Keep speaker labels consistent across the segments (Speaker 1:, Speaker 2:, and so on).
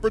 Speaker 1: for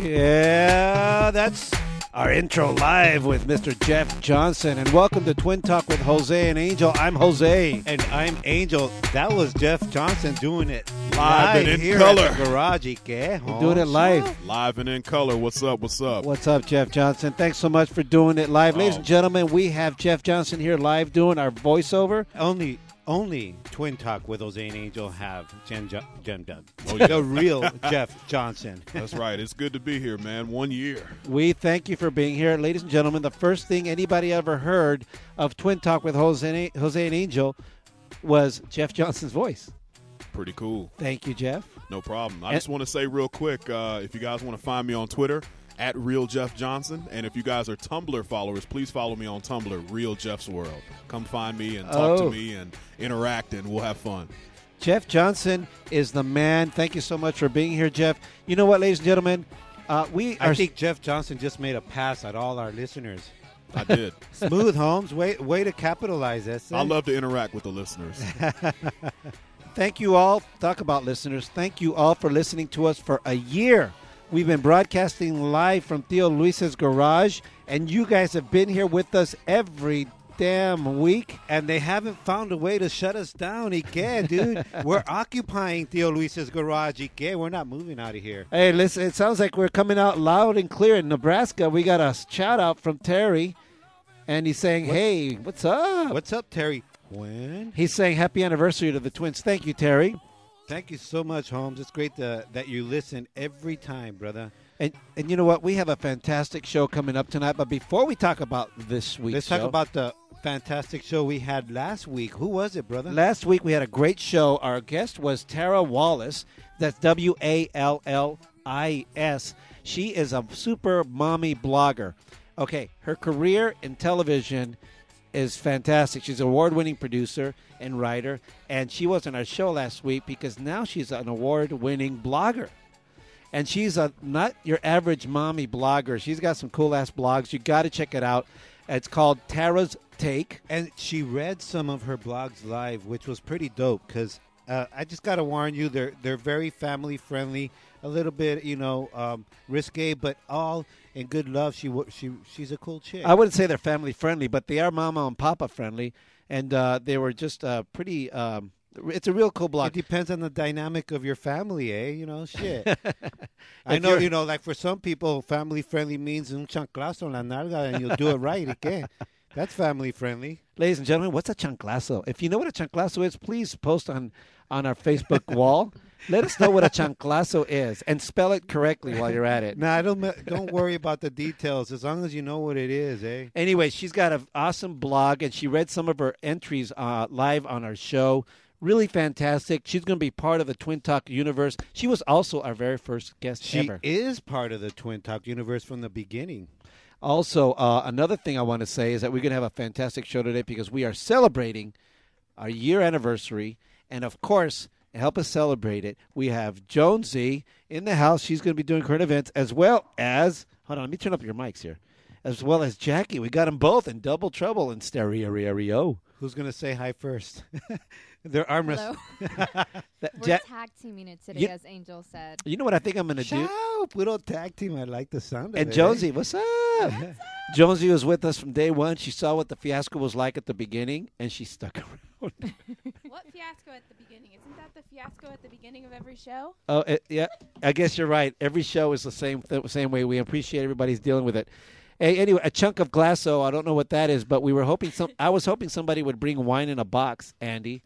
Speaker 2: Yeah, that's our intro live with Mr. Jeff Johnson. And welcome to Twin Talk with Jose and Angel. I'm Jose.
Speaker 3: And I'm Angel. That was Jeff Johnson doing it live,
Speaker 1: Live and in
Speaker 3: here
Speaker 1: color.
Speaker 3: at the garage. ¿Y qué, Oh,
Speaker 2: We're doing it
Speaker 3: homes?
Speaker 2: live.
Speaker 1: Live and in color. What's up? What's up?
Speaker 2: What's up, Jeff Johnson? Thanks so much for doing it live. Ladies
Speaker 1: Oh.
Speaker 2: and gentlemen, we have Jeff Johnson here live doing our voiceover.
Speaker 3: Only, only Twin Talk with Jose and Angel have Jen, jo- Jen Doug.
Speaker 1: Oh, yeah.
Speaker 3: The real Jeff Johnson.
Speaker 1: That's right. It's good to be here, man. One year.
Speaker 2: We thank you for being here. Ladies and gentlemen, the first thing anybody ever heard of Twin Talk with Jose, Jose and Angel was Jeff Johnson's voice.
Speaker 1: Pretty cool.
Speaker 2: Thank you, Jeff.
Speaker 1: No problem. I just want to say real quick uh, if you guys want to find me on Twitter, at Real Jeff Johnson. And if you guys are Tumblr followers, please follow me on Tumblr, Real Jeff's World. Come find me and talk
Speaker 2: Oh.
Speaker 1: to me and interact, and we'll have fun.
Speaker 2: Jeff Johnson is the man. Thank you so much for being here, Jeff. You know what, ladies and gentlemen? Uh, we
Speaker 3: I
Speaker 2: are
Speaker 3: think Jeff Johnson just made a pass at all our listeners.
Speaker 1: I did.
Speaker 3: Smooth Holmes, way, way to capitalize this.
Speaker 1: I love to interact with the listeners.
Speaker 2: Thank you all. Talk about listeners. Thank you all for listening to us for a year. We've been broadcasting live from Theo Luis's garage, and you guys have been here with us every damn week.
Speaker 3: And they haven't found a way to shut us down. ¿Y qué, dude? We're occupying Theo Luis's garage. ¿Y qué? E We're not moving out of here.
Speaker 2: Hey, listen, it sounds like we're coming out loud and clear in Nebraska. We got a shout out from Terry, and he's saying, Hey, what's up?
Speaker 3: What's up, Terry? When?
Speaker 2: He's saying, Happy anniversary to the twins. Thank you, Terry.
Speaker 3: Thank you so much, Holmes. It's great to, that you listen every time, brother.
Speaker 2: And, and you know what? We have a fantastic show coming up tonight. But before we talk about this week's
Speaker 3: Let's
Speaker 2: show-
Speaker 3: talk about the fantastic show we had last week. Who was it, brother?
Speaker 2: Last week we had a great show. Our guest was Tara Wallace. That's W A L L I S. She is a super mommy blogger. Okay, her career in television is fantastic. She's an award winning producer and writer, and she was on our show last week because now she's an award winning blogger. And she's a not your average mommy blogger. She's got some cool ass blogs. You got to check it out. It's called Tara's Take.
Speaker 3: and she read some of her blogs live, which was pretty dope. Because uh, I just gotta warn you, they're they're very family friendly, a little bit you know um, risque, but all in good love. She wa- she she's a cool chick.
Speaker 2: I wouldn't say they're family friendly, but they are mama and papa friendly, and uh, they were just uh, pretty. Um, it's a real cool
Speaker 3: it
Speaker 2: block.
Speaker 3: depends on the dynamic of your family, eh? You know, shit. I
Speaker 2: If
Speaker 3: know,
Speaker 2: you're-
Speaker 3: you know, like for some people, family friendly means un chanclazo en la nalga and you'll do it right. ¿y qué? That's family friendly.
Speaker 2: Ladies and gentlemen, what's a chanclazo? If you know what a chanclazo is, please post on on our Facebook wall. Let us know what a chanclazo is and spell it correctly while you're at it.
Speaker 3: Nah, I don't don't worry about the details as long as you know what it is, eh?
Speaker 2: Anyway, she's got an awesome blog, and she read some of her entries uh, live on our show. Really fantastic. She's going to be part of the Twin Talk universe. She was also our very first guest
Speaker 3: She
Speaker 2: ever.
Speaker 3: is part of the Twin Talk universe from the beginning.
Speaker 2: Also, uh, another thing I want to say is that we're going to have a fantastic show today because we are celebrating our year anniversary. And of course, to help us celebrate it, we have Jonesy in the house. She's going to be doing current events as well as, hold on, let me turn up your mics here, as well as Jackie. We got them both in double trouble in stereo.
Speaker 3: Who's gonna say hi first? Their arm
Speaker 4: Hello.
Speaker 3: wrestling.
Speaker 2: That-
Speaker 4: We're
Speaker 2: Ja-
Speaker 4: tag teaming it today,
Speaker 2: You-
Speaker 4: as Angel said.
Speaker 2: you know what I think I'm going to do?
Speaker 3: Shout, little tag team. I like the sound of it.
Speaker 2: And
Speaker 3: eh?
Speaker 2: Jonesy, what's up? Jonesy was with us from day one. She saw what the fiasco was like at the beginning, and she stuck around.
Speaker 5: What fiasco at the beginning? Isn't that the fiasco at the beginning of every show?
Speaker 2: Oh it, yeah, I guess you're right. Every show is the same th- same way. We appreciate everybody's dealing with it. Hey, anyway, a chunk of glass. So I don't know what that is, but we were hoping some. I was hoping somebody would bring wine in a box, Andy,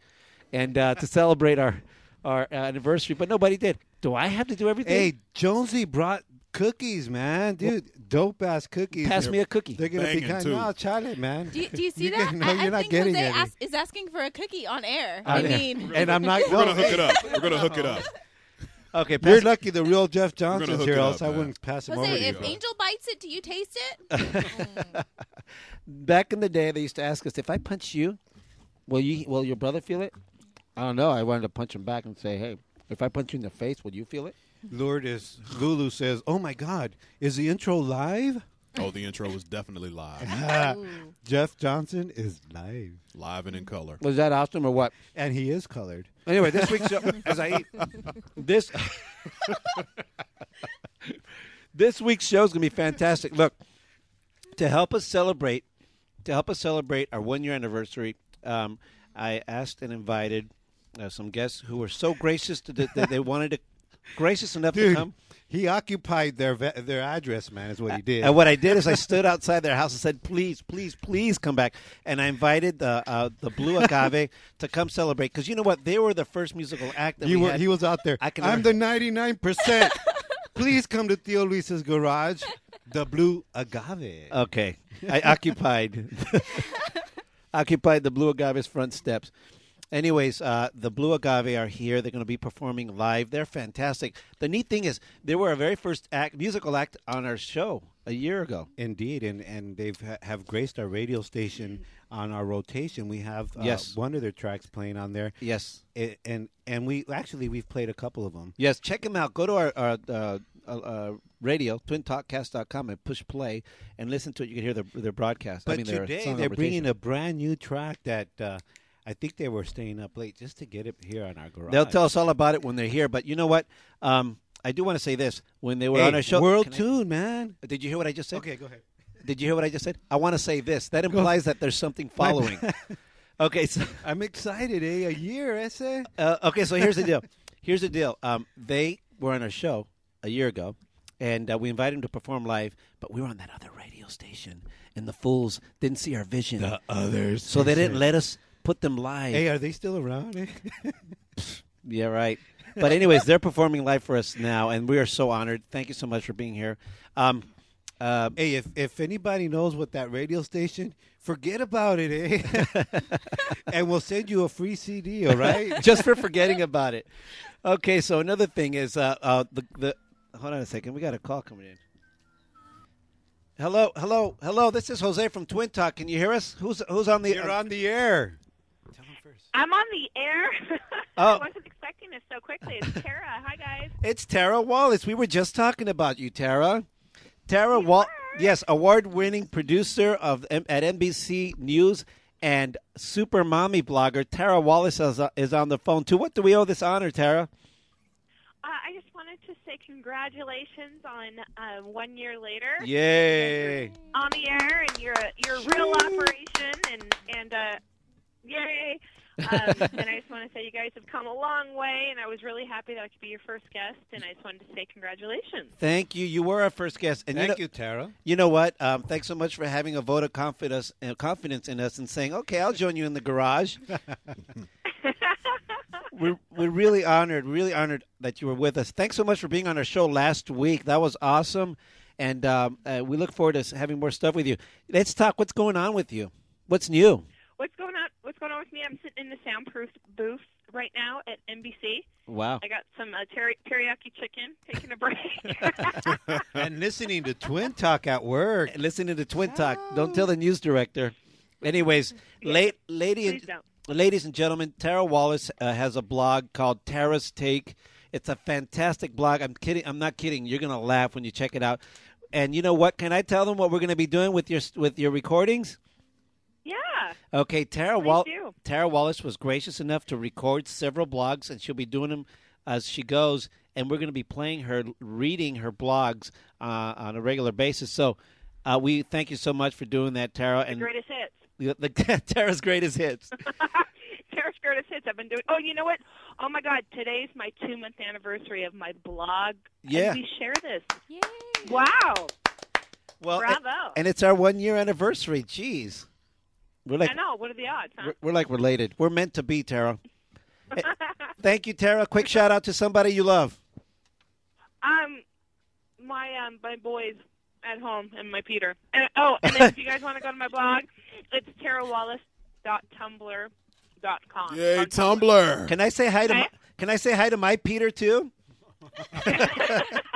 Speaker 2: and uh, to celebrate our our uh, anniversary. But nobody did. Do I have to do everything?
Speaker 3: Hey, Jonesy brought cookies, man, dude. dope ass cookies.
Speaker 2: pass
Speaker 3: They're-
Speaker 2: me a cookie.
Speaker 3: They're gonna be
Speaker 1: Banging,
Speaker 3: kind
Speaker 1: too.
Speaker 3: of chocolate, man.
Speaker 5: Do you, do you see
Speaker 3: You
Speaker 5: that?
Speaker 3: can- no,
Speaker 5: I,
Speaker 3: you're
Speaker 5: I
Speaker 3: not
Speaker 5: think
Speaker 3: getting
Speaker 5: Jose
Speaker 3: any.
Speaker 5: ask, is asking for a cookie on air.
Speaker 2: On
Speaker 5: I
Speaker 2: air.
Speaker 5: mean,
Speaker 3: and I'm not.
Speaker 1: We're going to hook it up. We're going to hook it up.
Speaker 2: Okay,
Speaker 3: You're
Speaker 2: pass-
Speaker 3: lucky the real Jeff Johnson's
Speaker 1: hook
Speaker 3: here,
Speaker 1: it
Speaker 3: else
Speaker 1: up,
Speaker 3: I
Speaker 1: man.
Speaker 3: wouldn't pass him
Speaker 5: Jose,
Speaker 3: over to you.
Speaker 5: if Angel bites it, do you taste it?
Speaker 2: back in the day, they used to ask us if I punch you, will you? Will your brother feel it? I don't know. I wanted to punch him back and say, hey, if I punch you in the face, will you feel it?
Speaker 3: Lourdes Gulu says, "Oh my God, is the intro live?"
Speaker 1: Oh, the intro was definitely live,
Speaker 5: Ooh.
Speaker 3: Jeff Johnson is live,
Speaker 1: live and in color.
Speaker 2: Was that awesome or what?
Speaker 3: and he is colored.
Speaker 2: Anyway, this week's show, as I eat this this week's show is going to be fantastic. Look, to help us celebrate, to help us celebrate our one year anniversary, um, I asked and invited uh, some guests who were so gracious to, that they wanted to gracious enough to
Speaker 3: Dude,
Speaker 2: come.
Speaker 3: he occupied their ve- their address, man. Is what he did.
Speaker 2: And what I did is I stood outside their house and said, "Please, please, please come back." And I invited the uh, the Blue Agave to come celebrate because you know what? They were the first musical act. That
Speaker 3: you
Speaker 2: we
Speaker 3: were,
Speaker 2: had.
Speaker 3: he was out there.
Speaker 2: I can
Speaker 3: I'm
Speaker 2: never-
Speaker 3: the 99. percent Please come to Theo Luis's garage, the Blue Agave.
Speaker 2: Okay, I occupied occupied the Blue Agave's front steps. Anyways, uh, the Blue Agave are here. They're going to be performing live. They're fantastic. The neat thing is, they were our very first act, musical act on our show a year ago.
Speaker 3: Indeed, and and they've ha- have graced our radio station on our rotation. We have uh,
Speaker 2: Yes.
Speaker 3: one of their tracks playing on there,
Speaker 2: Yes,
Speaker 3: A- and and we actually we've played a couple of them.
Speaker 2: yes. Check them out. Go to our, our uh, uh, uh, radio twintalkcast.com and push play and listen to it. You can hear their their broadcast. I
Speaker 3: But
Speaker 2: mean, their
Speaker 3: today
Speaker 2: song
Speaker 3: they're
Speaker 2: on
Speaker 3: bringing
Speaker 2: rotation.
Speaker 3: a brand new track that uh, I think they were staying up late just to get it here on our garage.
Speaker 2: They'll tell us all about it when they're here. But you know what? Um, I do want to say this. When they were
Speaker 3: Hey,
Speaker 2: on our show,
Speaker 3: World
Speaker 2: Can I-
Speaker 3: Tune, man.
Speaker 2: Did you hear what I just said?
Speaker 3: go ahead.
Speaker 2: Did you hear what I just said? I want to say this. That implies that there's something following. okay, so
Speaker 3: I'm excited, eh? A year, ese.
Speaker 2: uh, okay, so here's the deal. Here's the deal. Um, they were on our show a year ago, and uh, we invited them to perform live, but we were on that other radio station, and the fools didn't see our vision,
Speaker 3: others.
Speaker 2: so they didn't let us put them live.
Speaker 3: Hey, are they still around? eh?
Speaker 2: Yeah, right. But anyways, they're performing live for us now, and we are so honored. Thank you so much for being here. Um, uh,
Speaker 3: hey, if if anybody knows what that radio station, forget about it, eh? and we'll send you a free CD, all right?
Speaker 2: just for forgetting about it. Okay, so another thing is uh, uh, the the. Hold on a second, we got a call coming in. Hello, hello, hello. This is Jose from Twin Talk. Can you hear us? Who's who's on the? uh,
Speaker 3: You're on the air.
Speaker 4: I'm on the air.
Speaker 2: Oh.
Speaker 4: I wasn't expecting this so quickly. It's Tara. Hi, guys.
Speaker 2: It's Tara Wallace. We were just talking about you, Tara. Tara Wall, yes, award-winning producer of M- at NBC News and super mommy blogger. Tara Wallace is, uh, is on the phone too. What do we owe this honor, Tara?
Speaker 4: Uh, I just wanted to say congratulations on uh, one year later
Speaker 2: Yay!
Speaker 4: on the air, and you're a, you're a real operation, and and uh, yay! Um, and I just want to say you guys have come a long way, and I was really happy that I could be your first guest, and I just wanted to say congratulations.
Speaker 2: Thank you. You were our first guest, and you know,
Speaker 3: Thank you, Tara.
Speaker 2: You know what? Um, thanks so much for having a vote of confidence, uh, confidence in us and saying, "Okay, I'll join you in the garage." we're we're really honored, really honored that you were with us. Thanks so much for being on our show last week. That was awesome, and um, uh, we look forward to having more stuff with you. Let's talk. What's going on with you? What's new?
Speaker 4: What's going on? What's going on with me? I'm sitting in the soundproof booth right now at NBC.
Speaker 2: Wow.
Speaker 4: I got some uh, teri- teriyaki chicken. Taking a break.
Speaker 3: and listening to Twin Talk at work. Oh.
Speaker 2: Listening to Twin Talk. Don't tell the news director. Anyways, late lady
Speaker 4: Please
Speaker 2: and
Speaker 4: don't.
Speaker 2: Ladies and gentlemen, Tara Wallace uh, has a blog called Tara's Take. It's a fantastic blog. I'm kidding. I'm not kidding. You're gonna laugh when you check it out. And you know what? Can I tell them what we're gonna be doing with your with your recordings?
Speaker 4: Yeah.
Speaker 2: Okay, Tara
Speaker 4: Please
Speaker 2: Wall-
Speaker 4: do.
Speaker 2: Tara Wallace was gracious enough to record several blogs, and she'll be doing them as she goes. And we're going to be playing her, reading her blogs uh, on a regular basis. So uh, we thank you so much for doing that, Tara. And
Speaker 4: Greatest hits.
Speaker 2: the, Tara's greatest hits.
Speaker 4: Terrace greatest hits. I've been doing. Oh, you know what? Oh my God! Today's my two month anniversary of my blog. And
Speaker 2: Yeah.
Speaker 4: we share this.
Speaker 5: Yay.
Speaker 4: Wow.
Speaker 2: Well,
Speaker 4: Bravo.
Speaker 2: and it's our one year anniversary. Jeez, we're like
Speaker 4: I know. What are the odds? Huh?
Speaker 2: we're, we're like related. We're meant to be, Tara. Eh, Thank you, Tara. Quick shout out to somebody you love.
Speaker 4: Um, my um, my boys at home and my Peter. And, oh, and then if you guys want to go to my blog, it's tarawallace.tumblr.com.
Speaker 1: Yay,
Speaker 4: On Um,
Speaker 1: Tumblr!
Speaker 2: Can I say hi to my,
Speaker 4: Okay.
Speaker 2: Can I say hi to my Peter too?
Speaker 4: That's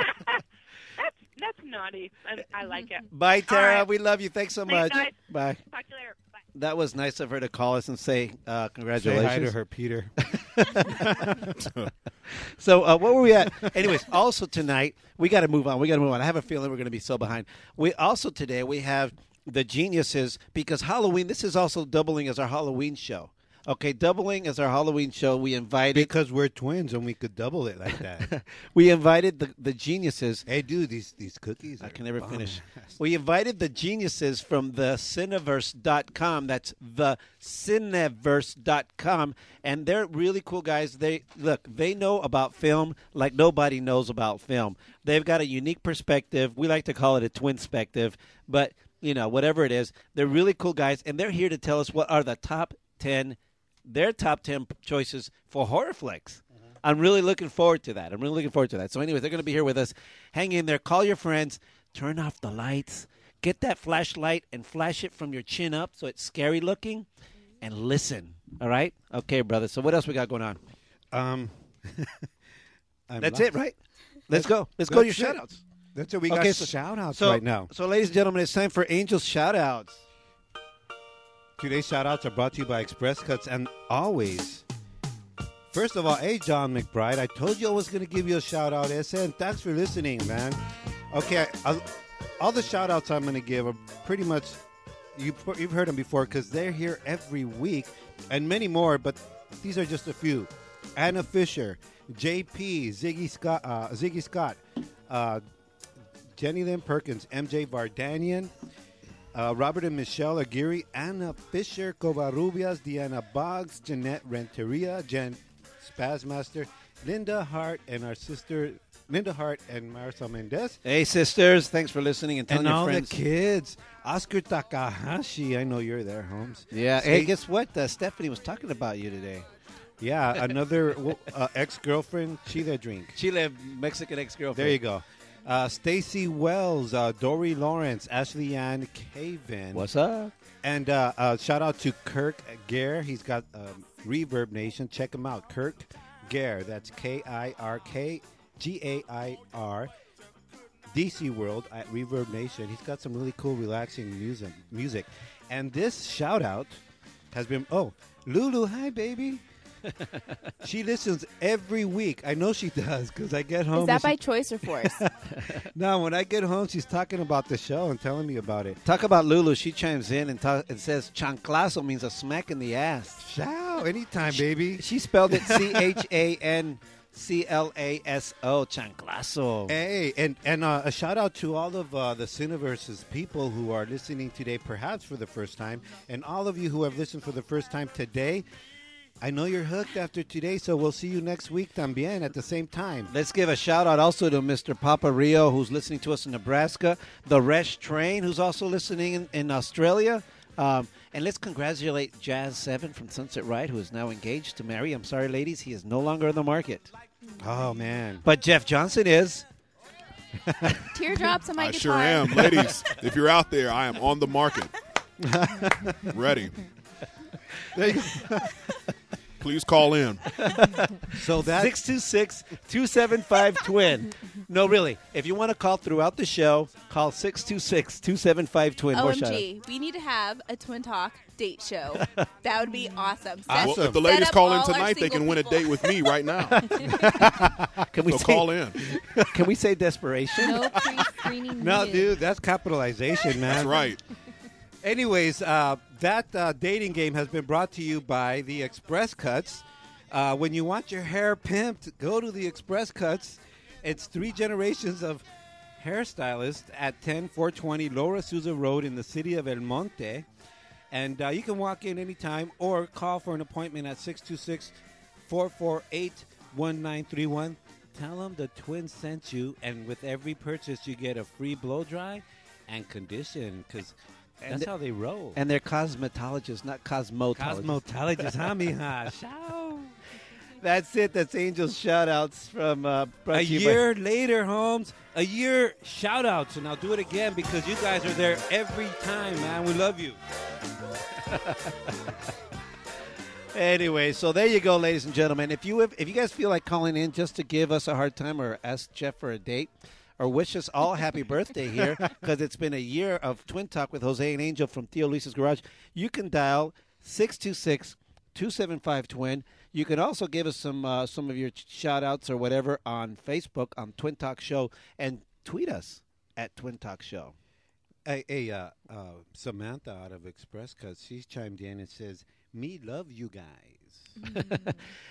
Speaker 4: that's naughty. I, I like it.
Speaker 2: Bye, Tara.
Speaker 4: right.
Speaker 2: We love you. Thanks so much.
Speaker 4: Thanks, guys.
Speaker 2: Bye.
Speaker 4: Talk to you later. Bye.
Speaker 3: That was nice of her to call us and say uh,
Speaker 2: Say
Speaker 3: congratulations.
Speaker 2: hi to her, Peter.
Speaker 3: So uh, what were we at? Anyways, also tonight we got to move on. We got to move on. I have a feeling we're going to be so behind. We also today we have the geniuses because Halloween. This is also doubling as our Halloween show. Okay, doubling as our Halloween show. We invited
Speaker 2: because we're twins and we could double it like that.
Speaker 3: we invited the, the geniuses.
Speaker 2: hey, dude, these these cookies.
Speaker 3: I
Speaker 2: are
Speaker 3: can never
Speaker 2: bomb.
Speaker 3: finish. We invited the geniuses from the Cineverse.com. That's the Cineverse.com. And they're really cool guys. They look, they know about film like nobody knows about film. They've got a unique perspective. We like to call it a twin perspective, but you know, whatever it is, they're really cool guys and they're here to tell us what are the top ten their top ten choices for horror flicks. Mm-hmm. I'm really looking forward to that. I'm really looking forward to that. So, anyway, they're going to be here with us. Hang in there. Call your friends. Turn off the lights. Get that flashlight and flash it from your chin up so it's scary looking and listen. All right? Okay, brother. So, what else we got going on?
Speaker 2: Um, I'm
Speaker 3: That's it,
Speaker 2: lost.
Speaker 3: right? Let's go. Let's go to your
Speaker 2: That's
Speaker 3: shout
Speaker 2: it.
Speaker 3: outs.
Speaker 2: That's it. We
Speaker 3: Okay,
Speaker 2: got
Speaker 3: so-
Speaker 2: shout outs
Speaker 3: So,
Speaker 2: right now.
Speaker 3: so, ladies and gentlemen, it's time for Angel's shout outs.
Speaker 2: Today's shout outs are brought to you by Express Cuts and always. First of all, hey, John McBride, I told you I was going to give you a shout out, SN. Thanks for listening, man. Okay, I, all the shout outs I'm going to give are pretty much, you, you've heard them before because they're here every week and many more, but these are just a few. Anna Fisher, JP, Ziggy Scott, uh, Ziggy Scott uh, Jenny Lynn Perkins, MJ Vardanian, uh, Robert and Michelle Aguirre, Anna Fisher, Covarrubias, Deanna Boggs, Jeanette Renteria, Jen Spazmaster, Linda Hart, and our sister Linda Hart and Marisol Mendez.
Speaker 3: Hey, sisters, thanks for listening and telling
Speaker 2: And
Speaker 3: your
Speaker 2: all
Speaker 3: friends.
Speaker 2: the kids. Oscar Takahashi, I know you're there, Holmes.
Speaker 3: yeah. Hey,
Speaker 2: Stay-
Speaker 3: guess what? Uh, Stephanie was talking about you today.
Speaker 2: yeah, another uh, ex girlfriend, Sheila Drink.
Speaker 3: Chile, Mexican ex girlfriend.
Speaker 2: There you go. Uh, Stacy Wells, uh, Dory Lawrence, Ashley Ann Caven.
Speaker 3: What's up?
Speaker 2: And uh, uh, shout out to Kirk Gare. He's got um, Reverb Nation. Check him out. Kirk Gare. That's K I R K G A I R. DC World at Reverb Nation. He's got some really cool, relaxing music. Music, and this shout out has been oh Lulu, hi baby. she listens every week. I know she does because I get home.
Speaker 6: Is that
Speaker 2: and
Speaker 6: by
Speaker 2: she-
Speaker 6: choice or force?
Speaker 2: no, when I get home, she's talking about the show and telling me about it.
Speaker 3: Talk about Lulu. She chimes in and, ta- and says chanclazo means a smack in the ass.
Speaker 2: Shout anytime, baby.
Speaker 3: She spelled it C H A N C L A S O, chanclazo.
Speaker 2: Hey, and and uh, a shout out to all of uh, the Cineverse's people who are listening today, perhaps for the first time, and all of you who have listened for the first time today. I know you're hooked after today, so we'll see you next week también at the same time.
Speaker 3: Let's give a shout out also to Mr. Papa Rio, who's listening to us in Nebraska, the Resh Train, who's also listening in, in Australia. Um, and let's congratulate Jazz Seven from Sunset Ride, who is now engaged to Mary. I'm sorry, ladies, he is no longer in the market.
Speaker 2: Oh man,
Speaker 3: But Jeff Johnson is.
Speaker 6: Teardrops on my
Speaker 1: I
Speaker 6: guitar.
Speaker 1: sure am. Ladies, if you're out there, I am on the market. Ready. Please call in.
Speaker 2: so that
Speaker 3: 626 275 twin. No, really. If you want to call throughout the show, call 626 275 twin. More shout out.
Speaker 6: OMG, we need to have a Twin Talk date show. that would be awesome. Set-
Speaker 1: Well, if the
Speaker 6: set
Speaker 1: ladies
Speaker 6: up
Speaker 1: call in
Speaker 6: all our
Speaker 1: tonight, they
Speaker 6: single
Speaker 1: can win a
Speaker 6: people.
Speaker 1: date with me right now.
Speaker 3: Can we
Speaker 1: So
Speaker 3: say,
Speaker 1: call in.
Speaker 3: Can we say desperation?
Speaker 7: No pre-screening.
Speaker 2: no,
Speaker 7: needed.
Speaker 2: dude, that's capitalization, man.
Speaker 1: That's right.
Speaker 2: Anyways, uh, that uh, dating game has been brought to you by the Express Cuts. Uh, when you want your hair pimped, go to the Express Cuts. It's three generations of hairstylists at 10420 Laura Souza Road in the city of El Monte. And uh, you can walk in anytime or call for an appointment at 626 448 1931. Tell them the twins sent you, and with every purchase, you get a free blow dry and condition because
Speaker 3: And
Speaker 2: that's
Speaker 3: the-
Speaker 2: how they roll.
Speaker 3: And they're cosmetologists, not cosmotologists.
Speaker 2: Cosmetologist, huh, mija? Ciao.
Speaker 3: That's it. That's Angel's shout outs from uh, brought
Speaker 2: A
Speaker 3: to you by-
Speaker 2: year later, Holmes. A year shout outs, and I'll do it again because you guys are there every time, man. We love you. Anyway, so there you go, ladies and gentlemen. If you have, if you guys feel like calling in just to give us a hard time or ask Jeff for a date, or wish us all happy birthday here because it's been a year of Twin Talk with Jose and Angel from Theo Luis's Garage, you can dial 626 275 Twin. You can also give us some uh, some of your shout outs or whatever on Facebook on Twin Talk Show and tweet us at Twin Talk Show.
Speaker 3: Hey, hey uh, uh, Samantha out of Express because she's chimed in and says, "Me love you guys."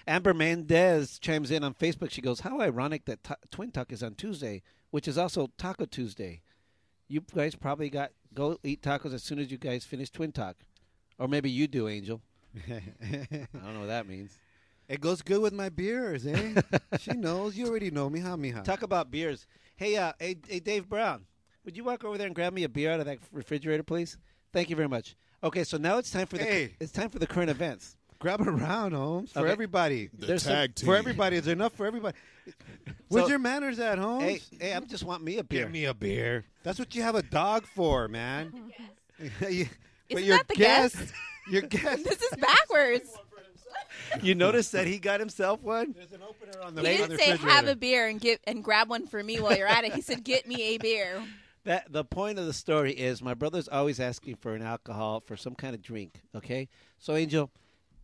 Speaker 2: Amber Mendez chimes in on Facebook. She goes, "How ironic that t- Twin Talk is on Tuesday, which is also Taco Tuesday. You guys probably got go eat tacos as soon as you guys finish Twin Talk, or maybe you do, Angel. I don't know what that means.
Speaker 3: it goes good with my beers, eh? she knows. You already know, mija, mija.
Speaker 2: Talk about beers. Hey, uh, hey, hey, Dave Brown, would you walk over there and grab me a beer out of that refrigerator, please? Thank you very much. Okay, so now it's time for the
Speaker 3: Hey.
Speaker 2: it's time for the current events.
Speaker 3: Grab around, Holmes, for
Speaker 2: Okay.
Speaker 3: everybody.
Speaker 1: The
Speaker 2: There's some-
Speaker 1: tag team.
Speaker 3: For everybody, is there enough for everybody? Where's your manners at, Holmes?
Speaker 2: Hey, hey, I just want me a beer.
Speaker 3: Give me a beer. That's what you have a dog for, man. You- but
Speaker 6: Isn't
Speaker 3: your
Speaker 6: that the
Speaker 3: guess,
Speaker 6: guess?
Speaker 3: your guess.
Speaker 6: This is backwards.
Speaker 2: you noticed that he got himself one.
Speaker 3: There's an opener on
Speaker 6: He didn't say have a beer and get and grab one for me while you're at it. He said get me a beer.
Speaker 2: That the point of the story is my brother's always asking for an alcohol for some kind of drink. Okay, so Angel,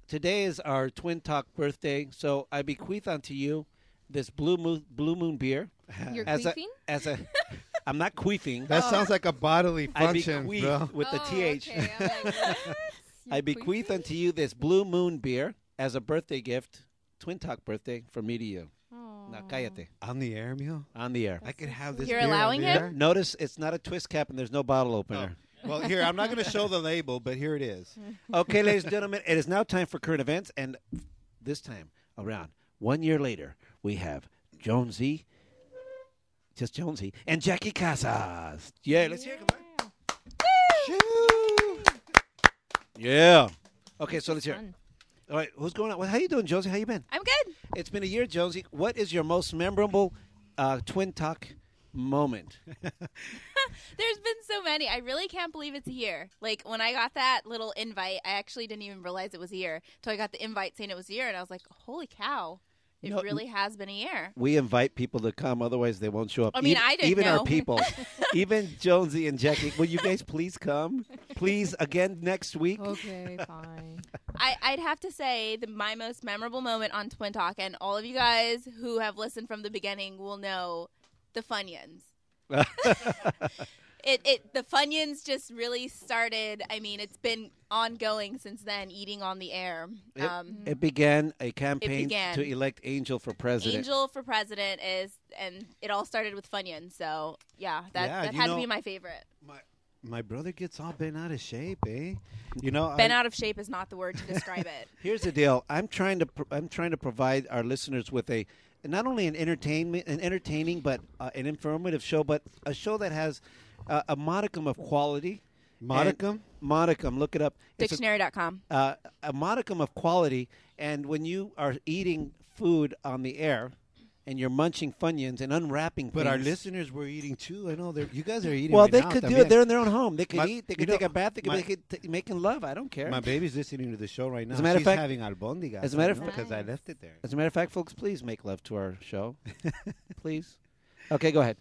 Speaker 2: today is our Twin Talk birthday, so I bequeath unto you this blue moon blue moon beer.
Speaker 5: You're
Speaker 2: as a,
Speaker 5: queefing?
Speaker 2: as a, I'm not queefing.
Speaker 3: That sounds like a bodily
Speaker 2: I
Speaker 3: function,
Speaker 2: bequeath
Speaker 3: bro.
Speaker 2: with the
Speaker 5: Oh,
Speaker 2: th.
Speaker 5: okay. I'm like, what?
Speaker 2: I
Speaker 5: You're
Speaker 2: bequeath
Speaker 5: queefing?
Speaker 2: unto you this blue moon beer as a birthday gift, Twin Talk birthday from me to you. Now cállate
Speaker 3: On the air, meal.
Speaker 2: on the air.
Speaker 3: I could have this.
Speaker 6: You're
Speaker 3: beer on
Speaker 6: allowing
Speaker 3: the
Speaker 6: him?
Speaker 3: air.
Speaker 2: Notice it's not a twist cap and there's no bottle opener.
Speaker 3: Well, here I'm not going to show the label, but here it is.
Speaker 6: Oh.
Speaker 2: Okay, ladies and gentlemen, it is now time for current events, and this time around one year later, we have Jonesy, just Jonesy, and Jackie Casas. Yeah, let's hear. it, Come on. Yeah. Okay, so let's hear. it.
Speaker 6: Fun.
Speaker 2: All right, who's going on? Well, how you doing, Jonesy? How you been?
Speaker 6: I'm good.
Speaker 2: It's been a year, Jonesy. What is your most memorable uh, twin talk moment?
Speaker 6: There's been so many. I really can't believe it's a year. Like when I got that little invite, I actually didn't even realize it was a year until I got the invite saying it was a year, and I was like, "Holy cow! It
Speaker 2: No,
Speaker 6: really has been a year."
Speaker 2: We invite people to come, otherwise they won't show up.
Speaker 6: I mean,
Speaker 2: Ev-
Speaker 6: I didn't
Speaker 2: even our
Speaker 6: know.
Speaker 2: people, even Jonesy and Jackie. Will you guys please come? Please again next week.
Speaker 5: Okay, fine.
Speaker 6: I, I'd have to say the my most memorable moment on Twin Talk, and all of you guys who have listened from the beginning will know the Funyuns. it, it the Funyuns just really started. I mean, it's been ongoing since then. Eating on the air.
Speaker 2: It-
Speaker 6: um,
Speaker 2: It began a campaign
Speaker 6: began.
Speaker 2: to elect Angel for
Speaker 3: Mm-hmm.
Speaker 2: president.
Speaker 6: Angel for president is, and it all started with Funyun. So yeah, that,
Speaker 3: Yeah,
Speaker 6: that
Speaker 3: you
Speaker 6: had
Speaker 3: know-
Speaker 6: to be my favorite.
Speaker 3: My my brother gets all bent out of shape, eh? You know,
Speaker 6: Been
Speaker 3: I-
Speaker 6: out of shape is not the word to describe it.
Speaker 2: Here's the deal. I'm trying to pr- I'm trying to provide our listeners with a not only an entertainment an entertaining but uh, an informative show, but a show that has uh, a modicum of quality.
Speaker 3: Modicum?
Speaker 2: And- modicum. Look it up. It's a-
Speaker 6: Dictionary.com.
Speaker 2: uh, a modicum of quality. And when you are eating food on the air and you're munching funyuns and unwrapping,
Speaker 3: But our
Speaker 2: things-
Speaker 3: listeners were eating too. I know they're, you guys are eating.
Speaker 2: well,
Speaker 3: right
Speaker 2: they
Speaker 3: now,
Speaker 2: could do
Speaker 3: también.
Speaker 2: it. They're in their own home. They could
Speaker 3: My-
Speaker 2: eat. They
Speaker 3: you
Speaker 2: could
Speaker 3: know,
Speaker 2: take a bath. They could
Speaker 3: my-
Speaker 2: make it t- making love. I don't care.
Speaker 3: My baby's listening to the show right now.
Speaker 2: As a matter of
Speaker 3: She's
Speaker 2: fact-
Speaker 3: having albondigas.
Speaker 2: as a matter of
Speaker 5: fact-
Speaker 3: because I left it there.
Speaker 2: As a matter of fact, folks, please make love to our show, please. Okay, go ahead.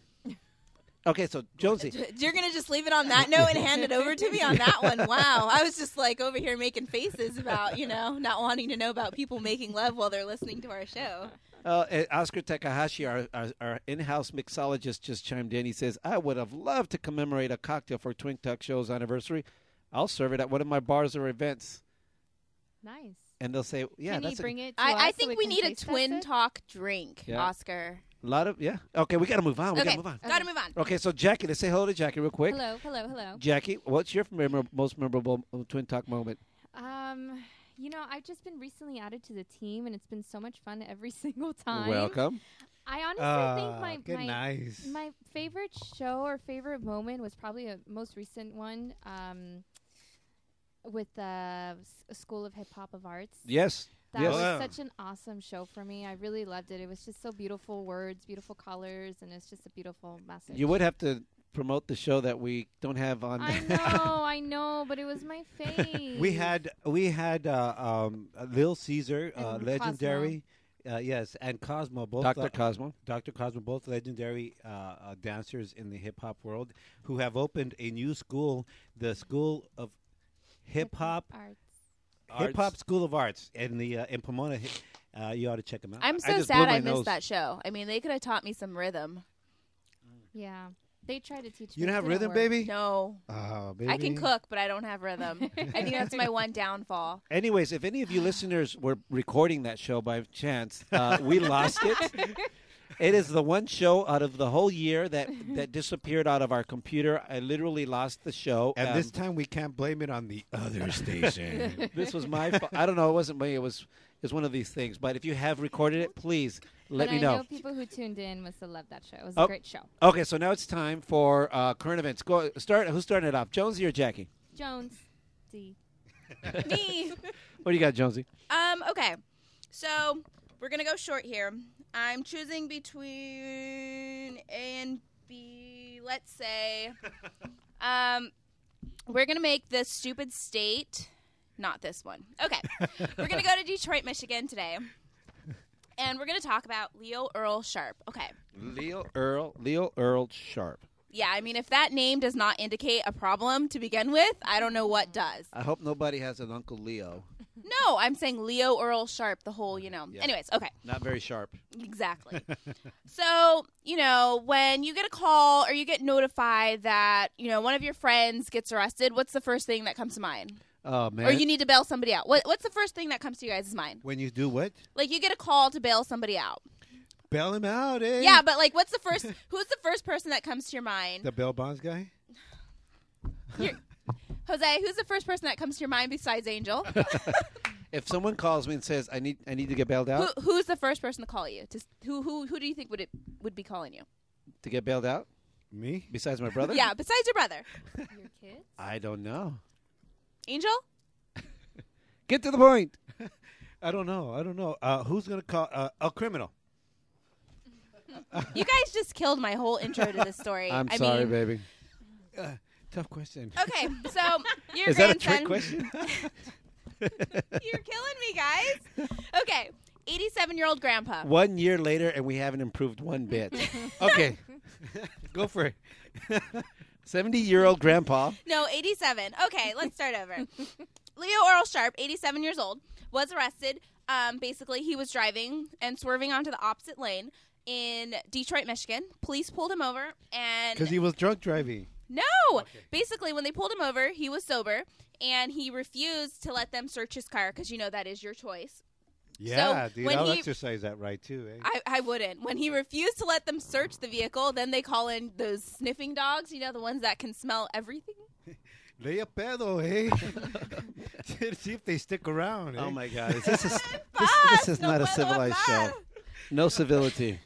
Speaker 2: Okay, so Jonesy,
Speaker 6: You're gonna just leave it on that note and hand it over to me on that one. Wow, I was just like over here making faces about you know not wanting to know about people making love while they're listening to our show.
Speaker 2: uh, uh, Oscar Takahashi, our, our, our in-house mixologist, just chimed in. He says, "I would have loved to commemorate a cocktail for Twin Tuck Show's anniversary. I'll serve it at one of my bars or events."
Speaker 5: Nice.
Speaker 2: and they'll say, "Yeah,
Speaker 5: Can he
Speaker 2: that's a
Speaker 5: bring it to us
Speaker 6: I, I
Speaker 5: so
Speaker 6: think we
Speaker 5: can
Speaker 6: need a
Speaker 5: taste test
Speaker 6: twin
Speaker 5: it?
Speaker 6: talk drink,
Speaker 2: Yeah.
Speaker 6: Oscar.
Speaker 2: lot of yeah." Okay, we got to move on. Ah, We got
Speaker 6: okay,
Speaker 2: to move on.
Speaker 6: gotta move on.
Speaker 2: Okay, so Jackie, let's say hello to Jackie real quick.
Speaker 5: Hello, hello, hello.
Speaker 2: Jackie, what's your memor- most memorable uh, twin talk moment?
Speaker 5: Um, you know, I've just been recently added to the team, and it's been so much fun every single time.
Speaker 2: Welcome.
Speaker 5: I honestly
Speaker 3: Ah,
Speaker 5: think
Speaker 3: good
Speaker 5: my my,
Speaker 3: nice.
Speaker 5: my favorite show or favorite moment was probably a most recent one. Um. With the S- School of Hip Hop of Arts,
Speaker 2: Yes.
Speaker 5: that
Speaker 2: yes.
Speaker 5: was
Speaker 3: Wow.
Speaker 5: such an awesome show for me. I really loved it. It was just so beautiful words, beautiful colors, and it's just a beautiful message.
Speaker 2: You would have to promote the show that we don't have on.
Speaker 5: I know, I know, but it was my face.
Speaker 3: We had we had uh, um, Lil Caesar, uh,
Speaker 5: And
Speaker 3: legendary, uh, yes, and Cosmo, both
Speaker 2: Dr.
Speaker 3: uh,
Speaker 2: Cosmo.
Speaker 3: Dr. Cosmo, both legendary uh, uh, dancers in the hip hop world, who have opened a new school, the School of Hip Hop
Speaker 5: arts.
Speaker 3: Hip Hop School of Arts, in the uh, in Pomona. Hi- Uh, you ought to check them out.
Speaker 6: I'm so
Speaker 3: just blew
Speaker 6: sad
Speaker 3: my
Speaker 6: I missed
Speaker 3: nose.
Speaker 6: that show. I mean, they could have taught me some rhythm.
Speaker 5: Yeah, they tried to teach.
Speaker 3: You
Speaker 5: me.
Speaker 3: don't
Speaker 5: It
Speaker 3: have
Speaker 5: didn't
Speaker 3: rhythm,
Speaker 5: work.
Speaker 3: baby.
Speaker 6: No,
Speaker 3: Oh, baby.
Speaker 6: I can cook, but I don't have rhythm. I think that's my one downfall.
Speaker 2: Anyways, if any of you listeners were recording that show by chance, uh, we lost it. It is the one show out of the whole year that, that disappeared out of our computer. I literally lost the show.
Speaker 3: And
Speaker 2: Um,
Speaker 3: this time we can't blame it on the other station.
Speaker 2: this was my fault. I don't know. It wasn't me. It was it was one of these things. But if you have recorded it, please let
Speaker 5: but
Speaker 2: me
Speaker 5: I
Speaker 2: know.
Speaker 5: know people who tuned in must have loved that show. It was
Speaker 2: Oh.
Speaker 5: a great show.
Speaker 2: Okay, so now it's time for uh, current events. Go start. Who's starting it off, Jonesy or Jackie?
Speaker 5: Jones, D.
Speaker 6: me.
Speaker 2: What do you got, Jonesy?
Speaker 6: Um, okay. So we're gonna go short here. I'm choosing between A and B, let's say. um we're gonna make this stupid state not this one. Okay. we're gonna go to Detroit, Michigan today. And we're gonna talk about Leo Earl Sharp. Okay.
Speaker 2: Leo Earl. Leo Earl Sharp.
Speaker 6: Yeah, I mean if that name does not indicate a problem to begin with, I don't know what does.
Speaker 2: I hope nobody has an Uncle Leo.
Speaker 6: No, I'm saying Leo Earl Sharp, the whole, you know.
Speaker 2: Yeah.
Speaker 6: Anyways, okay.
Speaker 2: Not very sharp.
Speaker 6: Exactly. so, you know, when you get a call or you get notified that, you know, one of your friends gets arrested, what's the first thing that comes to mind?
Speaker 3: oh man!
Speaker 6: Or you need to bail somebody out. What, what's the first thing that comes to you guys' mind?
Speaker 3: when you do what?
Speaker 6: Like, you get a call to bail somebody out.
Speaker 3: Bail him out, eh?
Speaker 6: Yeah, but, like, what's the first, who's the first person that comes to your mind?
Speaker 3: the bail bonds guy.
Speaker 6: You're- Jose, who's the first person that comes to your mind besides Angel?
Speaker 2: If someone calls me and says I need I need to get bailed
Speaker 6: who,
Speaker 2: out
Speaker 6: who's the first person to call you? To, s- who, who, who do you think would it would be calling you?
Speaker 2: to get bailed out,
Speaker 3: Me?
Speaker 2: besides my brother,
Speaker 6: Yeah, besides your brother.
Speaker 5: Your kids?
Speaker 2: I don't know.
Speaker 6: Angel?
Speaker 2: Get to the point.
Speaker 3: I don't know. I don't know. Uh, who's gonna call uh, a criminal?
Speaker 6: You guys just killed my whole intro to this story.
Speaker 2: I'm
Speaker 6: I
Speaker 2: sorry,
Speaker 6: mean,
Speaker 2: baby.
Speaker 3: Uh, Tough question.
Speaker 6: Okay, so your
Speaker 2: Is that
Speaker 6: grandson.
Speaker 2: a trick question?
Speaker 6: You're killing me, guys. Okay, 87 year old grandpa.
Speaker 2: one year later, and we haven't improved one bit. okay,
Speaker 3: Go for it.
Speaker 2: seventy-year-old grandpa.
Speaker 6: No, 87. Okay, let's start over. Leo Earl Sharp, 87 years old, was arrested. Um, basically, he was driving and swerving onto the opposite lane in Detroit, Michigan. Police pulled him over and
Speaker 3: Because he was drunk driving.
Speaker 6: No. Basically, when they pulled him over, he was sober and he refused to let them search his car because you know that is your choice.
Speaker 3: Yeah, dude.
Speaker 6: when
Speaker 3: I'll
Speaker 6: he-
Speaker 3: exercise that right too. Eh?
Speaker 6: I, I wouldn't. When he refused to let them search the vehicle, then they call in those sniffing dogs, you know, the ones that can smell everything.
Speaker 3: Lay a pedo, hey. See if they stick around. eh?
Speaker 2: Oh my God! Is this a, s- this,
Speaker 6: Paz,
Speaker 2: this is
Speaker 6: no
Speaker 2: not a
Speaker 6: puedo
Speaker 2: civilized show.
Speaker 6: hablar.
Speaker 2: No civility.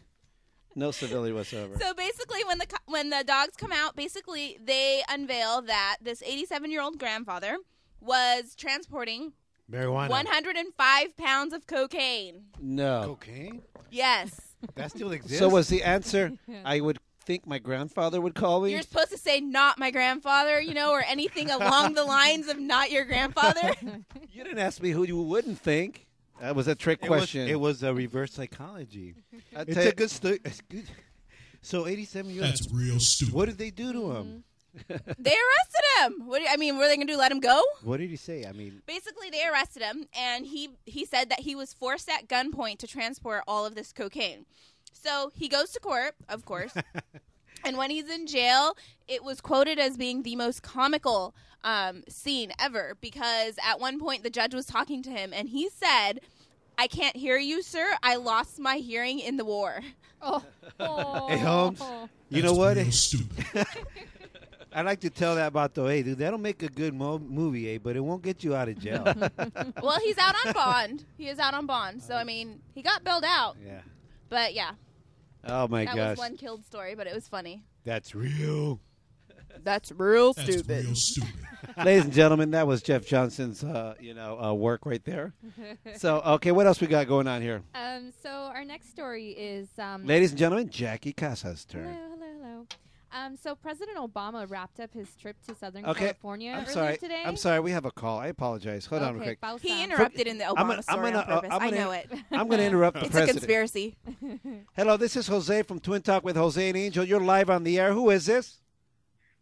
Speaker 2: No civility whatsoever.
Speaker 6: So basically, when the co- when the dogs come out, basically they unveil that this 87 year old grandfather was transporting
Speaker 3: Marijuana.
Speaker 6: 105 pounds of cocaine.
Speaker 2: no.
Speaker 3: Cocaine?
Speaker 6: Yes,
Speaker 3: That still exists.
Speaker 2: So was the answer? I would think my grandfather would call me.
Speaker 6: you're supposed to say not my grandfather, you know, or anything along the lines of not your grandfather.
Speaker 2: You didn't ask me who you wouldn't think. That was a trick
Speaker 3: it
Speaker 2: question.
Speaker 3: Was, it was a reverse psychology.
Speaker 2: I
Speaker 3: It's
Speaker 2: tell
Speaker 3: a
Speaker 2: you-
Speaker 3: good story. Good. So 87 years.
Speaker 1: That's real stupid.
Speaker 3: What did they do to him?
Speaker 2: Mm-hmm.
Speaker 6: they arrested him. What do you, I mean, were they going to do? Let him go?
Speaker 3: What did he say? I mean,
Speaker 6: Basically, they arrested him, and he he said that he was forced at gunpoint to transport all of this cocaine. So he goes to court, of course. and when he's in jail, it was quoted as being the most comical um, scene ever because at one point the judge was talking to him, and he said. I can't hear you, sir. I lost my hearing in the war.
Speaker 5: Oh. oh.
Speaker 3: Hey, Holmes. you know what? I like to tell that about though. Hey, dude, that'll make a good mo- movie, eh? But it won't get you out of jail.
Speaker 6: Well, he's out on bond. He is out on bond. So, I mean, he got bailed out.
Speaker 3: yeah.
Speaker 6: But yeah,
Speaker 3: Oh my
Speaker 6: that
Speaker 3: gosh,
Speaker 6: was one killed story, but it was funny.
Speaker 3: that's real.
Speaker 6: That's real stupid.
Speaker 2: Ladies and gentlemen, that was Jeff Johnson's, uh, you know, uh, work right there. So, okay, what else we got going on here,
Speaker 5: Um. So our next story is um.
Speaker 2: ladies and gentlemen? Jackie Casas' turn.
Speaker 5: Hello, hello, hello. Um, so President Obama wrapped up his trip to Southern
Speaker 2: Okay.
Speaker 5: California
Speaker 2: I'm
Speaker 5: earlier
Speaker 2: sorry.
Speaker 5: today.
Speaker 2: I'm sorry. We have a call. I apologize. Hold
Speaker 5: okay,
Speaker 2: on, real quick.
Speaker 5: Bow
Speaker 6: He
Speaker 5: sound.
Speaker 6: interrupted in the Obama
Speaker 2: I'm gonna- I'm
Speaker 6: story
Speaker 2: gonna,
Speaker 6: on
Speaker 2: uh,
Speaker 6: purpose.
Speaker 2: I'm
Speaker 6: I
Speaker 2: gonna-
Speaker 6: know it.
Speaker 2: I'm going to interrupt the
Speaker 6: It's a
Speaker 2: president.
Speaker 6: conspiracy.
Speaker 2: Hello, this is Jose from Twin Talk with Jose and Angel. You're live on the air. Who is this?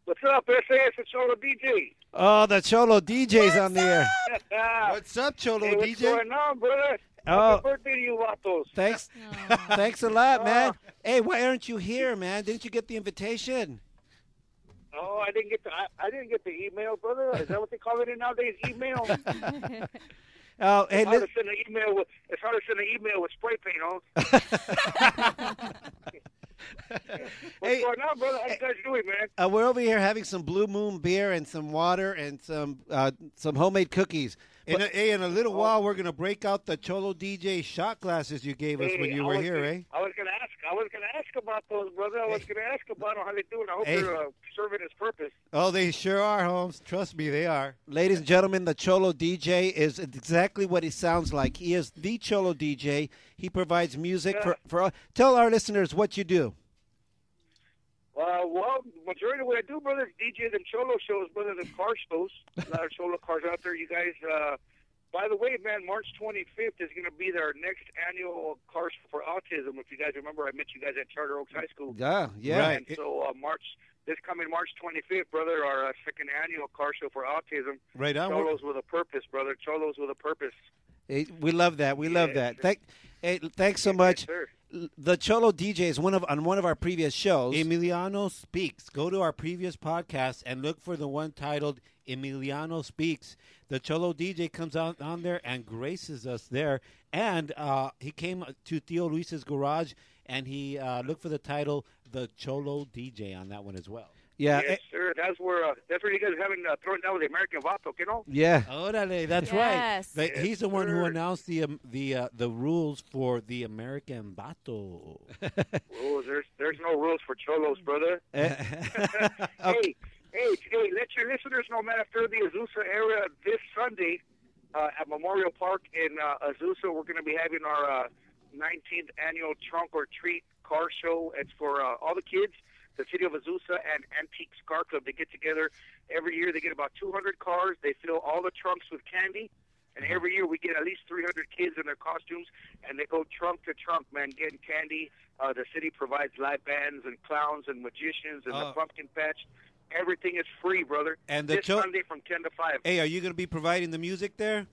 Speaker 8: What's up, SAS? It's Solo DJ.
Speaker 2: Oh, the Cholo DJ's on the air.
Speaker 3: What's up, Cholo
Speaker 8: hey, what's
Speaker 3: DJ?
Speaker 8: going on, brother?
Speaker 2: Oh,
Speaker 8: Happy birthday to you, Vatos.
Speaker 2: thanks,
Speaker 5: Aw.
Speaker 2: thanks a lot, man. Hey, why aren't you here, man? Didn't you get the invitation?
Speaker 8: Oh, I didn't get the I, I didn't get the email, brother. Is that what they call it nowadays? Email. it's
Speaker 2: Oh, hey,
Speaker 8: hard to
Speaker 2: li-
Speaker 8: send an email with it's hard to send an email with spray paint on. What's
Speaker 2: Hey.
Speaker 8: going on, brother? How you guys doing, man?
Speaker 2: uh, we're over here having some Blue Moon beer and some water and some uh, some homemade cookies. Oh.
Speaker 3: In a, hey, in a little while, we're gonna break out the Cholo DJ shot glasses you gave us
Speaker 8: Hey,
Speaker 3: when you
Speaker 8: I
Speaker 3: were
Speaker 8: was
Speaker 3: here,
Speaker 8: gonna,
Speaker 3: eh?
Speaker 8: I was gonna ask. I was gonna ask about those, brother. I was gonna ask about how they doing. I hope
Speaker 3: Hey.
Speaker 8: they're uh, serving its purpose.
Speaker 3: Oh, they sure are, Holmes. Trust me, they are.
Speaker 2: Ladies and gentlemen, the Cholo DJ is exactly what he sounds like. He is the Cholo DJ. He provides music for for. Tell our listeners what you do.
Speaker 8: Uh, well, majority of what I do, brother, is DJ them cholo shows, brother, them car shows. A lot of cholo cars out there, you guys. Uh, by the way, man, March 25th is going to be their next annual Cars for Autism. If you guys remember, I met you guys at Charter Oaks High School.
Speaker 2: Yeah, yeah.
Speaker 3: Right.
Speaker 8: And so uh, March, this coming March 25th, brother, our uh, second annual car show for autism.
Speaker 3: Right on. We're-
Speaker 8: Cholos with a purpose, brother. Cholos with a purpose.
Speaker 2: Eh, We love that. We love
Speaker 8: Yeah,
Speaker 2: that.
Speaker 8: sure.
Speaker 2: Thank, hey, thanks so
Speaker 8: Yes,
Speaker 2: much.
Speaker 8: sir.
Speaker 2: L- The Cholo DJ is one of on one of our previous shows.
Speaker 3: Emiliano Speaks. Go to our previous podcast and look for the one titled Emiliano Speaks. The Cholo DJ comes out on there and graces us there. And uh, he came to Theo Luis's garage and he uh, looked for the title The Cholo DJ on that one as well.
Speaker 2: yeah, eh,
Speaker 8: yes, sir. That's where uh, that's where you guys are having uh, thrown down with the American Vato, you know?
Speaker 2: yeah.
Speaker 3: Orale, that's
Speaker 6: Yes.
Speaker 3: right. But he's the one who
Speaker 8: Yes, sir.
Speaker 3: announced the um, the uh, the rules for the American Bato.
Speaker 8: Rules. There's there's no rules for cholos, brother. Hey, hey, hey! Let your listeners know, man. After the Azusa area this Sunday uh, at Memorial Park in uh, Azusa, we're going to be having our uh, 19th annual Trunk or Treat Car Show. It's for uh, all the kids. The city of Azusa and Antiques Car Club. They get together every year. They get about 200 cars. They fill all the trunks with candy. And every year we get at least 300 kids in their costumes, and they go trunk to trunk, man, getting candy. Uh, the city provides live bands and clowns and magicians and
Speaker 3: Oh.
Speaker 8: the pumpkin patch. Everything is free, brother.
Speaker 3: And the
Speaker 8: this
Speaker 3: chil-
Speaker 8: Sunday from 10 to 5.
Speaker 3: hey, are you going to be providing the music there?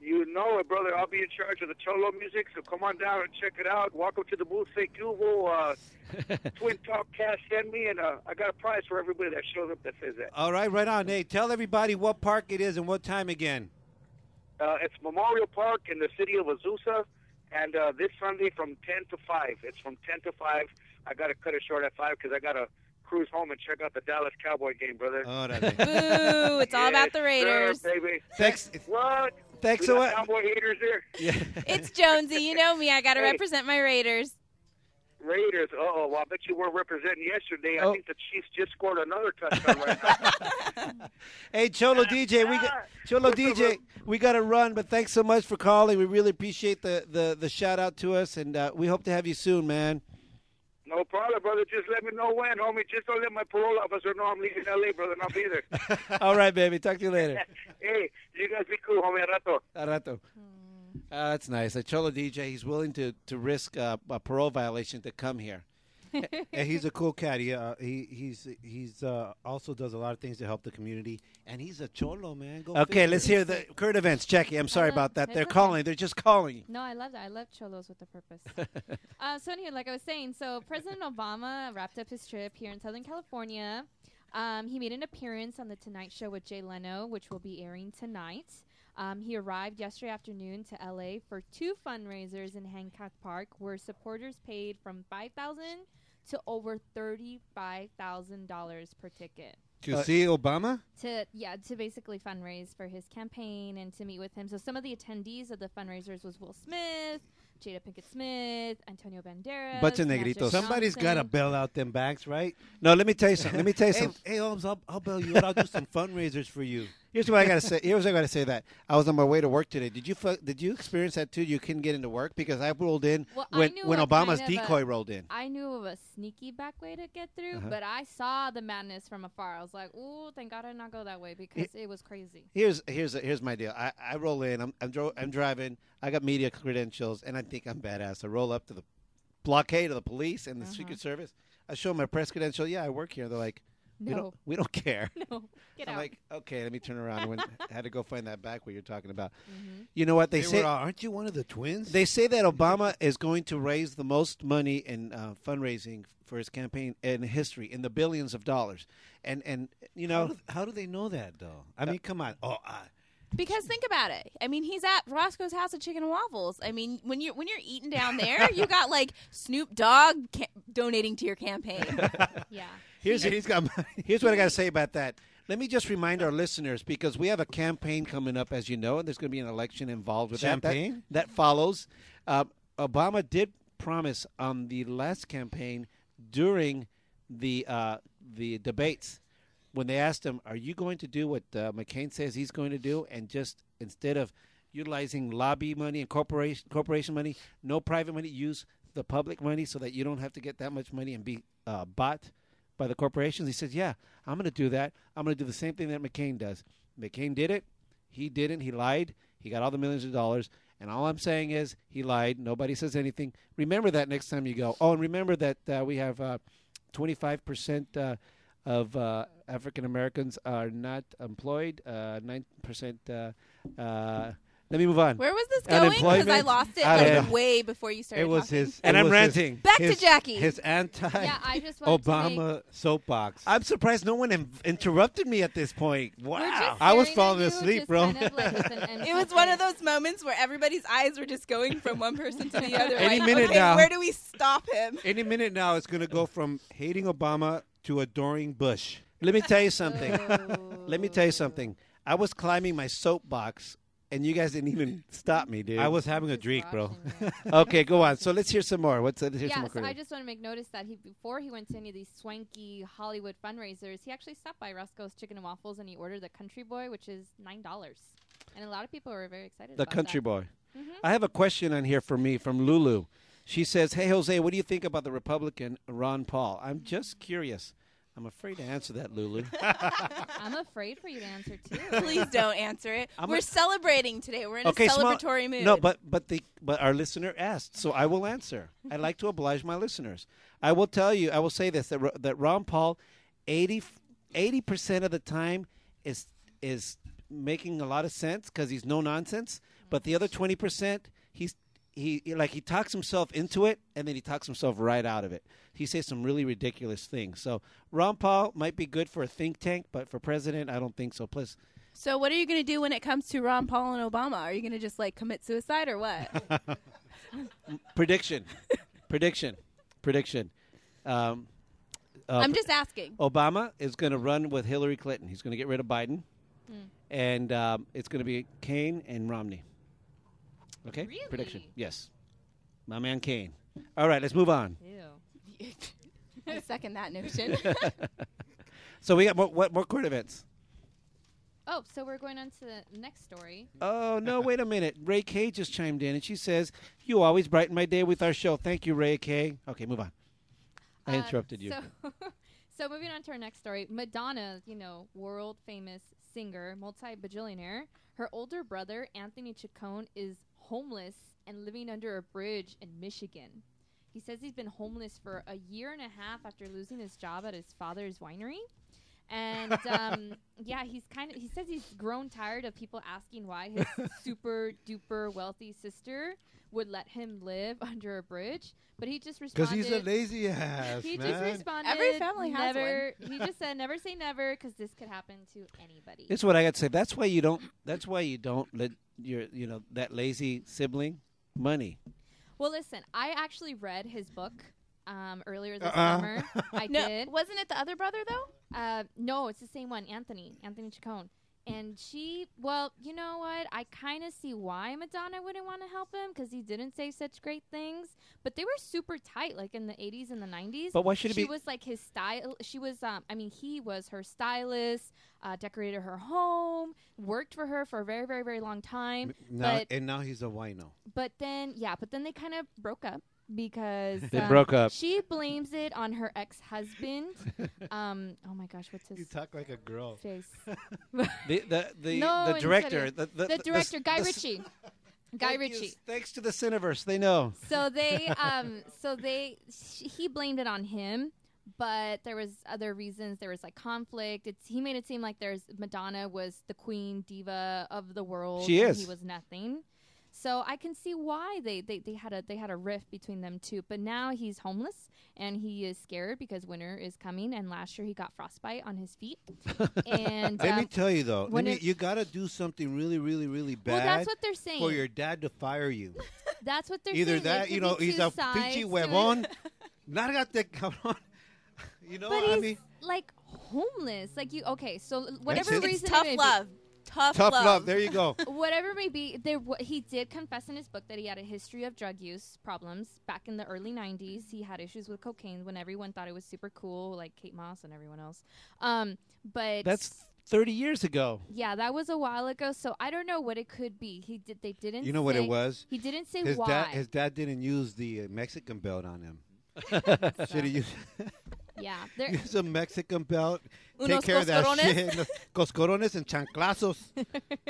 Speaker 8: You know it, brother. I'll be in charge of the cholo music, so come on down and check it out. Walk up to the booth, say "Cubo." Uh, Twin Talk Cast send me, and uh, I got a prize for everybody that shows up that says that.
Speaker 3: All right, right on. Hey, tell everybody what park it is and what time again.
Speaker 8: Uh, it's Memorial Park in the city of Azusa, and uh, this Sunday from 10 to 5. It's from 10 to 5. I got to cut it short at 5 because I got to cruise home and check out the Dallas Cowboy game, brother.
Speaker 3: Orale.
Speaker 6: Boo! It's all about the
Speaker 8: Yes,
Speaker 6: Raiders.
Speaker 8: Sir, baby.
Speaker 3: Thanks.
Speaker 8: What?
Speaker 2: Thanks
Speaker 8: we
Speaker 2: a
Speaker 8: got
Speaker 2: lot.
Speaker 8: Cowboy haters there.
Speaker 6: It's Jonesy. You know me. I got to
Speaker 8: Hey.
Speaker 6: represent my Raiders.
Speaker 8: Raiders. Uh oh. Well, I bet you weren't representing yesterday.
Speaker 2: Oh.
Speaker 8: I think the Chiefs just scored another touchdown right now.
Speaker 2: Hey, Cholo DJ, we got, Cholo
Speaker 8: What's up,
Speaker 2: DJ, we got to run. But thanks so much for calling. We really appreciate the the, the shout out to us, and uh, we hope to have you soon, man.
Speaker 8: No problem, brother. Just let me know when, homie. Just don't let my parole officer know I'm leaving LA, brother, and I'll be there.
Speaker 2: All right, baby. Talk to you later.
Speaker 8: hey, you guys be cool, homie. Rato.
Speaker 2: Al rato. Ah, that's nice. A Cholo DJ, he's willing to to risk uh, a parole violation to come here.
Speaker 3: and he's a cool cat. He, uh, he he's he's uh, also does a lot of things to help the community, and he's a cholo man. Go
Speaker 2: Okay,
Speaker 3: figure.
Speaker 2: let's hear the current events, Jackie. I'm sorry
Speaker 5: Uh-huh.
Speaker 2: about that.
Speaker 5: It's
Speaker 2: They're
Speaker 5: okay.
Speaker 2: calling. They're just calling.
Speaker 5: No, I love that. I love cholos with a purpose. uh, so anyway, like I was saying, so President Obama wrapped up his trip here in Southern California. Um, he made an appearance on the Tonight Show with Jay Leno, which will be airing tonight. Um, he arrived yesterday afternoon to LA for two fundraisers in Hancock Park, where supporters paid from five thousand to over thirty-five thousand dollars per ticket
Speaker 3: to
Speaker 2: Uh,
Speaker 3: see Obama.
Speaker 5: to yeah to basically fundraise for his campaign and to meet with him. So some of the attendees of the fundraisers was Will Smith, Jada Pinkett Smith, Antonio Banderas,
Speaker 2: Bunch of
Speaker 5: Magic
Speaker 2: negritos.
Speaker 3: Somebody's got to
Speaker 5: Johnson.
Speaker 3: bail out them banks, right?
Speaker 2: No, let me tell you something. Let me tell you
Speaker 3: Hey,
Speaker 2: something.
Speaker 3: hey Holmes, I'll, I'll bail you out. I'll do some fundraisers for you. Here's what I gotta say. Here's what I gotta say. That I was on my way to work today. Did you fu- did you experience that too? You couldn't get into work because I rolled in
Speaker 5: Well, I
Speaker 3: when
Speaker 5: knew
Speaker 3: when
Speaker 5: what
Speaker 3: Obama's
Speaker 5: kind of a-
Speaker 3: decoy rolled in.
Speaker 5: I knew of a sneaky back way to get through,
Speaker 3: Uh-huh.
Speaker 5: but I saw the madness from afar. I was like, "Ooh, thank God I did not go that way because it was crazy."
Speaker 3: Here's here's here's my deal. I, I roll in. I'm I'm, dro- I'm driving. I got media credentials, and I think I'm badass. I roll up to the blockade of the police and the
Speaker 5: Uh-huh.
Speaker 3: Secret Service. I show 'em my press credential. Yeah, I work here. They're like, we
Speaker 5: No.
Speaker 3: don't we don't care.
Speaker 5: No, get
Speaker 3: I'm
Speaker 5: out.
Speaker 3: like, okay, let me turn around. I went- I had to go find that back what you're talking about.
Speaker 5: Mm-hmm.
Speaker 3: You know what they, They say? were all, aren't you one of the twins? They
Speaker 2: They
Speaker 3: say that Obama is going to raise the most money in uh, fundraising for his campaign in history, in the billions of dollars. And and you
Speaker 2: How
Speaker 3: know,
Speaker 2: do- how do they know that though?
Speaker 3: I mean, come on. Oh, I,
Speaker 6: Because think about it. I mean, he's at Roscoe's House of Chicken and Waffles. I mean, when you're when you're eating down there, you got like Snoop Dogg ca- donating to your campaign.
Speaker 5: yeah.
Speaker 3: here's he's got. My, here's what I got to say about that. Let me just remind our listeners because we have a campaign coming up, as you know, and there's going to be an election involved with that. That- Champagne?
Speaker 2: that follows. Uh, Obama did promise on the last campaign during the uh, the debates when they asked him, "Are you going to do what uh, McCain says he's going to do?" and just instead of utilizing lobby money and corporation corporation money, no private money, use the public money so that you don't have to get that much money and be uh, bought by the corporations. He says, "Yeah, I'm going to do that. I'm going to do the same thing that McCain does." McCain did it. He didn't. He lied. He got all the millions of dollars. And all I'm saying is he lied. Nobody says anything. Remember that next time you go. Oh, and remember that uh, we have uh, 25% uh, of uh, African Americans are not employed. Uh, 9%. Uh, uh, let me move on.
Speaker 6: Where was this going? Because I
Speaker 2: Unemployment.
Speaker 6: lost it
Speaker 2: I don't
Speaker 6: like
Speaker 2: know.
Speaker 6: way before you started.
Speaker 3: It was
Speaker 6: talking.
Speaker 3: his.
Speaker 2: And
Speaker 3: it
Speaker 2: I'm
Speaker 3: was his-
Speaker 2: ranting.
Speaker 6: Back to
Speaker 3: his-
Speaker 6: Jackie.
Speaker 3: His anti
Speaker 5: Yeah, I just wanted to make-
Speaker 3: Obama soapbox.
Speaker 2: I'm surprised no one in- interrupted me at this point.
Speaker 5: We're
Speaker 2: Wow.
Speaker 5: just
Speaker 3: I was
Speaker 5: staring at
Speaker 3: falling
Speaker 5: you,
Speaker 3: asleep,
Speaker 5: just
Speaker 3: bro.
Speaker 5: kind of like with an
Speaker 6: It was
Speaker 5: empty
Speaker 6: one of
Speaker 5: face.
Speaker 6: those moments where everybody's eyes were just going from one person to the other.
Speaker 3: Any
Speaker 6: like,
Speaker 3: minute
Speaker 6: okay,
Speaker 3: now.
Speaker 6: Where do we stop him?
Speaker 3: Any minute now, it's going to go from hating Obama to adoring Bush.
Speaker 2: Let me tell you something.
Speaker 5: Oh.
Speaker 2: Let me tell you something. I was climbing my soapbox, and you guys didn't even stop me, dude.
Speaker 3: I was having a
Speaker 5: Just
Speaker 3: drink, bro.
Speaker 5: watching you.
Speaker 2: okay. Go on. So let's hear some more. What's let's hear some
Speaker 5: yeah,
Speaker 2: more.
Speaker 5: so I
Speaker 2: Korean.
Speaker 5: just want to make notice that he before he went to any of these swanky Hollywood fundraisers, he actually stopped by Roscoe's Chicken and Waffles and he ordered the Country Boy, which is nine dollars, and a lot of people were very excited.
Speaker 2: the
Speaker 5: about
Speaker 2: country
Speaker 5: that. Mm-hmm.
Speaker 2: boy. I have a question on here for me from Lulu. She says, "Hey Jose, what do you think about the Republican Ron Paul?" I'm just curious. I'm afraid to answer that, Lulu.
Speaker 5: I'm afraid for you to answer too.
Speaker 6: Please don't answer it.
Speaker 2: I'm
Speaker 6: We're
Speaker 2: a-
Speaker 6: celebrating today. We're in
Speaker 2: okay,
Speaker 6: a
Speaker 2: small-
Speaker 6: celebratory mood.
Speaker 2: No, but but the but our listener asked, so I will answer. I like to oblige my listeners. I will tell you. I will say this that Ro- that Ron Paul, 80 percent of the time is is making a lot of sense because he's no nonsense. But the other twenty percent, he's he he- like he talks himself into it and then he talks himself right out of it. He says some really ridiculous things. So Ron Paul might be good for a think tank, but for president, I don't think so. Plus,
Speaker 6: so what are you going to do when it comes to Ron Paul and Obama? Are you going to just like commit suicide or what?
Speaker 2: Prediction. prediction. Prediction. Um, uh,
Speaker 6: I'm just asking.
Speaker 2: Obama is going to run with Hillary Clinton. He's going to get rid of Biden.
Speaker 6: Hmm.
Speaker 2: And um, it's going to be Kane and Romney. Okay? Prediction.
Speaker 5: Really?
Speaker 2: Yes. My man Kane. All right, let's move on.
Speaker 5: Ew.
Speaker 6: I second that notion.
Speaker 2: So we got more, what, more court events.
Speaker 5: Oh, so we're going on to the next story.
Speaker 2: Oh, no, wait a minute. Ray Kay just chimed in and she says, You always brighten my day with our show. Thank you, Ray Kay. Okay, move on. I
Speaker 5: Uh,
Speaker 2: interrupted you.
Speaker 5: So, so moving on to our next story, Madonna, you know, world famous singer, multi bajillionaire. Her older brother Anthony Chacon is homeless and living under a bridge in Michigan. He says he's been homeless for a year and a half after losing his job at his father's winery. And um, yeah, he's kind of. He says he's grown tired of people asking why his super duper wealthy sister would let him live under a bridge, but he just responded
Speaker 3: Because he's a lazy ass,
Speaker 5: he just
Speaker 3: man.
Speaker 5: responded.
Speaker 6: Every family has
Speaker 5: never, He just said, "Never say never, because this could happen to anybody."
Speaker 2: That's what I got to say. That's why you don't. That's why you don't let your you know that lazy sibling money.
Speaker 5: well, listen, I actually read his book um, earlier this
Speaker 3: Uh-uh.
Speaker 5: summer. I
Speaker 6: no,
Speaker 5: did.
Speaker 6: wasn't it the other brother though?
Speaker 5: Uh, no, it's the same one, Anthony, Anthony Chacon. And she, well, you know what? I kind of see why Madonna wouldn't want to help him because he didn't say such great things. But they were super tight, like in the 80s and the 90s.
Speaker 2: But why should it
Speaker 5: she
Speaker 2: be-
Speaker 5: was like his style. She was, um, I mean, he was her stylist, uh, decorated her home, worked for her for a very, very, very long time.
Speaker 3: Now,
Speaker 5: but
Speaker 3: and now he's a wino.
Speaker 5: but then, yeah, but then they kind of broke up because um,
Speaker 2: They broke up.
Speaker 5: She blames it on her ex-husband. um, oh my gosh, what's his
Speaker 3: You talk like a girl.
Speaker 5: face?
Speaker 2: The the the,
Speaker 5: No,
Speaker 2: the
Speaker 5: in
Speaker 2: director,
Speaker 5: Italy.
Speaker 2: the,
Speaker 5: The, director, Guy
Speaker 2: the-
Speaker 5: Ritchie. Guy
Speaker 2: thank you.
Speaker 5: Ritchie.
Speaker 2: Thanks to the Cineverse, they know.
Speaker 5: So they, um, so they, sh- he blamed it on him, but there was other reasons. There was like conflict. It's he made it seem like there's Madonna was the queen diva of the world.
Speaker 2: She
Speaker 5: and
Speaker 2: is.
Speaker 5: He was nothing. So I can see why they, they, they had a they had a rift between them two. But now he's homeless and he is scared because winter is coming. And last year he got frostbite on his feet. and
Speaker 3: Let me
Speaker 5: um,
Speaker 3: tell you though, let
Speaker 5: when
Speaker 3: me,
Speaker 5: it-
Speaker 3: you gotta do something really, really, really bad
Speaker 5: well, that's what they're saying.
Speaker 3: for your dad to fire you.
Speaker 5: That's what they're
Speaker 3: Either
Speaker 5: saying. There
Speaker 3: that, you
Speaker 5: could be
Speaker 3: know, he's
Speaker 5: two
Speaker 3: a
Speaker 5: sides
Speaker 3: pinchy
Speaker 5: to it.
Speaker 3: huevón. Lárgate, cabrón. You know,
Speaker 5: But
Speaker 3: I
Speaker 5: he's
Speaker 3: mean,
Speaker 5: like homeless. Like you, okay. So whatever
Speaker 3: it.
Speaker 5: reason,
Speaker 6: It's
Speaker 5: it
Speaker 6: tough
Speaker 5: may be-
Speaker 6: love. Tough,
Speaker 3: tough love. There you go.
Speaker 5: whatever it may be, there wa he did confess in his book that he had a history of drug use problems back in the early '90s. He had issues with cocaine when everyone thought it was super cool, like Kate Moss and everyone else. Um, but
Speaker 2: That's thirty years ago.
Speaker 5: yeah, that was a while ago. So I don't know what it could be. He did. They didn't.
Speaker 3: You know what it
Speaker 5: say-
Speaker 3: was?
Speaker 5: He didn't say
Speaker 3: His
Speaker 5: why.
Speaker 3: dad, his dad didn't use the uh, Mexican belt on him. Should he use,
Speaker 5: yeah, there,
Speaker 3: use a Mexican belt?
Speaker 6: Unos
Speaker 3: take care of that
Speaker 6: coscorrones.
Speaker 3: shit. Unos Coscorrones and chanclazos.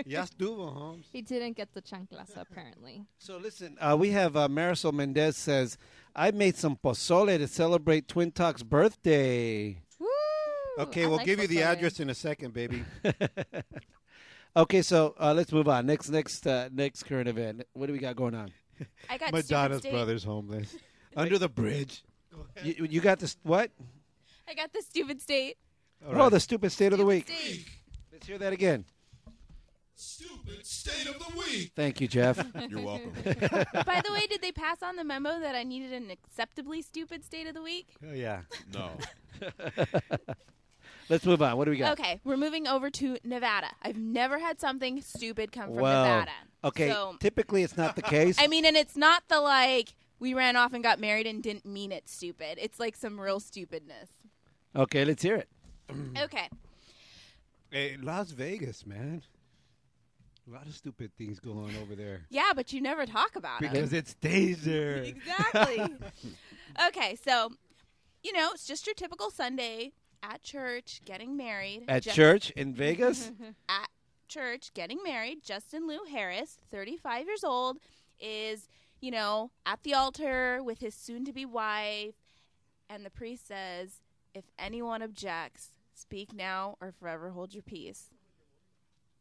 Speaker 3: ya estuvo, Holmes.
Speaker 5: he didn't get the chanclas apparently.
Speaker 2: So listen, uh, we have uh, Marisol Mendez says, "I made some pozole to celebrate Twin Talk's birthday."
Speaker 5: Woo!
Speaker 3: Okay,
Speaker 5: I
Speaker 3: we'll
Speaker 5: like
Speaker 3: give you the
Speaker 5: pozole.
Speaker 3: address in a second, baby.
Speaker 2: Okay, so uh, let's move on. Next, next, uh, next current event. What do we got going on?
Speaker 6: I got stupid
Speaker 3: Madonna's
Speaker 6: state-
Speaker 3: brother's homeless. Under the bridge.
Speaker 2: You, you got this? What?
Speaker 6: I got the stupid state.
Speaker 3: All
Speaker 2: Oh,
Speaker 3: right.
Speaker 2: the stupid state of the week.
Speaker 6: State.
Speaker 2: Let's hear that again.
Speaker 1: Stupid state of the week.
Speaker 2: Thank you, Jeff.
Speaker 1: You're welcome.
Speaker 6: By the way, did they pass on the memo that I needed an acceptably stupid state of the week?
Speaker 3: Oh, yeah.
Speaker 1: No.
Speaker 2: let's move on. What do we got?
Speaker 6: Okay, we're moving over to Nevada. I've never had something stupid come from
Speaker 2: Well,
Speaker 6: Nevada.
Speaker 2: Okay.
Speaker 6: So,
Speaker 2: typically, it's not the case.
Speaker 6: I mean, and it's not the like we ran off and got married and didn't mean it stupid. It's like some real stupidness.
Speaker 2: okay, let's hear it. Mm.
Speaker 6: Okay.
Speaker 3: Hey, Las Vegas, man. A lot of stupid things going on over there.
Speaker 6: Yeah, but you never talk about it.
Speaker 3: Because it stays there.
Speaker 6: Ah, Exactly. okay, so you know, it's just your typical Sunday at church, getting married.
Speaker 2: At
Speaker 6: Ju-
Speaker 2: church in Vegas.
Speaker 6: at church getting married, Justin Lou Harris, 35 years old, is, you know, at the altar with his soon to be wife. And the priest says, if anyone objects, speak now or forever hold your peace.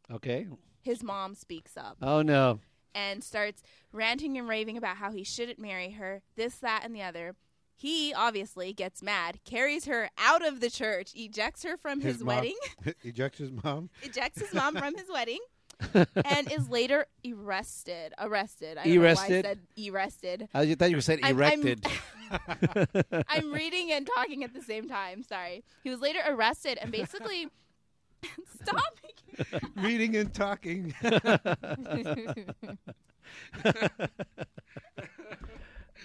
Speaker 2: Okay.
Speaker 6: His mom speaks up
Speaker 2: Oh no.
Speaker 6: and starts ranting and raving about how he shouldn't marry her, this, that, and the other. He obviously gets mad, carries her out of the church, ejects her from his
Speaker 3: mom-
Speaker 6: wedding.
Speaker 3: Ejects his mom.
Speaker 6: ejects his mom from his wedding and is later arrested. Arrested. I don't Know why I
Speaker 2: Arrested?
Speaker 6: said arrested.
Speaker 2: I thought you said
Speaker 6: I'm- I'm-
Speaker 2: erected.
Speaker 6: I'm reading and talking at the same time. Sorry. He was later arrested and basically. Stop.
Speaker 3: Reading and talking.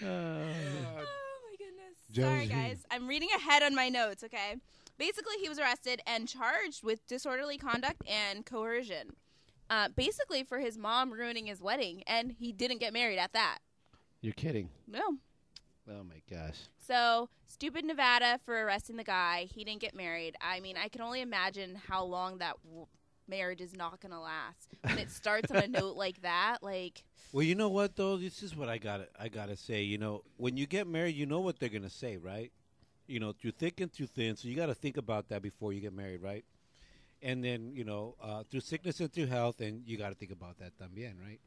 Speaker 3: uh,
Speaker 6: Oh my goodness.
Speaker 3: Josie.
Speaker 6: Sorry, guys. I'm reading ahead on my notes, okay? Basically, he was arrested and charged with disorderly conduct and coercion. Uh, basically, for his mom ruining his wedding, and he didn't get married at that.
Speaker 2: You're kidding.
Speaker 6: No.
Speaker 2: Oh my gosh.
Speaker 6: So, stupid Nevada for arresting the guy. He didn't get married. I mean, I can only imagine how long that w- marriage is not going to last. When it starts on a note like that, like,
Speaker 3: Well, you know what though? This is what I got. to I gotta say, you know, when you get married, you know what they're gonna say, right? You know, through thick and through thin. So you got to think about that before you get married, right? And then you know, uh, through sickness and through health, and you got to think about that también, right?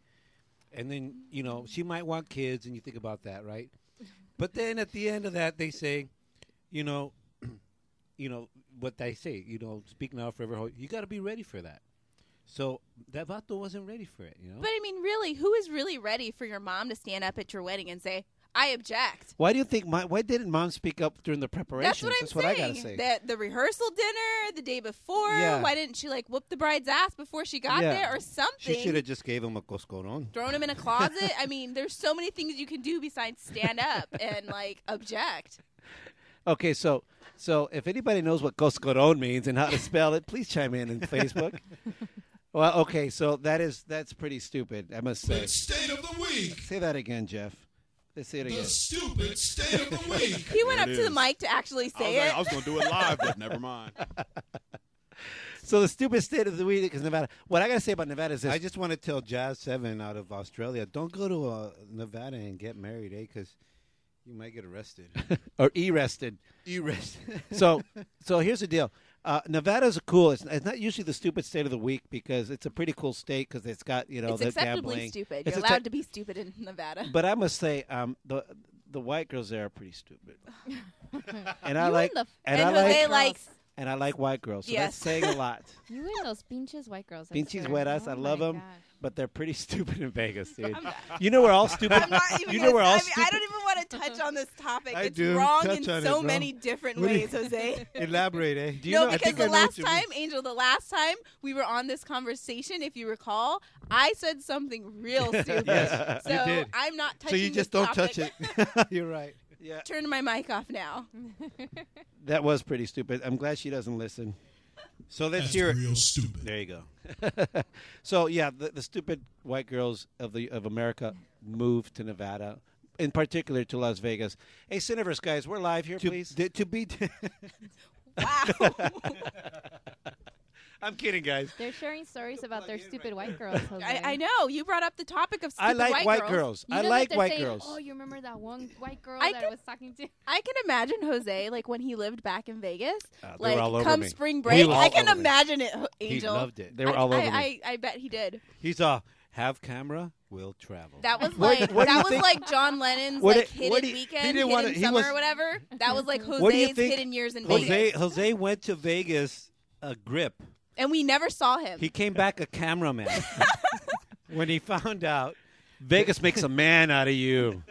Speaker 3: And then you know, she might want kids, and you think about that, right? But then at the end of that, they say, you know, you know what they say, you know, speak now forever. hold- You got to be ready for that. So that vato wasn't ready for it, you know.
Speaker 6: but I mean, really, who is really ready for your mom to stand up at your wedding and say, I object.
Speaker 2: Why do you think? Mom, why didn't mom speak up during the preparations?
Speaker 6: That's what I'm
Speaker 2: That's
Speaker 6: saying.
Speaker 2: what I gotta say.
Speaker 6: That the rehearsal dinner the day before.
Speaker 3: Yeah.
Speaker 6: Why didn't she like whoop the bride's ass before she got
Speaker 3: Yeah.
Speaker 6: there or something?
Speaker 3: She should have just gave him a coscorón.
Speaker 6: thrown him in a closet. I mean, there's so many things you can do besides stand up and like object.
Speaker 2: Okay, so so if anybody knows what coscorón means and how to spell it, please chime in on Facebook. well, okay, so that is that's pretty stupid. I must say.
Speaker 9: State of the week.
Speaker 2: Say that again, Jeff. Let's say it again.
Speaker 9: The stupid state of the week.
Speaker 6: He went
Speaker 1: There
Speaker 6: up
Speaker 1: it
Speaker 6: to the
Speaker 1: is.
Speaker 6: mic to
Speaker 1: I
Speaker 6: actually
Speaker 1: was,
Speaker 6: say
Speaker 1: like,
Speaker 6: it.
Speaker 1: I was gonna do it live, but never mind.
Speaker 2: So the stupid state of the week is Nevada. What I gotta say about Nevada is this:
Speaker 3: I just want to tell Jazz Seven out of Australia, don't go to uh, Nevada and get married, eh? Because you might get arrested.
Speaker 2: or arrested.
Speaker 3: arrested.
Speaker 2: so so here's the deal. Uh, Nevada's cool. It's, it's not usually the stupid state of the week because it's a pretty cool state because it's got you know
Speaker 6: it's
Speaker 2: the
Speaker 6: acceptably
Speaker 2: gambling.
Speaker 6: stupid.
Speaker 2: It's
Speaker 6: You're
Speaker 2: a
Speaker 6: allowed
Speaker 2: te-
Speaker 6: to be stupid in Nevada.
Speaker 2: But I must say, um, the the white girls there are pretty stupid, and I
Speaker 5: You
Speaker 2: like
Speaker 5: and the-
Speaker 2: and,
Speaker 6: and
Speaker 2: I
Speaker 6: Jose
Speaker 2: like
Speaker 6: likes
Speaker 2: and I like white girls. So that's
Speaker 6: Yes.
Speaker 2: saying a lot.
Speaker 5: You and those pinches white girls. I
Speaker 2: Pinches
Speaker 5: swear.
Speaker 2: güeras, I
Speaker 5: Oh
Speaker 2: love
Speaker 5: my
Speaker 2: them,
Speaker 5: gosh.
Speaker 2: but they're pretty stupid in Vegas, dude. you know we're all stupid.
Speaker 6: I'm not even
Speaker 2: you know
Speaker 6: gonna-
Speaker 2: we're all
Speaker 6: I, mean,
Speaker 2: stupid.
Speaker 6: I don't even want to touch on this topic.
Speaker 3: I
Speaker 6: it's
Speaker 3: do.
Speaker 6: wrong
Speaker 3: Touch
Speaker 6: in
Speaker 3: on it,
Speaker 6: so
Speaker 3: bro.
Speaker 6: many different
Speaker 3: What do you-
Speaker 6: ways, Jose.
Speaker 3: Elaborate, eh? Do
Speaker 6: no, because the last time, Angel, the last time we were on this conversation, if you recall, I said something real stupid.
Speaker 3: Yes,
Speaker 6: so
Speaker 3: you did.
Speaker 6: I'm not
Speaker 3: so
Speaker 6: touching.
Speaker 3: you
Speaker 6: this
Speaker 3: just don't
Speaker 6: topic.
Speaker 3: touch it. You're right.
Speaker 2: yeah,
Speaker 6: Turn my mic off now.
Speaker 2: that was pretty stupid. I'm glad she doesn't listen.
Speaker 3: So let's
Speaker 9: That's
Speaker 3: hear it.
Speaker 9: real stupid.
Speaker 3: There you go.
Speaker 2: so yeah, the, the stupid white girls of the of America moved to Nevada, in particular to Las Vegas. Hey, Cineverse guys, we're live here,
Speaker 3: To,
Speaker 2: please.
Speaker 3: d- to be.
Speaker 6: Wow.
Speaker 2: I'm kidding, guys.
Speaker 5: They're sharing stories about their stupid white girls.
Speaker 6: I,
Speaker 5: Jose.
Speaker 6: I know you brought up the topic of
Speaker 2: I
Speaker 6: stupid
Speaker 2: like
Speaker 6: white,
Speaker 2: white
Speaker 6: girls.
Speaker 2: girls.
Speaker 5: You
Speaker 2: I
Speaker 5: know that
Speaker 2: like
Speaker 5: they're
Speaker 2: white
Speaker 5: saying,
Speaker 2: girls.
Speaker 5: Oh, you remember that one white girl
Speaker 6: I
Speaker 5: that I
Speaker 6: can-
Speaker 5: was talking to?
Speaker 6: I can imagine Jose like when he lived back in Vegas,
Speaker 3: Uh, they were
Speaker 6: like
Speaker 3: all over
Speaker 6: come
Speaker 3: me.
Speaker 6: spring
Speaker 3: He
Speaker 6: break.
Speaker 3: was
Speaker 6: I
Speaker 3: all
Speaker 6: can
Speaker 3: over me.
Speaker 6: imagine it, Ho-
Speaker 3: he
Speaker 6: Angel.
Speaker 3: loved it.
Speaker 2: They were
Speaker 6: I-
Speaker 2: all over
Speaker 6: I,
Speaker 2: me.
Speaker 6: I, I bet he did.
Speaker 3: He's all have camera, will travel.
Speaker 6: That was
Speaker 2: What-
Speaker 6: like
Speaker 2: what do you
Speaker 6: that was
Speaker 2: think-
Speaker 6: like John Lennon's
Speaker 2: What
Speaker 6: like
Speaker 2: do-
Speaker 6: hidden
Speaker 2: what do you- he
Speaker 6: weekend,
Speaker 3: didn't
Speaker 6: hidden
Speaker 3: wanna- he
Speaker 6: summer
Speaker 3: was-
Speaker 6: or whatever. That was like
Speaker 2: What do you
Speaker 6: Jose's
Speaker 2: think-
Speaker 6: hidden years in
Speaker 3: Jose
Speaker 6: Vegas,
Speaker 3: Jose went to Vegas a grip.
Speaker 6: and we never saw him.
Speaker 3: He came back a cameraman when he found out
Speaker 2: Vegas makes a man out of you.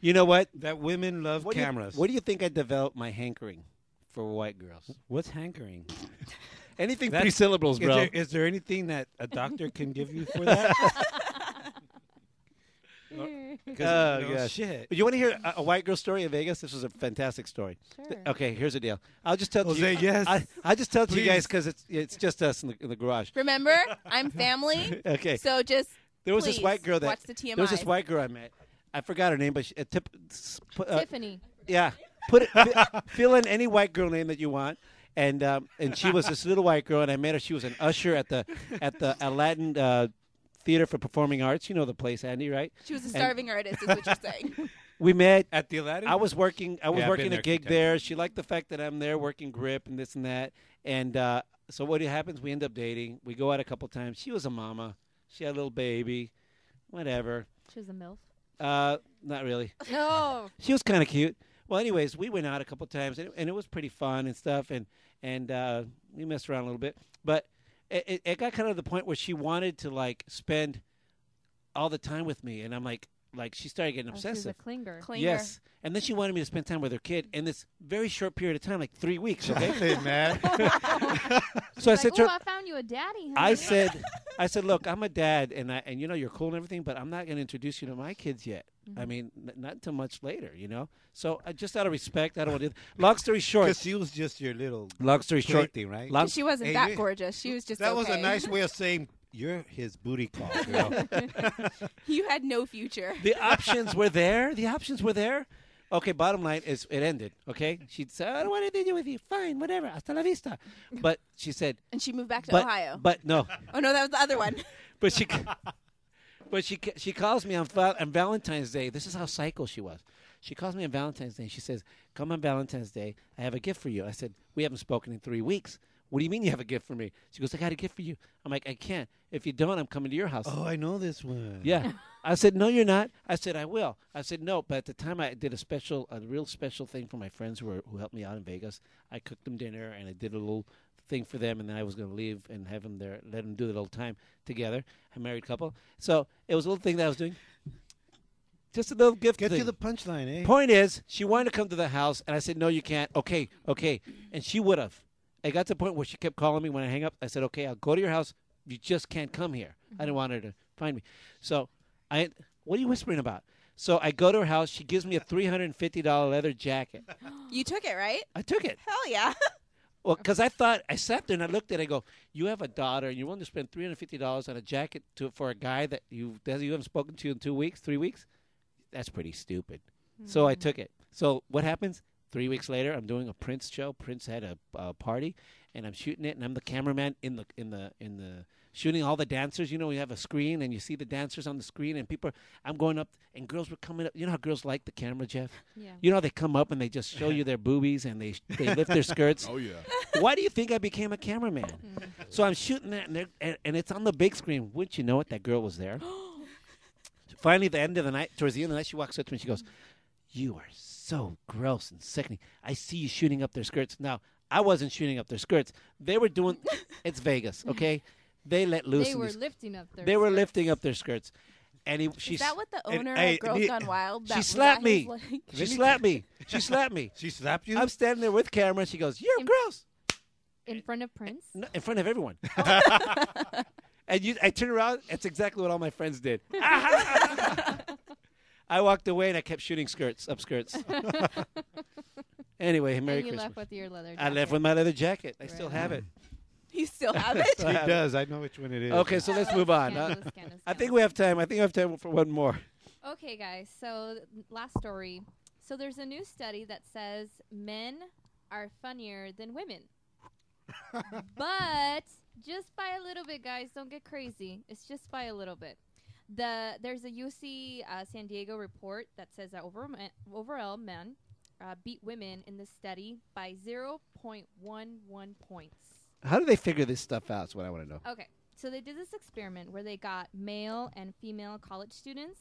Speaker 2: you know what?
Speaker 3: that women love
Speaker 2: What do you-
Speaker 3: cameras.
Speaker 2: what do you think I developed my hankering for white girls?
Speaker 3: What's hankering?
Speaker 2: Anything
Speaker 3: That's-
Speaker 2: three syllables,
Speaker 3: Is
Speaker 2: bro.
Speaker 3: there, is there anything that a doctor can give you for that? 'Cause,
Speaker 2: Oh,
Speaker 3: no
Speaker 2: gosh.
Speaker 3: shit.
Speaker 2: you want to hear a, a white girl story in Vegas? This was a fantastic story.
Speaker 5: Sure.
Speaker 2: Okay, here's the deal. I'll just tell
Speaker 3: Jose,
Speaker 2: you.
Speaker 3: yes.
Speaker 2: I, I just tell it to you
Speaker 3: Please.
Speaker 2: guys because it's it's just us in the, in the garage.
Speaker 6: Remember, I'm family,
Speaker 2: Okay.
Speaker 6: so just
Speaker 2: there was this
Speaker 6: please
Speaker 2: white girl that
Speaker 6: watch the
Speaker 2: there was this
Speaker 6: TMIs.
Speaker 2: white girl I met. I forgot her name, but she, uh, tip, s- put, uh,
Speaker 5: Tiffany.
Speaker 2: yeah, put it, fi- fill in any white girl name that you want. And um, and she was this little white girl, and I met her. She was an usher at the at the Aladdin uh, Theater for Performing Arts. You know the place, Andy, right?
Speaker 6: she was a starving artist, is what you're saying.
Speaker 2: We met
Speaker 3: At the Aladdin?
Speaker 2: I was working. I was
Speaker 3: Yeah, I've
Speaker 2: working
Speaker 3: been
Speaker 2: a
Speaker 3: there a few
Speaker 2: gig
Speaker 3: times.
Speaker 2: there. She liked the fact that I'm there working grip and this and that. And uh, so what happens? We end up dating. We go out a couple times. She was a mama. She had a little baby. Whatever.
Speaker 5: She was a MILF.
Speaker 2: Uh, not really.
Speaker 5: No.
Speaker 2: She was kind of cute. Well, anyways, we went out a couple times and it, and it was pretty fun and stuff. And and uh, we messed around a little bit, but it, it, it got kind of to the point where she wanted to like spend all the time with me, and I'm like, like she started getting
Speaker 5: Oh, she was
Speaker 2: obsessive.
Speaker 5: a clinger.
Speaker 6: Clinger.
Speaker 2: Yes. And then she wanted me to spend time with her kid in this very short period of time, like three weeks. Okay.
Speaker 3: Hey, man.
Speaker 2: so I
Speaker 5: Like,
Speaker 2: said to
Speaker 5: oh,
Speaker 2: her,
Speaker 5: I found you a daddy.
Speaker 2: I
Speaker 5: honey."
Speaker 2: said, I said, look, I'm a dad, and I and you know you're cool and everything, but I'm not going to introduce you to my kids yet. I
Speaker 6: Mm-hmm.
Speaker 2: mean, n- not until much later, you know. So uh, just out of respect, I don't want to. Long story short.
Speaker 3: Because she was just your little
Speaker 2: Long story short.
Speaker 3: thing, right?
Speaker 2: Long,
Speaker 6: She wasn't
Speaker 3: Hey,
Speaker 6: that
Speaker 3: you-
Speaker 6: gorgeous. She was just
Speaker 3: that was a
Speaker 6: okay.
Speaker 3: nice way of saying you're his booty call, girl.
Speaker 6: You had no future.
Speaker 2: the options were there. The options were there. Okay, bottom line is it ended. Okay, she said, I don't want anything to do with you. Fine, whatever. Hasta la vista. But she said,
Speaker 6: And she moved back to
Speaker 2: but
Speaker 6: Ohio.
Speaker 2: but no,
Speaker 6: oh no, that was the other one.
Speaker 2: but she, but she, she calls me on, Val- on Valentine's Day. This is how psycho she was. She calls me on Valentine's Day. She says, "Come on Valentine's Day. I have a gift for you." I said, "We haven't spoken in three weeks. What do you mean you have a gift for me?" She goes, "I got a gift for you." I'm like, "I can't. If you don't, I'm coming to your house."
Speaker 3: oh, I know this one.
Speaker 2: Yeah. I said, no, you're not. I said, I will. I said, no. But at the time, I did a special, a real special thing for my friends who, were, who helped me out in Vegas. I cooked them dinner and I did a little thing for them, and then I was going to leave and have them there, let them do the little time together, a married couple. So it was a little thing that I was doing. Just a little gift
Speaker 3: Get
Speaker 2: thing.
Speaker 3: to the punchline, eh?
Speaker 2: Point is, she wanted to come to the house, and I said, "No, you can't." Okay, okay, and she would have. I got to the point where she kept calling me when I hang up. I said, "Okay, I'll go to your house. You just can't come here." I didn't want her to find me. So, I, what are you whispering about? So I go to her house. She gives me a three hundred and fifty dollar leather jacket.
Speaker 6: You took it, right?
Speaker 2: I took it.
Speaker 6: Hell yeah.
Speaker 2: Well, because I thought I sat there and I looked at. it, I go, "You have a daughter, and you want to spend three hundred fifty dollars on a jacket to, for a guy that you that you haven't spoken to in two weeks, three weeks? That's pretty stupid." So I took it. So what happens? Three weeks later, I'm doing a Prince show. Prince had a, a party, and I'm shooting it, and I'm the cameraman in the in the in the shooting all the dancers. You know, you have a screen, and you see the dancers on the screen, and people. I'm going up, and girls were coming up. You know how girls like the camera, Jeff.
Speaker 5: Yeah.
Speaker 2: You know how they come up and they just show you their boobies, and they they lift their skirts.
Speaker 1: Oh yeah.
Speaker 2: Why do you think I became a cameraman? so I'm shooting that, and, they're- and, and it's on the big screen. Wouldn't you know it? That girl was there. Finally, at the end of the night, towards the end of the night, she walks up to me. and She goes, "You are so gross and sickening. I see you shooting up their skirts." Now, I wasn't shooting up their skirts. They were doing. it's Vegas, okay? They let loose.
Speaker 5: They
Speaker 2: in
Speaker 5: were
Speaker 2: these-
Speaker 5: lifting up their.
Speaker 2: they were
Speaker 5: skirts.
Speaker 2: lifting up their skirts, and he, she
Speaker 6: Is
Speaker 2: s-
Speaker 6: that what the
Speaker 3: and
Speaker 6: owner
Speaker 3: I-
Speaker 6: of Girls
Speaker 3: the-
Speaker 6: Gone Wild? That
Speaker 2: she
Speaker 6: was
Speaker 2: slapped
Speaker 6: at his
Speaker 2: me.
Speaker 6: leg?
Speaker 2: she slapped me. She slapped me.
Speaker 3: She slapped you?
Speaker 2: I'm standing there with camera. She goes, "You're
Speaker 5: In-
Speaker 2: gross."
Speaker 5: in front of Prince.
Speaker 2: No, in front of everyone. and you, I turned around. That's exactly what all my friends did. I walked away and I kept shooting skirts up skirts. anyway, Merry
Speaker 5: and you
Speaker 2: Christmas.
Speaker 5: left with your leather.
Speaker 2: I left
Speaker 5: jacket.
Speaker 2: with my leather jacket. I still
Speaker 5: Right.
Speaker 2: have it.
Speaker 6: You still have it?
Speaker 2: So I
Speaker 3: She
Speaker 2: have it.
Speaker 3: does. I know which one it is.
Speaker 2: Okay, so let's move on.
Speaker 5: Scandalous,
Speaker 2: Uh,
Speaker 5: scandalous,
Speaker 2: I think
Speaker 5: scandalous.
Speaker 2: we have time. I think I have time for one more.
Speaker 5: Okay, guys. So th- last story. So there's a new study that says men are funnier than women, but just by a little bit, guys. Don't get crazy. It's just by a little bit. The there's a UC uh, San Diego report that says that over, men- overall men uh, beat women in this study by 0.11 points.
Speaker 2: How do they figure this stuff out? Is what I want to know.
Speaker 5: Okay. So they did this experiment where they got male and female college students.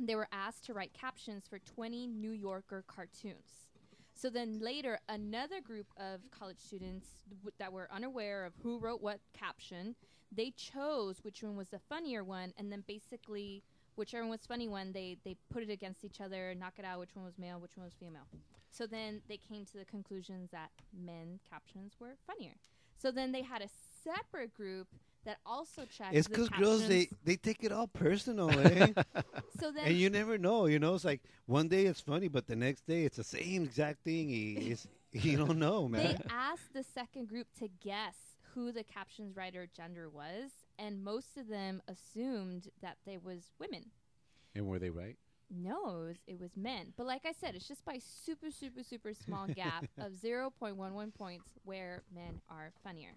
Speaker 5: They were asked to write captions for 20 New Yorker cartoons. So then later, another group of college students w- that were unaware of who wrote what caption, they chose which one was the funnier one, and then basically whichever one was funny one, they they put it against each other, knock it out, which one was male, which one was female. So then they came to the conclusions that men captions were funnier. So then they had a separate group that also checked.
Speaker 3: It's
Speaker 5: the
Speaker 3: because girls, they,
Speaker 5: captions.
Speaker 3: they take it all personal, eh?
Speaker 5: So then
Speaker 3: and you never know, you know? It's like one day it's funny, but the next day it's the same exact thing. He- It's, you don't know,
Speaker 5: They
Speaker 3: Oh, man.
Speaker 5: asked the second group to guess who the captions writer gender was, and most of them assumed that they was women.
Speaker 2: And were they right?
Speaker 5: No, it was, it was men. But like I said, it's just by super, super, super small gap of 0.11 points where men are funnier.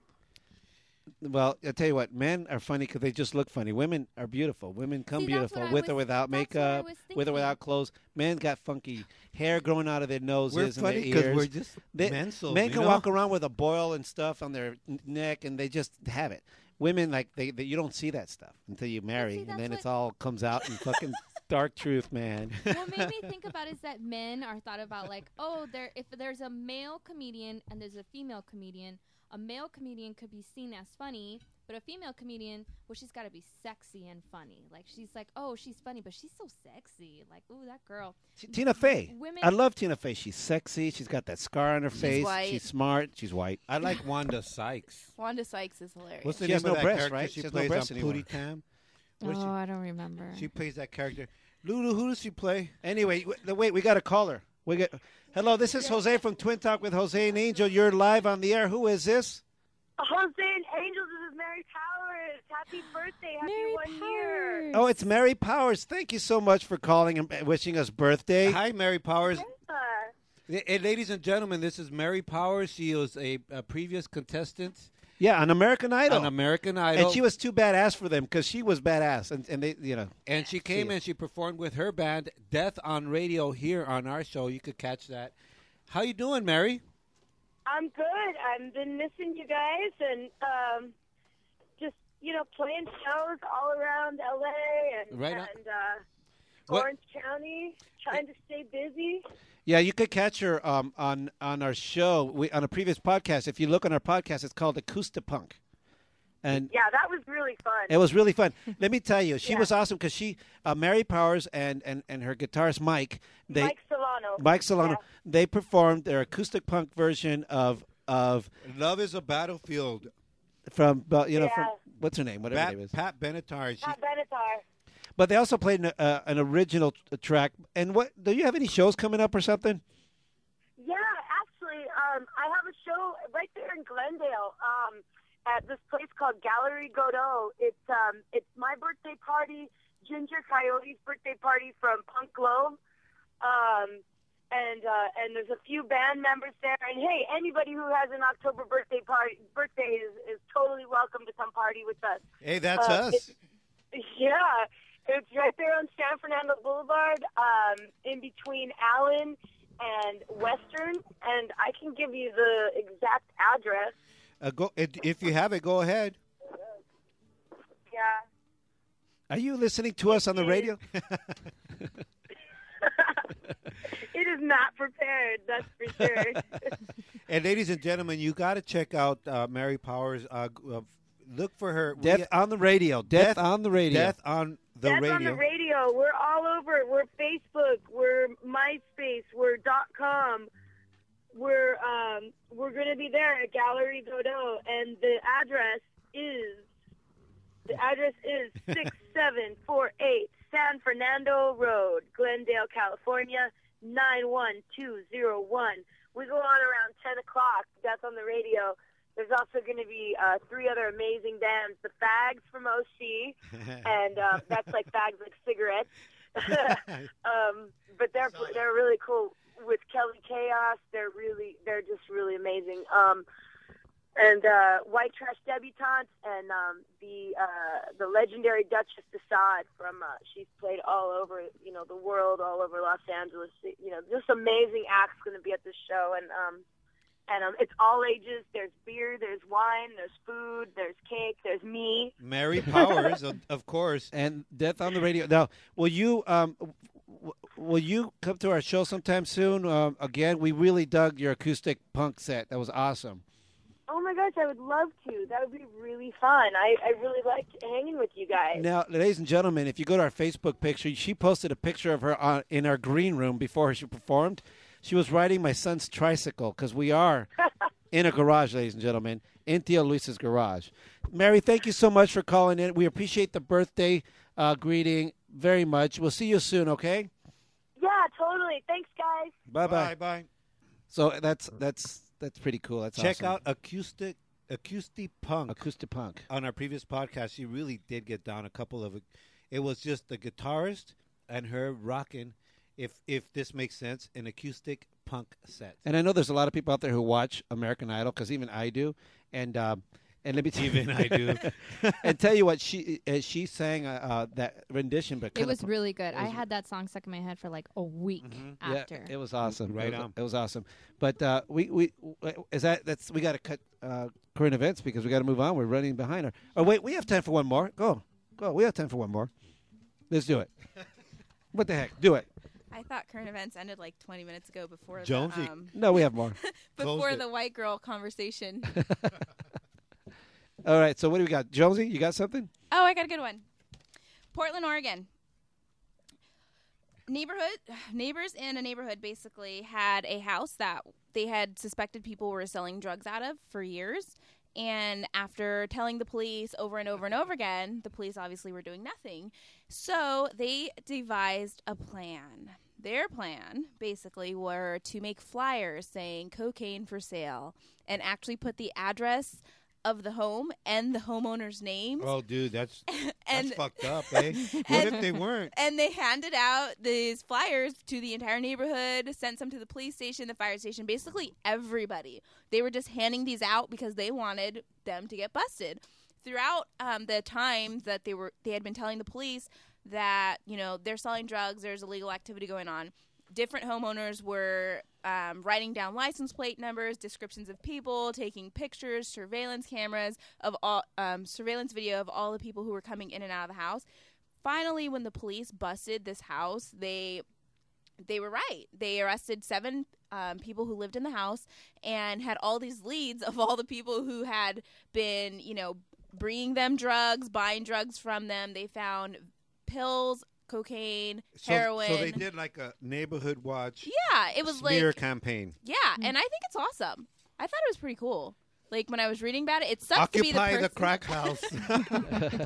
Speaker 2: Well, I tell you what, men are funny because they just look funny. Women are beautiful. Women come
Speaker 5: See, that's
Speaker 2: beautiful
Speaker 5: what I
Speaker 2: with or
Speaker 5: was-
Speaker 2: without
Speaker 5: that's what I
Speaker 2: makeup,
Speaker 5: was
Speaker 2: with or
Speaker 5: thinking.
Speaker 2: without clothes. Men got funky hair growing out of their noses
Speaker 3: We're
Speaker 2: and
Speaker 3: funny
Speaker 2: their
Speaker 3: because
Speaker 2: ears.
Speaker 3: we're just
Speaker 2: They-
Speaker 3: mental.
Speaker 2: men
Speaker 3: you
Speaker 2: can
Speaker 3: know?
Speaker 2: walk around with a boil and stuff on their n- neck, and they just have it. Women like they, they you don't see that stuff until you marry,
Speaker 5: that's
Speaker 2: and then
Speaker 5: what-
Speaker 2: it's all comes out in fucking dark truth, man.
Speaker 5: what made me think about is that men are thought about like, oh, there if there's a male comedian and there's a female comedian, a male comedian could be seen as funny, but a female comedian, well, she's got to be sexy and funny. Like she's like, oh, she's funny, but she's so sexy. Like, ooh, that girl.
Speaker 2: T- Tina Fey.
Speaker 5: Women-
Speaker 2: I love Tina Fey. She's sexy. She's got that scar on her face.
Speaker 6: white.
Speaker 2: She's smart. She's white.
Speaker 3: I like Wanda Sykes.
Speaker 6: Wanda Sykes is hilarious.
Speaker 3: What's the
Speaker 2: She
Speaker 3: name
Speaker 2: has
Speaker 3: of
Speaker 2: no
Speaker 3: that
Speaker 2: breasts,
Speaker 3: character
Speaker 2: right?
Speaker 3: she
Speaker 2: She has no
Speaker 3: plays
Speaker 2: breasts
Speaker 3: on
Speaker 2: anymore.
Speaker 3: Pootie Tam? What's she-
Speaker 5: Oh, I don't remember.
Speaker 3: She plays that character. Lulu, who does she play?
Speaker 2: Anyway, w- the- wait, we got a caller. We got hello. This is Jose from Twin Talk with Jose and Angel. You're live on the air. Who is this?
Speaker 4: Jose and Angels, this is Mary Powers. Happy birthday. Happy
Speaker 5: Mary
Speaker 4: one year.
Speaker 5: Powers.
Speaker 2: Oh, it's Mary Powers. Thank you so much for calling and uh, wishing us birthday.
Speaker 3: Hi, Mary Powers.
Speaker 4: Uh,
Speaker 3: Hey, hey, ladies and gentlemen, this is Mary Powers. She was a, a previous contestant
Speaker 2: Yeah, on American Idol.
Speaker 3: on American Idol,
Speaker 2: and she was too badass for them because she was badass, and, and they, you know,
Speaker 3: and she came
Speaker 2: See ya.
Speaker 3: and she performed with her band Death on Radio here on our show. You could catch that. How you doing, Mary?
Speaker 4: I'm good. I've been missing you guys and um, just, you know, playing shows all around LA and,
Speaker 3: Right on.
Speaker 4: and uh,
Speaker 3: What-
Speaker 4: Orange County, trying to stay busy.
Speaker 2: yeah, you could catch her um, on on our show we, on a previous podcast. If you look on our podcast, it's called Acoustapunk. and
Speaker 10: Yeah, that was really fun.
Speaker 2: It was really fun. Let me tell you, she
Speaker 10: Yeah.
Speaker 2: was awesome because she, uh, Mary Powers and, and, and her guitarist Mike, they
Speaker 10: Mike Solano.
Speaker 2: Mike Solano,
Speaker 10: Yeah.
Speaker 2: they performed their acoustic punk version of of
Speaker 3: Love is a battlefield.
Speaker 2: from uh, you know from
Speaker 10: Yeah.
Speaker 2: what's her name, whatever her
Speaker 3: Pat,
Speaker 2: name is.
Speaker 3: Pat Benatar. She,
Speaker 10: Pat Benatar.
Speaker 2: But they also played an, uh, an original t- track. And what do you have any shows coming up or something?
Speaker 10: Yeah, actually, um, I have a show right there in Glendale um, at this place called Gallery Godot. It's um, it's my birthday party, Ginger Coyote's birthday party from Punk Globe, um, and uh, and there's a few band members there. And hey, anybody who has an October birthday party birthday is, is totally welcome to come party with us.
Speaker 3: hey, that's
Speaker 10: Uh,
Speaker 3: us.
Speaker 10: it- Yeah, it's right there on San Fernando Boulevard, um, in between Allen and Western, and I can give you the exact address.
Speaker 3: Uh, go, if if you have it, go ahead.
Speaker 10: Yeah,
Speaker 2: Are you listening to us on the radio?
Speaker 10: it is not prepared, that's for sure.
Speaker 3: And ladies and gentlemen, you got to check out uh, Mary Powers. Uh, g- uh, look for her.
Speaker 2: Death
Speaker 3: We-
Speaker 2: on the radio. Death,
Speaker 3: Death-
Speaker 2: on the radio.
Speaker 3: Death on the
Speaker 10: That's
Speaker 3: radio.
Speaker 10: on the radio. We're all over. We're Facebook. We're MySpace. We're dot com. We're um, we're gonna be there at Gallery Godot, and the address is the address is six seven four eight San Fernando Road, Glendale, California nine one two zero one. We go on around ten o'clock. That's on the radio. There's also going to be uh, three other amazing bands: the Fags from OC, and uh, that's like fags like cigarettes. um, but they're they're really cool with Kelly Chaos. They're really they're just really amazing. Um, and uh, White Trash debutantes and um, the uh, the legendary Duchess Desaad from uh, she's played all over you know the world, all over Los Angeles. You know, just amazing acts going to be at this show and. Um, and um, it's all ages. There's beer, there's wine, there's food, there's cake, there's me.
Speaker 3: Mary Powers, of, of course.
Speaker 2: and Death on the radio. Now, will you um, w- w- will you come to our show sometime soon? Um, again, we really dug your acoustic punk set. That was awesome.
Speaker 10: Oh my gosh, I would love to. That would be really fun. I, I really liked hanging with you guys.
Speaker 2: Now, ladies and gentlemen, if you go to our Facebook picture, she posted a picture of her on, in our green room before she performed. She was riding my son's tricycle because we are in a garage, ladies and gentlemen, in Theo Luis's garage. Mary, thank you so much for calling in. We appreciate the birthday uh, greeting very much. We'll see you soon, okay?
Speaker 10: Yeah, totally. Thanks, guys.
Speaker 2: Bye bye.
Speaker 3: bye.
Speaker 2: So that's that's that's pretty cool. That's
Speaker 3: Check
Speaker 2: awesome.
Speaker 3: out acoustic acoustic punk
Speaker 2: acoustic punk.
Speaker 3: on our previous podcast. She really did get down a couple of. It was just the guitarist and her rocking. If if this makes sense, an acoustic punk set.
Speaker 2: And I know there's a lot of people out there who watch American Idol because even I do. And um, and let me tell
Speaker 3: Even I do.
Speaker 2: and tell you what she uh, she sang uh, uh, that rendition, but
Speaker 5: It
Speaker 2: kinda
Speaker 5: was
Speaker 2: pu-
Speaker 5: really good. I
Speaker 2: was- Mm-hmm.
Speaker 5: had that song stuck in my head for like a week
Speaker 2: yeah,
Speaker 5: after.
Speaker 2: it was awesome.
Speaker 3: Right
Speaker 2: it was,
Speaker 3: on.
Speaker 2: It was awesome. But uh, we we is that that's we got to cut uh, current events because we got to move on. We're running behind her. Oh wait, we have time for one more. Go go. We have time for one more. Let's do it. what the heck? Do it.
Speaker 6: I thought current events ended like 20 minutes ago before
Speaker 3: Jonesy.
Speaker 6: the um,
Speaker 2: No, we have more.
Speaker 6: before
Speaker 3: it.
Speaker 6: the white girl conversation.
Speaker 2: All right. So what do we got, Jonesy? You got something?
Speaker 6: Oh, I got a good one. Portland, Oregon. Neighborhood neighbors in a neighborhood basically had a house that they had suspected people were selling drugs out of for years. And after telling the police over and over and over again, the police obviously were doing nothing. So they devised a plan. Their plan basically were to make flyers saying cocaine for sale and actually put the address of the home and the homeowner's names
Speaker 3: Oh, dude, that's that's
Speaker 6: and
Speaker 3: fucked up, eh? What if they weren't?
Speaker 6: and they handed out these flyers to the entire neighborhood, sent some to the police station, the fire station, basically everybody. They were just handing these out because they wanted them to get busted. Throughout um, the time that they were, they had been telling the police that you know they're selling drugs, there's illegal activity going on. Different homeowners were um, writing down license plate numbers, descriptions of people, taking pictures, surveillance cameras of all um, surveillance video of all the people who were coming in and out of the house finally when the police busted this house they they were right they arrested seven um, people who lived in the house and had all these leads of all the people who had been you know bringing them drugs, buying drugs from them. They found pills, cocaine,
Speaker 3: So,
Speaker 6: heroin.
Speaker 3: so they did like a neighborhood watch
Speaker 6: Yeah, it was
Speaker 3: smear
Speaker 6: like
Speaker 3: campaign.
Speaker 6: yeah, and I think it's awesome. I thought it was pretty cool. Like when I was reading about it, it sucks to be the
Speaker 3: Occupy
Speaker 6: person
Speaker 3: the, crack house.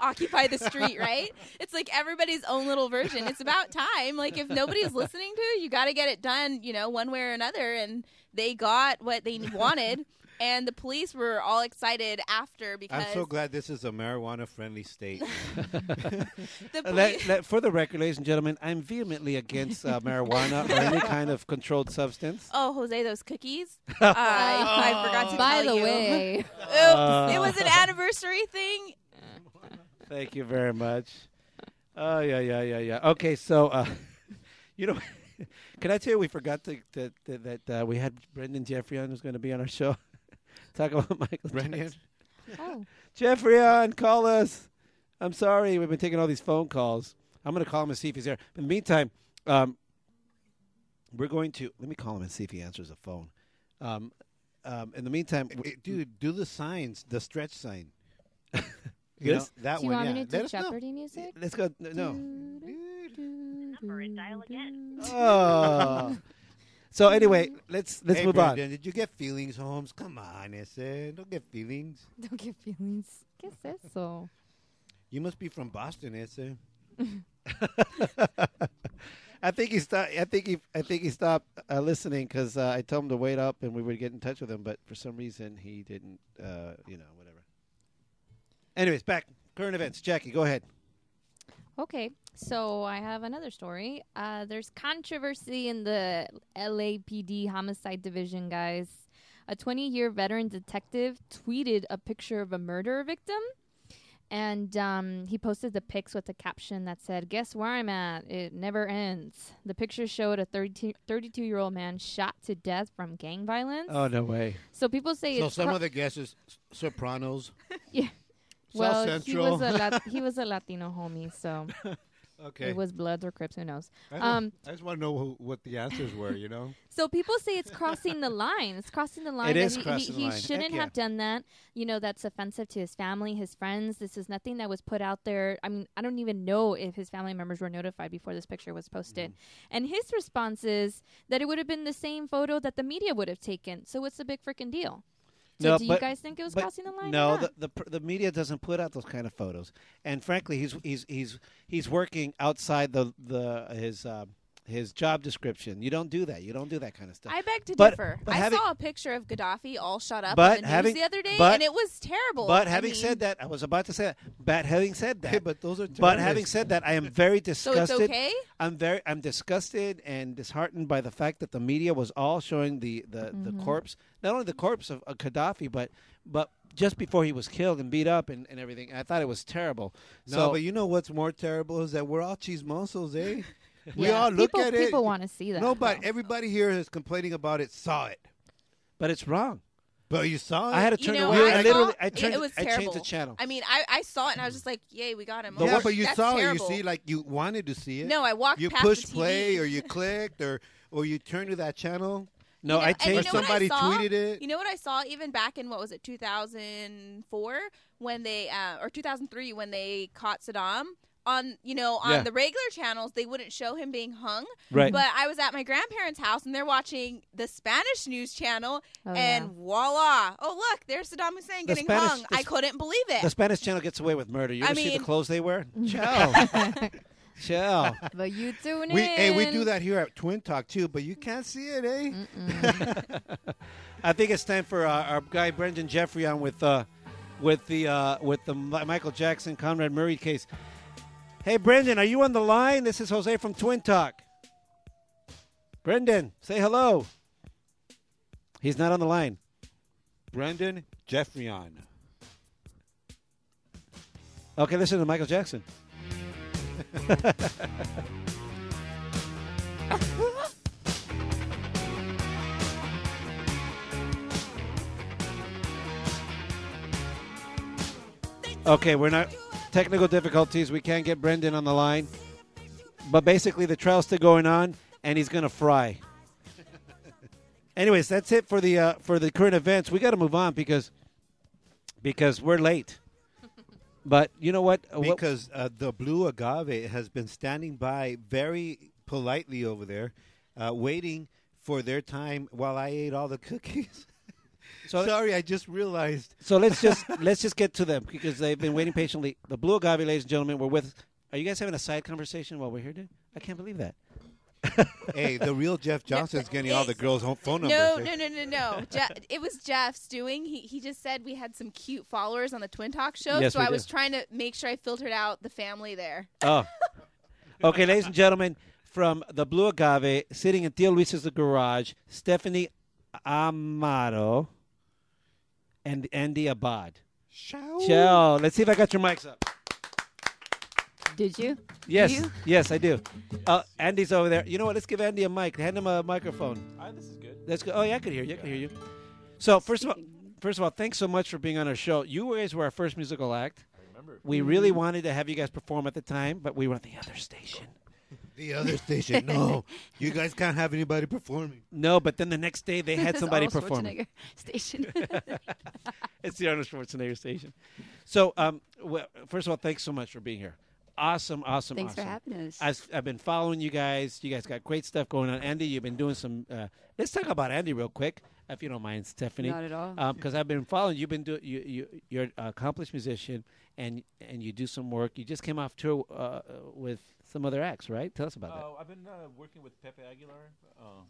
Speaker 6: occupy the street, right? It's like everybody's own little version. It's about time. Like if nobody's listening to it, you got to get it done, you know, one way or another. And they got what they wanted, and the police were all excited after because
Speaker 3: I'm so glad this is a marijuana-friendly state.
Speaker 6: the
Speaker 2: Uh,
Speaker 6: police.
Speaker 2: let- let- for the record, ladies and gentlemen, I'm vehemently against uh, marijuana or any kind of controlled substance.
Speaker 6: Oh, Jose, those cookies! I, I forgot to
Speaker 5: By
Speaker 6: tell
Speaker 5: the
Speaker 6: you.
Speaker 5: way,
Speaker 6: Oops,
Speaker 2: Uh.
Speaker 6: it was an anniversary thing.
Speaker 2: Thank you very much. Oh yeah, yeah, yeah, yeah. Okay, so uh, you know, can I tell you we forgot to, that that that uh, we had Brendan Jeffrey on who's going to be on our show. Talk about Michael
Speaker 3: Brendan,
Speaker 2: Jackson.
Speaker 5: oh,
Speaker 2: Jeffrey on, call us. I'm sorry, we've been taking all these phone calls. I'm going to call him and see if he's there. In the meantime, um, we're going to let me call him and see if he answers the phone. Um, um, in the meantime, w-
Speaker 3: Eh, dude, do the signs, the stretch sign.
Speaker 2: This?
Speaker 3: You know, that
Speaker 5: do you
Speaker 3: one.
Speaker 5: want
Speaker 3: yeah.
Speaker 5: me to
Speaker 3: Let
Speaker 5: do
Speaker 3: us know.
Speaker 5: Jeopardy music?
Speaker 2: let's go. No.
Speaker 5: Number
Speaker 4: Number and dial again.
Speaker 3: Ah.
Speaker 2: Oh. so anyway, let's let's
Speaker 3: Hey,
Speaker 2: move
Speaker 3: Brandon,
Speaker 2: on.
Speaker 3: Did you get feelings, Holmes? Come on, Issa. Don't get feelings.
Speaker 5: Don't get feelings. ¿Qué es eso?
Speaker 3: You must be from Boston, Issa.
Speaker 2: I think he stopped. I think he. I think he stopped uh, listening because uh, I told him to wait up, and we would get in touch with him. But for some reason, he didn't. Uh, you know, whatever. Anyways, back current events. Jackie, go ahead.
Speaker 5: Okay, so I have another story. Uh, there's controversy in the LAPD homicide division, guys. A 20 year veteran detective tweeted a picture of a murder victim, and um, he posted the pics with a caption that said, Guess where I'm at? It never ends. The picture showed a 32 year old man shot to death from gang violence.
Speaker 2: Oh no way!
Speaker 5: so people say
Speaker 3: So
Speaker 5: it's.
Speaker 3: some
Speaker 5: cro-
Speaker 3: of the guesses: S- Sopranos.
Speaker 5: Yeah.
Speaker 3: South
Speaker 5: well,
Speaker 3: Central.
Speaker 5: He, was a Lat- he was a Latino homie, so
Speaker 3: okay.
Speaker 5: it was Bloods or Crips, who knows.
Speaker 3: I, don't-
Speaker 5: Um,
Speaker 3: I just want to know who, what the answers were. You know.
Speaker 5: So people say it's crossing the line. It's crossing the line.
Speaker 2: It
Speaker 5: that
Speaker 2: is
Speaker 5: he,
Speaker 2: crossing the
Speaker 5: he, he
Speaker 2: line. Heck
Speaker 5: shouldn't
Speaker 2: yeah.
Speaker 5: have done that. You know, that's offensive to his family, his friends. This is nothing that was put out there. I mean, I don't even know if his family members were notified before this picture was posted.
Speaker 2: Mm-hmm.
Speaker 5: And his response is that it would have been the same photo that the media would have taken. So what's the big freaking deal? So
Speaker 2: No,
Speaker 5: do
Speaker 2: but-
Speaker 5: you guys think it was
Speaker 2: but
Speaker 5: crossing the line? or
Speaker 2: No,
Speaker 5: not?
Speaker 2: the, the pr- the media doesn't put out those kind of photos. And frankly, he's he's he's he's working outside the the his uh, his job description. You don't do that. You don't do that kind of stuff.
Speaker 6: I beg to
Speaker 2: But-
Speaker 6: differ.
Speaker 2: but
Speaker 6: I
Speaker 2: having-
Speaker 6: saw a picture of Gaddafi all shot up
Speaker 2: But
Speaker 6: on the news
Speaker 2: having-
Speaker 6: the other day,
Speaker 2: but-
Speaker 6: and it was terrible.
Speaker 2: But
Speaker 6: I
Speaker 2: having
Speaker 6: mean,
Speaker 2: said that, I was about to say that. But having said that,
Speaker 3: Hey, but those are.
Speaker 2: But
Speaker 3: terrorists.
Speaker 2: having said that, I am very
Speaker 6: so
Speaker 2: disgusted.
Speaker 6: it's okay.
Speaker 2: I'm very I'm disgusted and disheartened by the fact that the media was all showing the the,
Speaker 6: Mm-hmm.
Speaker 2: the corpse, not only the corpse of, of Gaddafi, but but just before he was killed and beat up and, and everything. I thought it was terrible.
Speaker 3: no,
Speaker 2: so
Speaker 3: but you know what's more terrible is that we're all chismosos, eh? we
Speaker 5: Yeah.
Speaker 3: all look
Speaker 5: people,
Speaker 3: at it.
Speaker 5: People want to see that.
Speaker 3: Nobody,
Speaker 5: though.
Speaker 3: everybody here is complaining about it. Saw it,
Speaker 2: but it's wrong.
Speaker 3: but you saw it.
Speaker 2: I had to
Speaker 6: You
Speaker 2: turn
Speaker 6: know,
Speaker 2: away.
Speaker 6: I
Speaker 2: literally
Speaker 6: saw-
Speaker 2: I
Speaker 6: it-
Speaker 2: turned
Speaker 6: it was
Speaker 2: I changed the
Speaker 6: terrible.
Speaker 2: channel.
Speaker 6: I mean, I, I saw it and I was just like, "Yay, we got him!"
Speaker 3: The
Speaker 6: Oh,
Speaker 3: one, but you
Speaker 6: that's
Speaker 3: saw
Speaker 6: terrible.
Speaker 3: it. You see, like you wanted to see it.
Speaker 6: No, I walked
Speaker 3: You
Speaker 6: past the
Speaker 3: pushed
Speaker 6: TV.
Speaker 3: play, or you clicked, or or you turned to that channel.
Speaker 2: no,
Speaker 6: You know-
Speaker 2: I
Speaker 6: and you
Speaker 2: changed
Speaker 6: know
Speaker 3: or
Speaker 6: what I
Speaker 3: somebody
Speaker 6: saw?
Speaker 3: tweeted it.
Speaker 6: You know what I saw even back in what was it 2004 when they uh, or 2003 when they caught Saddam on you know on
Speaker 2: Yeah.
Speaker 6: the regular channels they wouldn't show him being hung
Speaker 2: right.
Speaker 6: but I was at my grandparents' house and they're watching the Spanish news channel
Speaker 5: Oh,
Speaker 6: and
Speaker 5: yeah.
Speaker 6: voila oh look there's Saddam Hussein
Speaker 2: The
Speaker 6: getting
Speaker 2: Spanish-
Speaker 6: hung
Speaker 2: the
Speaker 6: I
Speaker 2: Sp-
Speaker 6: couldn't believe it
Speaker 2: the Spanish channel gets away with murder. You
Speaker 6: I
Speaker 2: ever see the
Speaker 6: mean-
Speaker 2: clothes they wear? Chill. Chill.
Speaker 5: but you tune
Speaker 3: we
Speaker 5: in.
Speaker 3: hey, we do that here at Twin Talk too, but you can't see it, eh?
Speaker 2: I think it's time for uh, our, our guy Brendan Jeffrey on with uh, with the uh, with the Mi- Michael Jackson Conrad Murray case. Hey Brendan, are you on the line? This is Jose from Twin Talk. Brendan, say hello. He's not on the line.
Speaker 3: Brendan Jeffreyon.
Speaker 2: Okay, listen to Michael Jackson. Okay, we're not technical difficulties. We can't get Brendan on the line, but basically the trial's still going on, and he's gonna fry. Anyways, that's it for the uh, for the current events. We got to move on because because we're late. But you know what? Uh, what-
Speaker 3: because uh, the blue agave has been standing by very politely over there, uh, waiting for their time while I ate all the cookies.
Speaker 2: So-
Speaker 3: Sorry, I just realized.
Speaker 2: So let's just let's just get to them because they've been waiting patiently. The blue agave, ladies and gentlemen, we're with. Are you guys having a side conversation while we're here? Dude? I can't believe that.
Speaker 3: hey, the real Jeff Johnson's getting all the girls' home phone numbers.
Speaker 6: No,
Speaker 3: eh?
Speaker 6: no, no, no, no. Je- it was Jeff's doing. He he just said we had some cute followers on the Twin Talk show,
Speaker 2: Yes,
Speaker 6: so
Speaker 2: we
Speaker 6: I was
Speaker 2: do.
Speaker 6: trying to make sure I filtered out the family there.
Speaker 2: Oh, okay, ladies and gentlemen, from the blue agave, sitting in Tio Luis's garage, Stephanie Amaro and Andy Abad.
Speaker 3: Shall-
Speaker 2: Ciao. Let's see if I got your mics up.
Speaker 11: Did you?
Speaker 2: Yes,
Speaker 11: You?
Speaker 2: yes, I do. Uh, Andy's over there. You know what? Let's give Andy a mic. Hand him a microphone.
Speaker 12: this is good.
Speaker 2: That's good. Oh yeah, I could hear you. I could hear you. So first of all, first of all, thanks so much for being on our show. You guys were our first musical act. I remember. We really wanted to have you guys perform at the time, but we were at the other station.
Speaker 3: The other station. No, you guys can't have anybody performing.
Speaker 2: No, but then the next day they had
Speaker 11: It's
Speaker 2: somebody
Speaker 11: Arnold
Speaker 2: performing.
Speaker 11: Schwarzenegger Station.
Speaker 2: It's the Arnold Schwarzenegger station. So um, well, first of all, thanks so much for being here. Awesome, awesome.
Speaker 11: Thanks for
Speaker 2: awesome.
Speaker 11: having us.
Speaker 2: I've, I've been following you guys. You guys got great stuff going on. Andy, you've been doing some. Uh, let's talk about Andy real quick, if you don't mind, Stephanie.
Speaker 11: Not at all.
Speaker 2: Because I've been following. You've been doing. You, you, you're an accomplished musician, and and you do some work. You just came off tour uh, with some other acts, right? Tell us about that.
Speaker 12: Uh, I've been uh, working with Pepe Aguilar. Uh,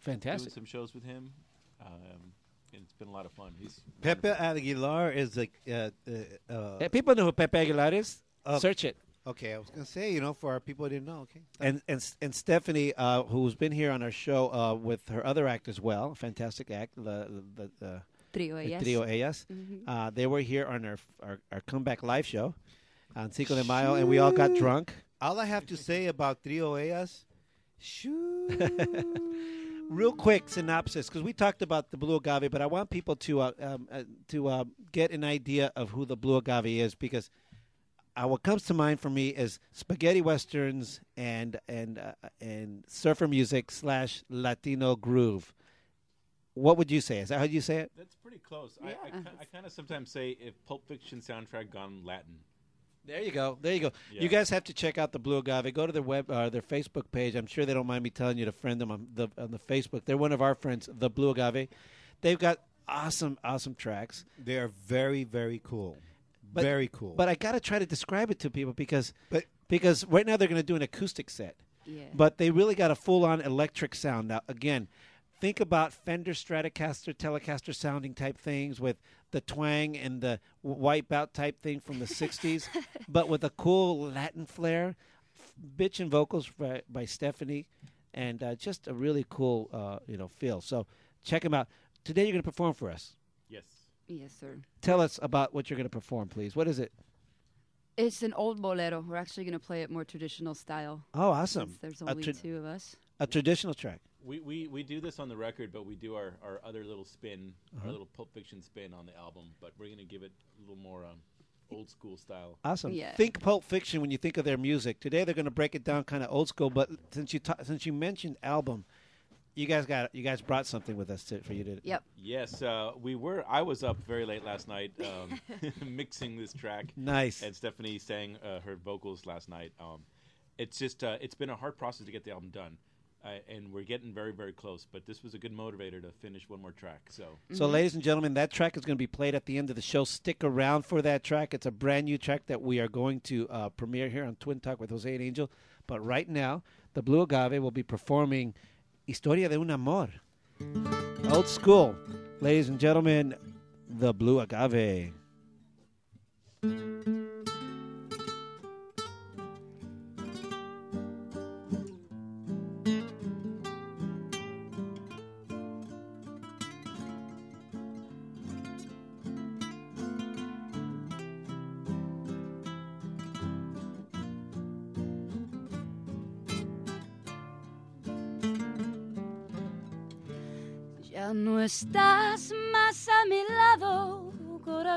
Speaker 2: Fantastic.
Speaker 12: Doing some shows with him. Um, and it's been a lot of fun. He's
Speaker 3: Pepe Aguilar is like. Uh, uh, uh,
Speaker 2: Hey, people know who Pepe Aguilar is.
Speaker 3: Uh,
Speaker 2: Search it.
Speaker 3: okay, I was gonna say, you know, for our people who didn't know. Okay.
Speaker 2: and and and Stephanie, uh, who's been here on our show uh, with her other act as well, fantastic act, the the, the,
Speaker 11: Trio
Speaker 2: the
Speaker 11: Ellas.
Speaker 2: Trio Ellas. Uh, they were here on our, our our comeback live show on Cinco de Mayo, and we all got drunk.
Speaker 3: All I have to say about Trio Ellas, shoo.
Speaker 2: Real quick synopsis, because we talked about the Blue Agave, but I want people to uh, um, uh, to uh, get an idea of who the Blue Agave is, because uh, what comes to mind for me is spaghetti westerns and and uh, and surfer music slash Latino groove. What would you say? Is that how you say it?
Speaker 12: That's pretty close. I, I, ki- I kind of sometimes say if Pulp Fiction soundtrack gone Latin.
Speaker 2: There you go. There you go. You
Speaker 12: Yeah.
Speaker 2: guys have to check out the Blue Agave. Go to their web, uh, their Facebook page. I'm sure they don't mind me telling you to friend them on the on the Facebook. They're one of our friends, the Blue Agave. They've got awesome, awesome tracks.
Speaker 3: They are very, very cool.
Speaker 2: But-
Speaker 3: very cool.
Speaker 2: But I gotta try to describe it to people because
Speaker 3: But-
Speaker 2: because right now they're gonna do an acoustic set.
Speaker 11: Yeah.
Speaker 2: But they really got a full on electric sound. Now again, think about Fender Stratocaster, Telecaster sounding type things with the twang and the wipeout type thing from the '60s, but with a cool Latin flair, bitch and vocals by, by Stephanie, and uh, just a really cool uh, you know feel. So check them out. Today you're gonna perform for us.
Speaker 12: Yes.
Speaker 11: yes, sir.
Speaker 2: Tell us about what you're gonna perform, please. What is it?
Speaker 11: It's an old bolero. We're actually going to play it more traditional style.
Speaker 2: Oh, awesome!
Speaker 11: since There's
Speaker 2: A
Speaker 11: only
Speaker 2: tra-
Speaker 11: two of us.
Speaker 2: a traditional track.
Speaker 12: We, we, we do this on the record, but we do our, our other little spin,
Speaker 2: Uh-huh.
Speaker 12: our little Pulp Fiction spin on the album. But we're going to give it a little more um, old school style.
Speaker 2: Awesome.
Speaker 11: Yeah.
Speaker 2: Think Pulp Fiction when you think of their music. Today they're going to break it down kind of old school, but since you ta- since you mentioned album, you guys got you guys brought something with us to, for you to.
Speaker 11: Yep.
Speaker 12: Yes, uh, we were. I was up very late last night um, mixing this track.
Speaker 2: Nice.
Speaker 12: And Stephanie sang uh, her vocals last night. Um, it's just uh, it's been a hard process to get the album done, uh, and we're getting very very close. But this was a good motivator to finish one more track. So
Speaker 2: So,
Speaker 3: Mm-hmm.
Speaker 11: Mm-hmm.
Speaker 2: ladies and gentlemen, that track is going to be played at the end of the show. Stick around for that track. It's a brand new track that we are going to uh, premiere here on Twin Talk with Jose and Angel. But right now, the Blue Agave will be performing "Historia de un Amor," old school. Ladies and gentlemen, the Blue Agave.
Speaker 11: Ya no estás más a mi lado,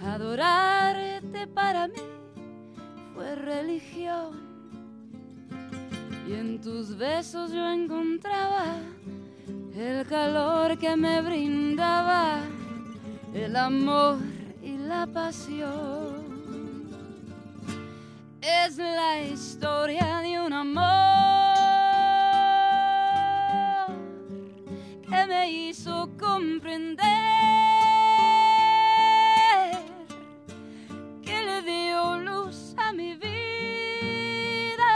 Speaker 11: Adorarte para mí fue religión. Y en tus besos yo encontraba el calor que me brindaba, el amor y la pasión. Es la historia de un amor que me hizo comprender que le dio luz a mi vida,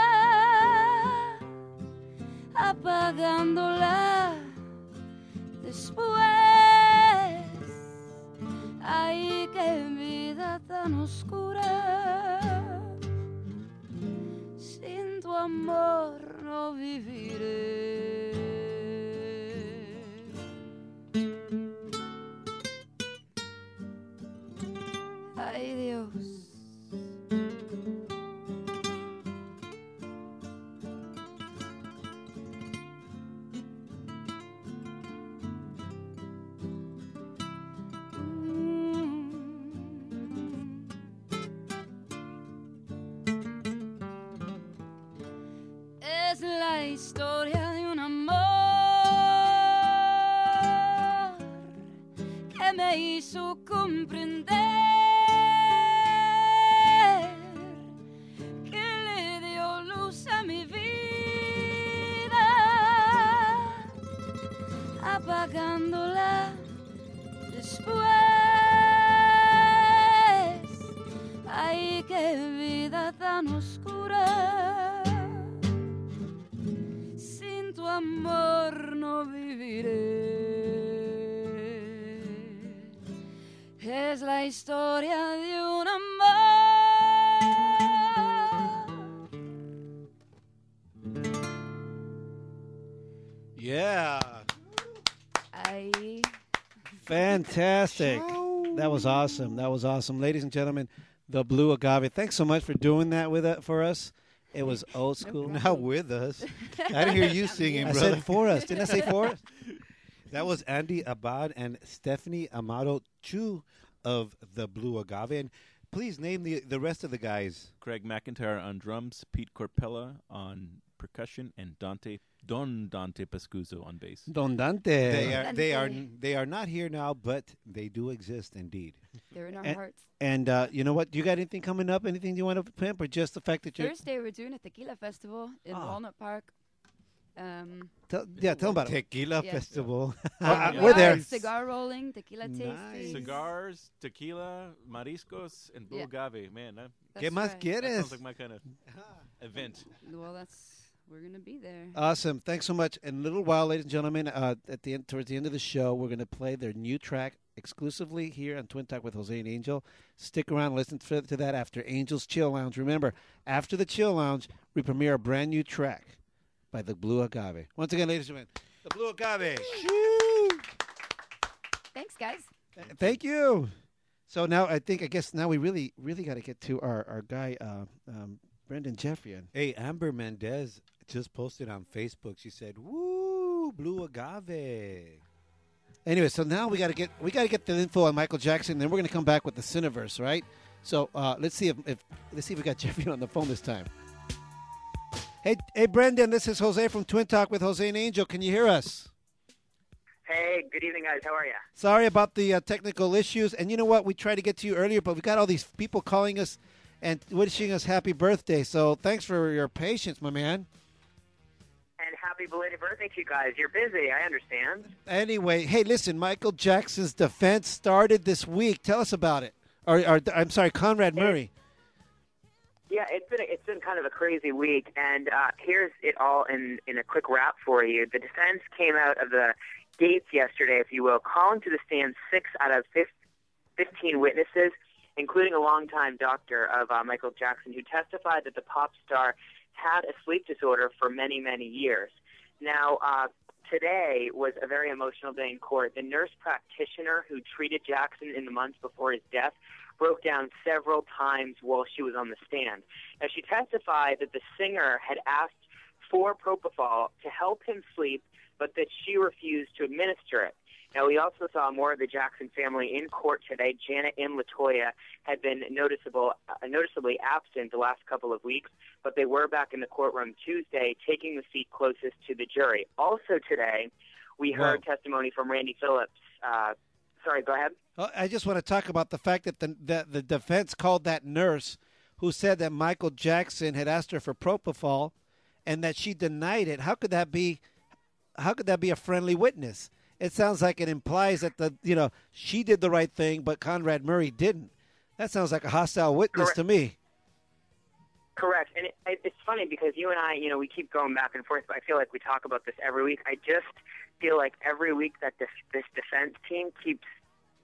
Speaker 11: apagándola después. Ay, qué vida tan oscura. Sin tu amor no viviré. Ay, Dios. es la historia de un amor que me hizo comprender que le dio luz a mi vida, apagándola después. Ay, qué vida tan oscura sin tu amor no viviré. Es la historia de un amor.
Speaker 2: Yeah.
Speaker 11: Ahí.
Speaker 2: Fantastic. That was awesome. That was awesome. Ladies and gentlemen, the Blue Agave. Thanks so much for doing that with uh, for us. It was old school.
Speaker 13: Not with us. I didn't hear you singing,
Speaker 2: I
Speaker 13: brother.
Speaker 2: said for us. Didn't I say for us?
Speaker 13: That was Andy Abad and Stephanie Amado Chu of the Blue Agave. And please name the, the rest of the guys.
Speaker 3: Craig McIntyre on drums, Pete Corpella on percussion, and Dante Don Dante Pescuzzo on bass.
Speaker 2: Don Dante.
Speaker 13: They are they are
Speaker 3: Dante.
Speaker 13: they are not here now, but they do exist indeed.
Speaker 14: They're in our
Speaker 2: And,
Speaker 14: hearts.
Speaker 2: and uh, you know what? Do you got anything coming up? Anything you want to pimp, or just the fact that you're?
Speaker 14: Thursday, we're doing a tequila festival in
Speaker 2: Ah.
Speaker 14: Walnut Park. Um,
Speaker 2: Tell, yeah, tell them about it.
Speaker 13: Tequila
Speaker 14: Yeah.
Speaker 13: Festival.
Speaker 2: Uh,
Speaker 14: cigar-
Speaker 2: we're there.
Speaker 14: Cigar rolling, tequila tasting.
Speaker 3: Cigars, tequila, mariscos, and blue
Speaker 14: Yeah.
Speaker 3: agave. Man, that,
Speaker 14: That's ¿Qué más right.
Speaker 3: That
Speaker 14: quieres?
Speaker 3: sounds like my kind of event.
Speaker 14: Well, that's we're gonna be there.
Speaker 2: Awesome. Thanks so much. In a little while, ladies and gentlemen, uh, at the end, towards the end of the show, we're going to play their new track exclusively here on Twin Talk with Jose and Angel. Stick around, listen to, to that after Angel's Chill Lounge. Remember, after the Chill Lounge, we premiere a brand new track by the Blue Agave. Once again, ladies and gentlemen, The Blue Agave.
Speaker 14: Thanks, guys.
Speaker 2: thank you. So now I think I guess now we really really got to get to our our guy uh, um, Brendan Jeffrian.
Speaker 13: Hey, Amber Mendez just posted on Facebook. She said, "Woo, Blue Agave."
Speaker 2: Anyway, so now we got to get we got to get the info on Michael Jackson. Then we're going to come back with the Cineverse, right? So uh, let's see if, if let's see if we got Jeffy on the phone this time. Hey, hey, Brendan, this is Jose from Twin Talk with Jose and Angel. Can you hear us?
Speaker 15: Hey, good evening, guys. How are ya?
Speaker 2: Sorry about the uh, technical issues, and you know what? We tried to get to you earlier, but we got all these people calling us and wishing us happy birthday. So thanks for your patience, my man.
Speaker 15: And happy belated birthday to you guys. You're busy, I understand.
Speaker 2: Anyway, hey, listen, Michael Jackson's defense started this week. Tell us about it. Or, or I'm sorry, Conrad Murray.
Speaker 15: Yeah, it's been a, it's been kind of a crazy week, and uh, here's it all in in a quick wrap for you. The defense came out of the gates yesterday, if you will, calling to the stand six out of fif- fifteen witnesses, including a longtime doctor of uh, Michael Jackson, who testified that the pop star had a sleep disorder for many many years. Now. Uh, Today was a very emotional day in court. The nurse practitioner who treated Jackson in the months before his death broke down several times while she was on the stand. Now, she testified that the singer had asked for propofol to help him sleep, but that she refused to administer it. Now, we also saw more of the Jackson family in court today. Janet M. Latoya had been noticeable, uh, noticeably absent the last couple of weeks, but they were back in the courtroom Tuesday, taking the seat closest to the jury. Also today, we
Speaker 2: Wow.
Speaker 15: heard testimony from Randy Phillips. Uh, sorry, go ahead.
Speaker 2: Uh, I just want to talk about the fact that the, the the defense called that nurse who said that Michael Jackson had asked her for propofol, and that she denied it. How could that be? How could that be a friendly witness? It sounds like it implies that the you know she did the right thing, but Conrad Murray didn't. That sounds like a hostile witness to me.
Speaker 15: Correct. And it, it, it's funny because you and I, you know, we keep going back and forth, but I feel like we talk about this every week. I just feel like every week that this, this defense team keeps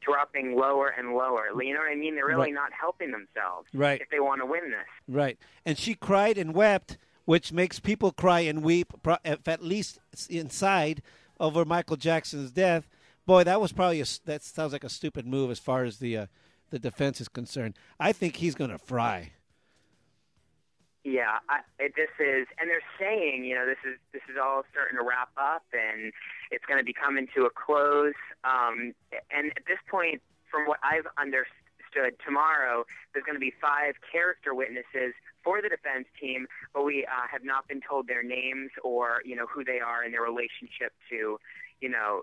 Speaker 15: dropping lower and lower. You know what I mean? They're really
Speaker 2: Right.
Speaker 15: not helping themselves
Speaker 2: Right.
Speaker 15: if they want to win this.
Speaker 2: Right. And she cried and wept, which makes people cry and weep, pro- if at least s- inside, over Michael Jackson's death. Boy, that was probably a, s- that sounds like a stupid move as far as the uh, the defense is concerned. I think he's going to fry.
Speaker 15: Yeah, I, it, this is, and they're saying, you know, this is this is all starting to wrap up, and it's going to be coming to a close. Um, and at this point, from what I've understood, tomorrow there's going to be five character witnesses for the defense team, but we uh, have not been told their names or you know who they are and their relationship to, you know,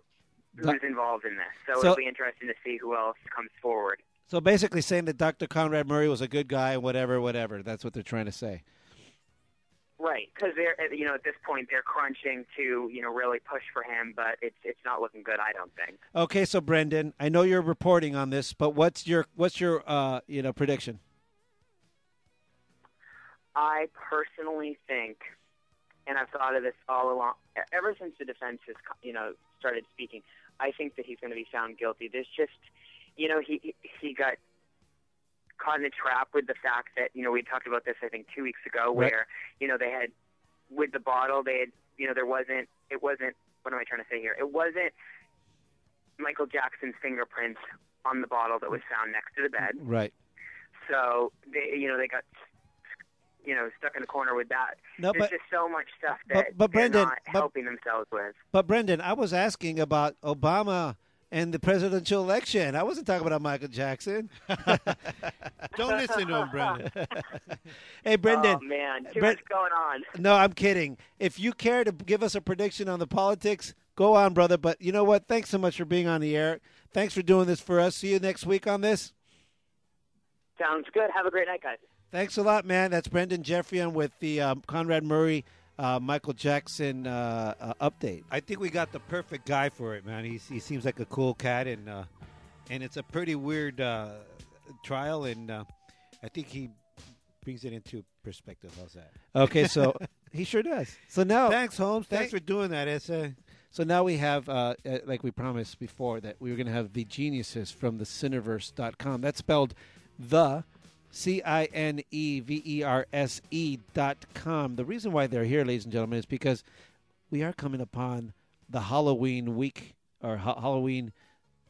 Speaker 15: who's
Speaker 2: That-
Speaker 15: involved in this.
Speaker 2: So-
Speaker 15: So, it'll be interesting to see who else comes forward.
Speaker 2: So basically, saying that Dr. Conrad Murray was a good guy, whatever, whatever. That's what they're trying to say.
Speaker 15: Right, because they're uh, you know at this point they're crunching to you know really push for him, but it's it's not looking good. I don't think.
Speaker 2: Okay, so Brendan, I know you're reporting on this, but what's your what's your uh, you know prediction?
Speaker 15: I personally think, and I've thought of this all along, e- ever since the defense has co- you know started speaking, I think that he's going to be found guilty. There's just you know he he- he got caught in a trap with the fact that you know we talked about this I think two weeks ago
Speaker 16: Right.
Speaker 15: where you know they had with the bottle they had you know there wasn't it wasn't what am I trying to say here it wasn't Michael Jackson's fingerprints on the bottle that was found next to the bed
Speaker 2: Right.
Speaker 15: so they you know they got you know stuck in a corner with that
Speaker 2: No,
Speaker 15: there's
Speaker 2: but-
Speaker 15: just so much stuff
Speaker 2: but-
Speaker 15: that
Speaker 2: but
Speaker 15: they're
Speaker 2: Brendan,
Speaker 15: not
Speaker 2: but-
Speaker 15: helping themselves with
Speaker 2: But Brendan, I was asking about Obama and the presidential election. I wasn't talking about Michael Jackson.
Speaker 3: Don't listen to him, Brendan.
Speaker 2: hey, Brendan.
Speaker 15: oh man too
Speaker 2: Bren-
Speaker 15: much going on
Speaker 2: No, I'm kidding. If you care to give us a prediction on the politics, go on, brother. But you know what? Thanks so much for being on the air. Thanks for doing this for us. See you next week on this.
Speaker 15: sounds good have a great night guys
Speaker 2: Thanks a lot, man. That's Brendan Jeffrey. I'm with the um, Conrad Murray, uh, Michael Jackson uh, uh, update.
Speaker 3: I think we got the perfect guy for it, man. He's, he seems like a cool cat, and uh, and it's a pretty weird uh, trial, and uh, I think he brings it into perspective. How's that?
Speaker 2: Okay, so he sure does. So now,
Speaker 3: thanks, Holmes. Thanks
Speaker 2: Thank-
Speaker 3: for doing that, Essa.
Speaker 2: So now we have, uh, uh, like we promised before, that we were going to have the geniuses from the Cineverse.com. That's spelled the C I N E V E R S E dot com. The reason why they're here, ladies and gentlemen, is because we are coming upon the Halloween week or ha- Halloween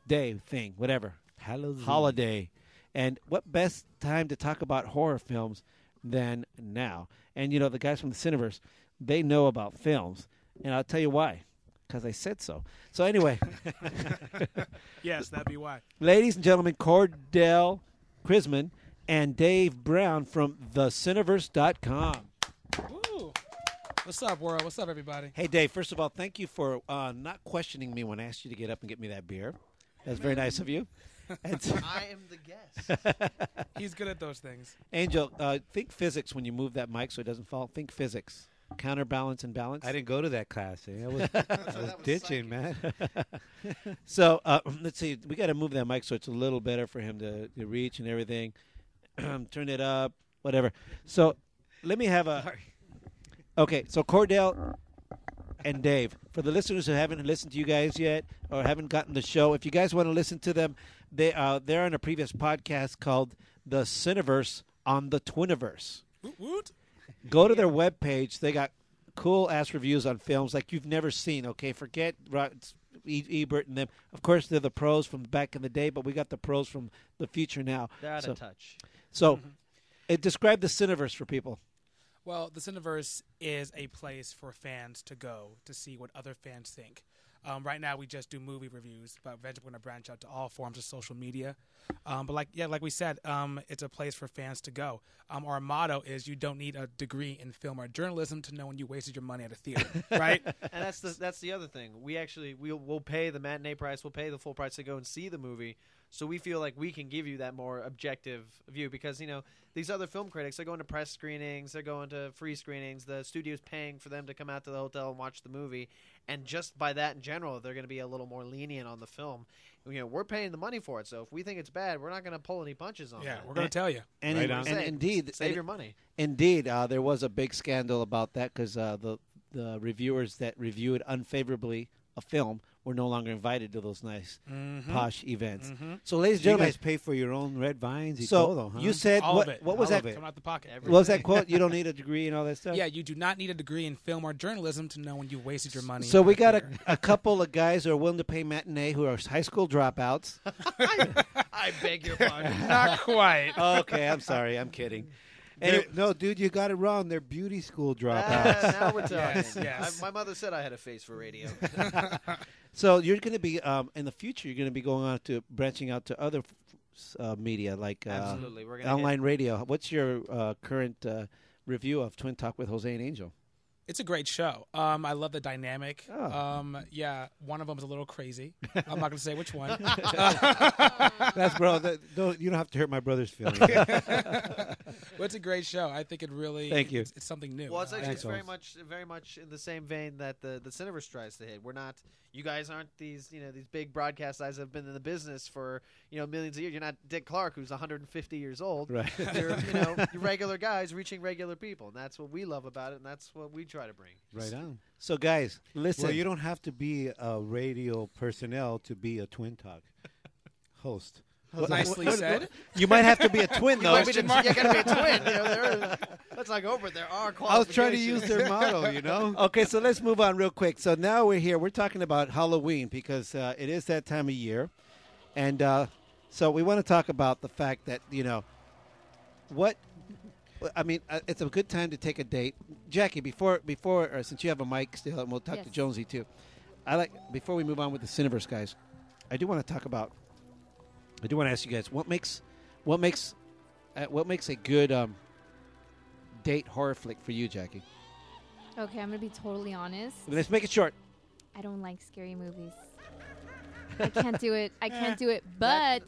Speaker 2: day thing, whatever.
Speaker 3: Halloween.
Speaker 2: Holiday. And what best time to talk about horror films than now? And you know, the guys from the Cineverse, they know about films, and I'll tell you why. Because I said so. So anyway,
Speaker 7: Yes, that'd be why.
Speaker 2: ladies and gentlemen, Cordell Chrisman and Dave Brown from thecineverse.com.
Speaker 7: Woo. What's up, world? What's up, everybody?
Speaker 2: Hey, Dave, first of all, thank you for uh, not questioning me when I asked you to get up and get me that beer. That's very nice of you.
Speaker 7: I am the guest. He's good at those things.
Speaker 2: Angel, uh, think physics when you move that mic so it doesn't fall. Think physics. Counterbalance and balance.
Speaker 3: I didn't go to that class. eh? I was, I was ditching, man.
Speaker 2: so uh, let's see. We got to move that mic so it's a little better for him to, to reach and everything. Turn it up, whatever. So let me have a. Okay, so Cordell and Dave, for the listeners who haven't listened to you guys yet or haven't gotten the show, if you guys want to listen to them, they uh, they're on a previous podcast called "The Cineverse on the Twiniverse."
Speaker 7: Woot woot.
Speaker 2: Go to their webpage. They got cool ass reviews on films like you've never seen. Okay, forget Rot- E- Ebert and them. Of course, they're the pros from back in the day, but we got the pros from the future now.
Speaker 7: They're out
Speaker 2: so,
Speaker 7: of touch.
Speaker 2: So,
Speaker 7: Mm-hmm.
Speaker 2: it describe the Cineverse for people.
Speaker 16: Well, the Cineverse is a place for fans to go to see what other fans think. Um, right now, we just do movie reviews, but eventually we're going to branch out to all forms of social media. Um, but like yeah, like we said, um, it's a place for fans to go. Um, our motto is you don't need a degree in film or journalism to know when you wasted your money at a theater, right?
Speaker 7: and that's the that's the other thing. We actually we'll, we'll pay the matinee price, we'll pay the full price to go and see the movie. So we feel like we can give you that more objective view because you know these other film critics they're going to press screenings, they're going to free screenings. The studio's paying for them to come out to the hotel and watch the movie, and just by that in general, they're going to be a little more lenient on the film. You know, we're paying the money for it, so if we think it's bad, we're not going to pull any punches on
Speaker 16: Yeah,
Speaker 7: it.
Speaker 16: we're gonna tell you.
Speaker 2: And,
Speaker 7: Right
Speaker 2: and-
Speaker 7: on.
Speaker 2: and
Speaker 7: Save-
Speaker 2: indeed,
Speaker 7: save
Speaker 2: and-
Speaker 7: your money.
Speaker 2: Indeed, uh, there was a big scandal about that because uh, the the reviewers that reviewed unfavorably a film were no longer invited to those nice
Speaker 3: Mhm.
Speaker 2: posh events.
Speaker 3: Mhm.
Speaker 2: So, ladies
Speaker 3: So you
Speaker 2: and gentlemen,
Speaker 3: guys pay for your own red vines. y
Speaker 2: So
Speaker 3: todo, huh?
Speaker 2: you said
Speaker 16: All
Speaker 2: what?
Speaker 16: of it.
Speaker 2: What was
Speaker 16: All
Speaker 2: that?
Speaker 16: of it. Come out the pocket.
Speaker 2: What was that
Speaker 16: Everything.
Speaker 2: quote? You don't need a degree and all that stuff.
Speaker 16: Yeah, you do not need a degree in film or journalism to know when you wasted your money.
Speaker 2: So we
Speaker 16: at a
Speaker 2: got a,
Speaker 16: theater.
Speaker 2: a couple of guys who are willing to pay matinee who are high school dropouts.
Speaker 7: I beg your pardon.
Speaker 16: Not quite.
Speaker 2: okay, I'm sorry. I'm kidding.
Speaker 3: They're-
Speaker 2: Anyway-
Speaker 3: no, dude, you got it wrong. They're beauty school dropouts.
Speaker 7: Ah, now we're talking.
Speaker 3: Yes,
Speaker 2: yes.
Speaker 7: I, my mother said I had a face for radio.
Speaker 2: So you're going to be um, in the future. You're going to be going on to branching out to other f- uh, media like uh,
Speaker 7: Absolutely, we're gonna
Speaker 2: online radio. What's your uh, current uh, review of Twin Talk with Jose and Angel?
Speaker 16: It's a great show. Um, I love the dynamic.
Speaker 2: Oh.
Speaker 16: Um, yeah, one of them is a little crazy. I'm not going to say which one.
Speaker 3: That's bro. That, don't you don't have to hurt my brother's feelings.
Speaker 16: Well, it's a great show. I think it really.
Speaker 3: Thank you.
Speaker 16: It's, it's something new.
Speaker 7: Well, it's
Speaker 16: Uh,
Speaker 7: actually it's very
Speaker 3: Excellent.
Speaker 7: much, very much in the same vein that the the Cineverse tries to hit. We're not, you guys aren't these, you know, these big broadcast guys that have been in the business for you know millions of years. You're not Dick Clark, who's 150 years old.
Speaker 2: Right.
Speaker 7: You're, you know, you're regular guys reaching regular people, and that's what we love about it, and that's what we try to bring.
Speaker 3: Right on.
Speaker 2: So guys, listen.
Speaker 3: Well, you don't have to be a radio personnel to be a twin talk host.
Speaker 7: That was nicely said.
Speaker 2: You might have to be a twin
Speaker 7: You
Speaker 2: though.
Speaker 7: might be the- you gotta be a twin. You know, there are, let's not go over it. There are
Speaker 3: I was trying to use
Speaker 7: qualifications.
Speaker 3: their motto, you know.
Speaker 2: okay, so let's move on real quick. So now we're here. We're talking about Halloween because uh, it is that time of year, and uh, so we want to talk about the fact that you know what. I mean, uh, it's a good time to take a date, Jackie. Before before or since you have a mic still, and we'll talk to
Speaker 11: Yes.
Speaker 2: Jonesy too. I like before we move on with the Cineverse guys. I do want to talk about. I do want to ask you guys what makes what makes uh, what makes a good um, date horror flick for you, Jackie.
Speaker 5: Okay, I'm gonna be totally honest.
Speaker 2: Let's make it short.
Speaker 5: I don't like scary movies. I can't do it. I can't do it. But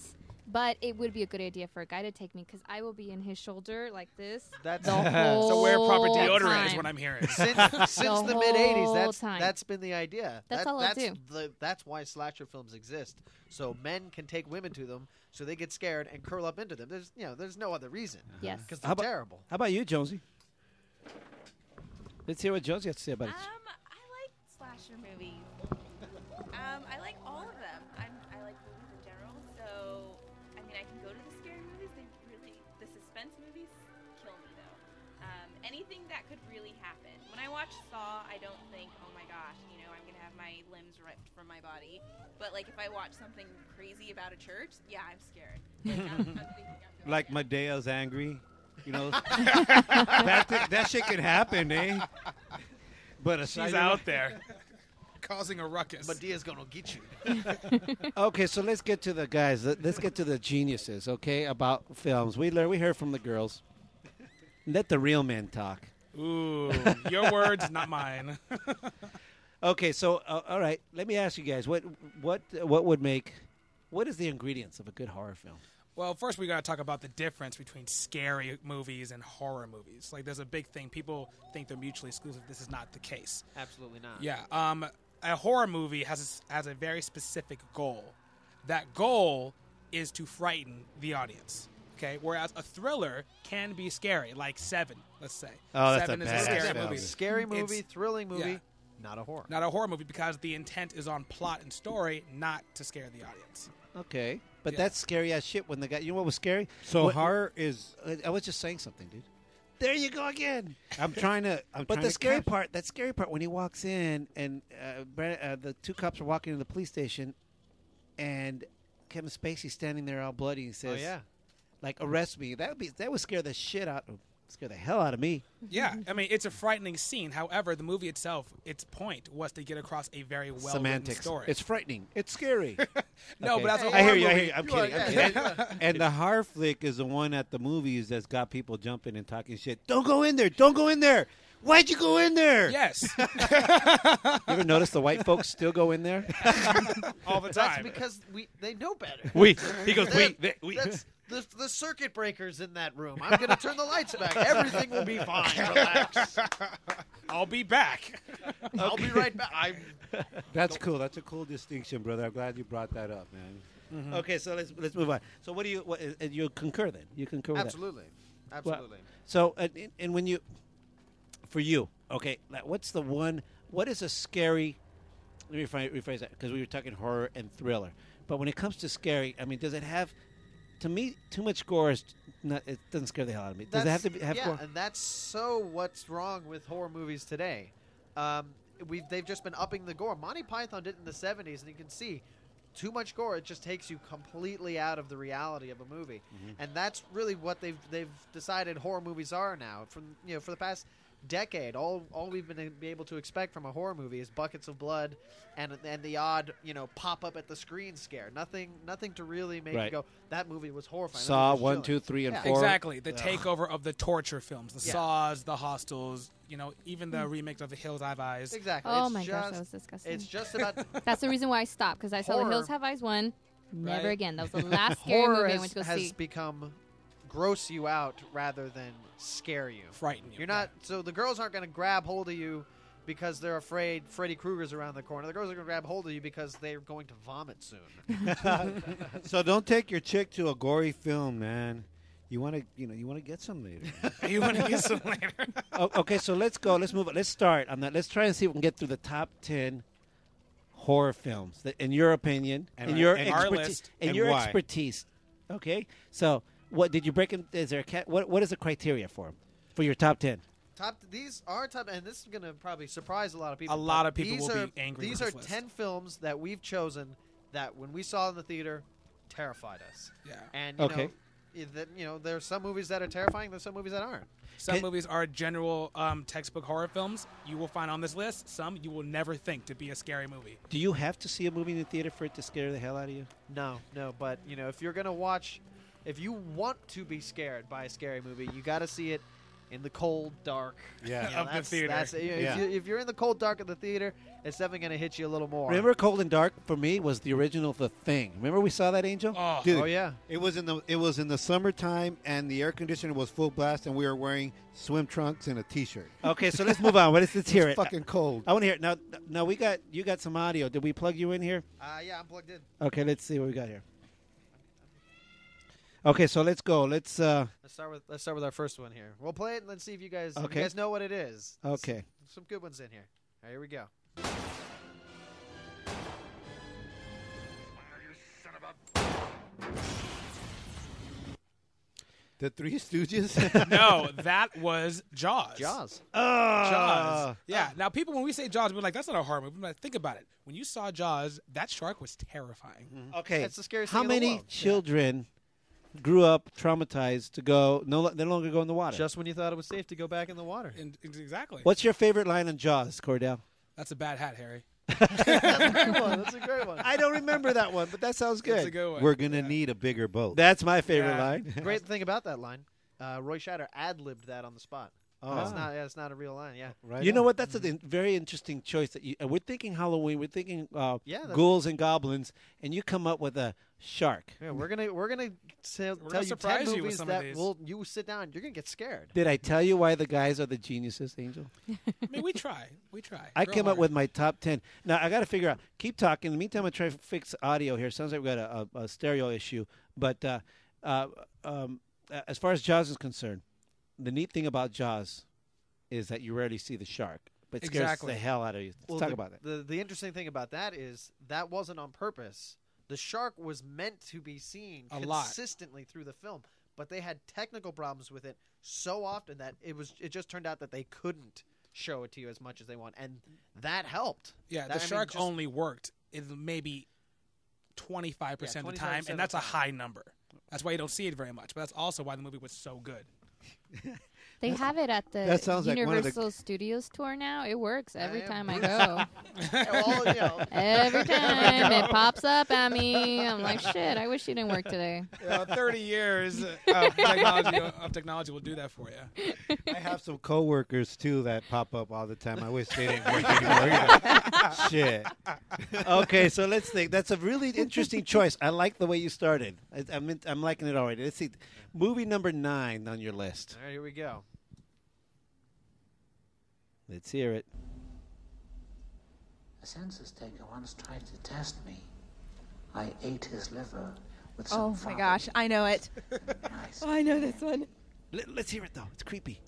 Speaker 5: but it would be a good idea for a guy to take me because I will be in his shoulder like this.
Speaker 7: That's
Speaker 5: the whole
Speaker 16: so wear proper
Speaker 5: whole
Speaker 16: deodorant is
Speaker 5: time.
Speaker 16: what I'm hearing.
Speaker 7: since, since the,
Speaker 5: whole
Speaker 7: mid '80s, that's
Speaker 5: time.
Speaker 7: that's been the idea.
Speaker 5: That's
Speaker 7: that,
Speaker 5: all I
Speaker 7: that's
Speaker 5: do.
Speaker 7: The, that's why slasher films exist, so men can take women to them, so they get scared and curl up into them. There's you know, there's no other reason.
Speaker 5: Uh-huh. Yes.
Speaker 7: because they're
Speaker 2: How about-
Speaker 7: terrible.
Speaker 2: How about you, Jonesy? Let's hear what Jonesy has to say about it.
Speaker 6: slasher movies. Um, I like all of them. I'm, I like movies in general, so I mean, I can go to the scary movies. They really, the suspense movies kill me though. Um, anything that could really happen. When I watch Saw, I don't think, oh my gosh, you know, I'm gonna have my limbs ripped from my body. But like, if I watch something crazy about a church, yeah, I'm scared. Like, I'm, I'm thinking I'm going
Speaker 3: like Medea's angry, you know. that thi- that shit can happen, eh? But aside
Speaker 16: She's out there causing a ruckus.
Speaker 7: Medea's gonna get you.
Speaker 2: okay, so let's get to the guys. Let- Let's get to the geniuses, okay, about films. We learned, we heard from the girls. Let the real men talk.
Speaker 16: Ooh, your words, not mine.
Speaker 2: Okay, so uh, all right, let me ask you guys what what what would make what is the ingredients of a good horror film?
Speaker 16: Well, first we got to talk about the difference between scary movies and horror movies. Like, there's a big thing. People think they're mutually exclusive. This is not the case.
Speaker 7: Absolutely not.
Speaker 16: Yeah. Um, a horror movie has has a very specific goal. That goal is to frighten the audience. Okay. Whereas a thriller can be scary, like Seven. Let's say.
Speaker 3: Oh, that's
Speaker 16: Seven
Speaker 3: a
Speaker 16: is
Speaker 3: badass
Speaker 16: scary
Speaker 3: film.
Speaker 16: movie.
Speaker 7: Scary movie,
Speaker 16: It's-
Speaker 7: thrilling movie,
Speaker 16: yeah.
Speaker 7: not a horror.
Speaker 16: Not a horror movie because the intent is on plot and story, not to scare the audience.
Speaker 2: Okay, but
Speaker 16: Yeah.
Speaker 2: that's scary as shit when the guy. You know what was scary?
Speaker 3: So
Speaker 2: What-
Speaker 3: horror is.
Speaker 2: I- I was just saying something, dude. There you go again. I'm trying to. I'm
Speaker 3: but
Speaker 2: trying
Speaker 3: the
Speaker 2: to
Speaker 3: scary
Speaker 2: cap-
Speaker 3: part,
Speaker 2: that scary part, when he walks in and uh, Bren- uh, the two cops are walking to the police station, and Kevin Spacey's standing there all bloody. and says,
Speaker 16: Oh, yeah.
Speaker 2: like arrest me." That would be that would scare the shit out, scare the hell out of me.
Speaker 16: Yeah,
Speaker 5: Mm-hmm.
Speaker 16: I mean it's a frightening scene. However, the movie itself, its point was to get across a very well
Speaker 2: Semantics.
Speaker 16: story.
Speaker 2: It's frightening. It's scary.
Speaker 16: no, but
Speaker 2: Okay.
Speaker 16: that's a
Speaker 2: I hear
Speaker 16: horror
Speaker 2: you. I
Speaker 16: movie.
Speaker 2: hear you. I'm kidding. I'm kidding. and the horror flick is the one at the movies that's got people jumping and talking shit. Don't go in there. Don't go in there. Why'd you go in there?
Speaker 16: Yes.
Speaker 2: you ever notice the white folks still go in there?
Speaker 16: all the
Speaker 7: That's
Speaker 16: time.
Speaker 7: because we they know better.
Speaker 2: We- he goes,
Speaker 7: That-
Speaker 2: we- we-
Speaker 7: That's the, the circuit breakers in that room. I'm gonna turn the lights back. Everything will be fine. Relax.
Speaker 16: I'll be back.
Speaker 7: I'll be right back. I
Speaker 2: That's cool. That's a cool distinction, brother. I'm glad you brought that up, man.
Speaker 7: Mhm.
Speaker 2: Okay, so let's let's move on. So what do you what, uh, you concur then? You concur with that?
Speaker 7: absolutely,
Speaker 2: Well,
Speaker 7: absolutely.
Speaker 2: so and, and- and when you for you, okay, like, what's the one? What is a scary? Let me rephrase, rephrase that because we were talking horror and thriller. But when it comes to scary, I mean, does it have? To me, too much gore is not. It doesn't scare the hell out of me. Does it have to be, have
Speaker 7: yeah,
Speaker 2: gore?
Speaker 7: and that's so what's wrong with horror movies today. Um, we've they've just been upping the gore. Monty Python did it in the '70s, and you can see too much gore. It just takes you completely out of the reality of a movie,
Speaker 2: Mhm.
Speaker 7: and that's really what they've they've decided horror movies are now. From you know for the past decade, all all we've been able to expect from a horror movie is buckets of blood, and and the odd you know pop up at the screen scare. Nothing nothing to really make
Speaker 2: Right.
Speaker 7: you go that movie was horrifying. That
Speaker 2: Saw
Speaker 7: movie was
Speaker 2: one,
Speaker 7: chilling."
Speaker 2: two, three, and
Speaker 7: Yeah.
Speaker 2: four.
Speaker 16: Exactly. The
Speaker 2: Ugh.
Speaker 16: takeover of the torture films, the
Speaker 7: Yeah.
Speaker 16: Saws, the Hostels, you know, even the
Speaker 5: Mm.
Speaker 16: remake of The Hills I've Eyes.
Speaker 7: Exactly.
Speaker 5: Oh
Speaker 7: It's
Speaker 5: my gosh, that
Speaker 7: just-
Speaker 5: was disgusting.
Speaker 7: It's just about
Speaker 5: That's the reason why I stopped because I saw The Hills
Speaker 7: Horror.
Speaker 5: Have Eyes one. Never
Speaker 7: Right.
Speaker 5: again. That was the last scary
Speaker 7: horror
Speaker 5: movie I
Speaker 7: has,
Speaker 5: went to go
Speaker 7: has
Speaker 5: see.
Speaker 7: become gross you out rather than scare you,
Speaker 16: frighten you.
Speaker 7: You're not so the girls aren't going to grab hold of you because they're afraid Freddy Krueger's around the corner. The girls are going to grab hold of you because they're going to vomit soon.
Speaker 2: so don't take your chick to a gory film, man. You want to, you know, you want to get some later.
Speaker 16: you want to get some later.
Speaker 2: O- okay, so let's go. Let's move. on. Let's start on that. Let's try and see if we can get through the top ten horror films that, in your opinion,
Speaker 3: And
Speaker 2: in
Speaker 3: our-
Speaker 2: your
Speaker 3: and our
Speaker 2: expertise,
Speaker 3: list.
Speaker 2: in
Speaker 3: And
Speaker 2: your
Speaker 3: why.
Speaker 2: expertise. Okay, so what did you break? 'em- Is there a cat? What What is the criteria for 'em? for your top ten?
Speaker 7: top these are top and this is going to probably surprise a lot of people
Speaker 16: A lot
Speaker 7: but
Speaker 16: of people
Speaker 7: these
Speaker 16: will
Speaker 7: are,
Speaker 16: be angry
Speaker 7: these
Speaker 16: with
Speaker 7: are
Speaker 16: this list.
Speaker 7: 10 films that we've chosen that when we saw in the theater terrified us
Speaker 16: Yeah.
Speaker 7: and you
Speaker 16: Okay.
Speaker 7: know i- that you know there's some movies that are terrifying there's some movies that aren't
Speaker 16: Some movies are general um, textbook horror films you will find on this list. Some you will never think to be a scary movie.
Speaker 2: Do you have to see a movie in the theater for it to scare the hell out of you?
Speaker 7: no no but you know if you're going to watch if you want to be scared by a scary movie you got to see it in the cold dark
Speaker 2: Yeah.
Speaker 7: You know,
Speaker 2: Of the
Speaker 7: that's-
Speaker 2: theater.
Speaker 7: that's- you know,
Speaker 2: Yeah.
Speaker 7: if, you, if you're in the cold dark of the theater it's definitely going to hit you a little more
Speaker 2: Remember, Cold and Dark for me was the original The Thing. Remember we saw that Angel?
Speaker 16: Oh,
Speaker 7: Oh, yeah.
Speaker 2: It was in the it was in the summertime, and the air conditioner was full blast, and we were wearing swim trunks and a T-shirt. Okay, so let's move on. Let's, let's
Speaker 7: It's
Speaker 2: hear it.
Speaker 7: fucking
Speaker 2: cold. I want to hear it now. Now we got you got some audio. Did we plug you in here?
Speaker 7: uh, yeah i'm plugged in
Speaker 2: Okay, let's see what we got here. Okay, so let's go. Let's. uh
Speaker 7: Let's start with let's start with our first one here. We'll play it and let's see if you guys if
Speaker 2: Okay.
Speaker 7: you guys know what it is.
Speaker 2: Okay.
Speaker 7: S- Some good ones in here. All right, here we go.
Speaker 2: The Three Stooges.
Speaker 16: no, that was Jaws.
Speaker 7: Jaws.
Speaker 16: Ah. Jaws. Yeah. now, people, when we say Jaws, we're like, that's not a horror movie. But think about it. When you saw Jaws, that shark was terrifying.
Speaker 7: Mm-hmm.
Speaker 2: Okay.
Speaker 16: That's the scariest
Speaker 2: How
Speaker 16: thing in the
Speaker 2: many
Speaker 16: world.
Speaker 2: children grew up traumatized to go? No, they no longer go in the water.
Speaker 7: Just when you thought it was safe to go back in the water.
Speaker 16: exactly.
Speaker 2: What's your favorite line on Jaws, Cordell?
Speaker 16: That's a bad hat, Harry.
Speaker 7: great one. That's a great one.
Speaker 2: I don't remember that one, but that sounds good.
Speaker 7: That's a good one.
Speaker 2: We're gonna need a bigger boat. That's my favorite
Speaker 7: Yeah.
Speaker 2: line.
Speaker 7: Great thing about that line, uh, Roy Scheider ad libbed that on the spot.
Speaker 2: Oh.
Speaker 7: That's not yeah, that's not a real line. Yeah.
Speaker 2: Right you know what? That's a in- very interesting choice. That you, uh, we're thinking Halloween, we're thinking uh,
Speaker 7: Yeah, that's-
Speaker 2: ghouls and goblins, and you come up with a shark.
Speaker 7: Yeah, we're gonna we're gonna tell,
Speaker 16: gonna
Speaker 7: tell you ten
Speaker 16: surprise you with
Speaker 7: movies
Speaker 16: some of
Speaker 7: that
Speaker 16: these.
Speaker 7: will you sit down. You're gonna get scared.
Speaker 2: Did I tell you why the guys are the geniuses, Angel?
Speaker 16: I mean, we try. We try.
Speaker 2: I
Speaker 16: Grow
Speaker 2: came up
Speaker 16: hard.
Speaker 2: with my top ten. Now I got to figure out. Keep talking. In the meantime, I try to fix audio here. Sounds like we got a, a, a stereo issue. But uh, uh, um, uh, as far as Jaws is concerned, the neat thing about Jaws is that you rarely see the shark, but it scares
Speaker 7: Exactly.
Speaker 2: the hell out of you. Let's
Speaker 7: Well,
Speaker 2: talk
Speaker 7: the,
Speaker 2: about that.
Speaker 7: The, the interesting thing about that is that wasn't on purpose. The shark was meant to be seen
Speaker 16: A lot.
Speaker 7: consistently through the film, but they had technical problems with it so often that it was it just turned out that they couldn't show it to you as much as they want, and that helped.
Speaker 16: Yeah,
Speaker 7: That-
Speaker 16: the
Speaker 7: I mean,
Speaker 16: shark
Speaker 7: just-
Speaker 16: only worked in maybe 25%
Speaker 7: Yeah,
Speaker 16: of the time,
Speaker 7: 25% of
Speaker 16: and that's
Speaker 7: the
Speaker 16: a
Speaker 7: time.
Speaker 16: high number. That's why you don't see it very much, but that's also why the movie was so good.
Speaker 5: They have it at the
Speaker 16: That sounds like one of the-
Speaker 5: Universal Studios tour now. It works every
Speaker 16: am-
Speaker 5: time I go.
Speaker 16: Well, you know.
Speaker 5: every time it pops up at me, I'm like,
Speaker 16: Yeah.
Speaker 5: shit. I wish you didn't work today.
Speaker 16: Uh, 30 years of technology, of technology will do that for you.
Speaker 2: I have some coworkers too that pop up all the time. I wish they didn't work anymore. either. Shit. Okay, so let's think. That's a really interesting choice. I like the way you started. I, I'm in, I'm liking it already. Let's see, movie number nine on your list.
Speaker 7: All right, here we go.
Speaker 3: Let's hear it.
Speaker 17: A census taker once tried to test me. I ate his liver with some
Speaker 6: Oh my gosh, I know it. oh, I know this one.
Speaker 3: Let, let's hear it though. It's creepy.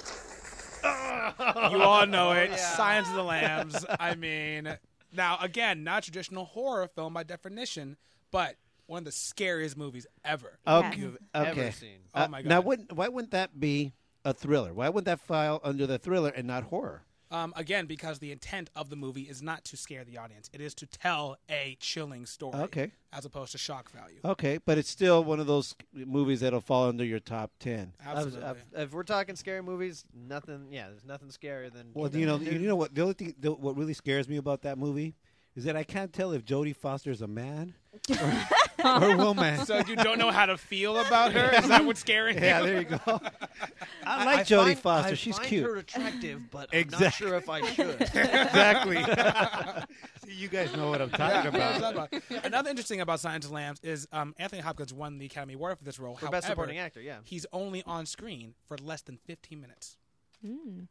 Speaker 16: You all know it.
Speaker 3: Yeah.
Speaker 16: Signs of the Lambs. I mean, now again, not traditional horror film by definition, but one of the scariest movies ever.
Speaker 2: Okay.
Speaker 16: you've
Speaker 2: okay.
Speaker 16: ever seen.
Speaker 2: Uh,
Speaker 16: oh my
Speaker 2: Now,
Speaker 16: god.
Speaker 2: wouldn't, why wouldn't that be a thriller? Why wouldn't that file under the thriller and not horror?
Speaker 16: Um, again, because the intent of the movie is not to scare the audience; it is to tell a chilling story,
Speaker 2: Okay.
Speaker 16: as opposed to shock value.
Speaker 2: Okay, but it's still one of those movies that'll fall under your top ten.
Speaker 16: Absolutely.
Speaker 7: If we're talking scary movies, nothing. Yeah, there's nothing scarier than.
Speaker 2: Well, you know, you know what? The only thing, the, what really scares me about that movie is that I can't tell if Jodie Foster is a man or, uh, or a woman.
Speaker 16: So you don't know how to feel about her? Is that what's scaring you?
Speaker 2: Yeah, there you go. I like Jodie
Speaker 7: find-
Speaker 2: Foster.
Speaker 7: I
Speaker 2: She's
Speaker 7: find
Speaker 2: cute.
Speaker 7: her attractive, but I'm
Speaker 2: Exact-
Speaker 7: not sure if I should.
Speaker 2: Exactly. See, you guys know what I'm talking
Speaker 16: Yeah,
Speaker 2: about.
Speaker 16: that's about- Another interesting about Silence of the Lambs is um, Anthony Hopkins won the Academy Award for this role.
Speaker 7: For Best
Speaker 16: However,
Speaker 7: Supporting Actor, yeah.
Speaker 16: he's only on screen for less than 15 minutes.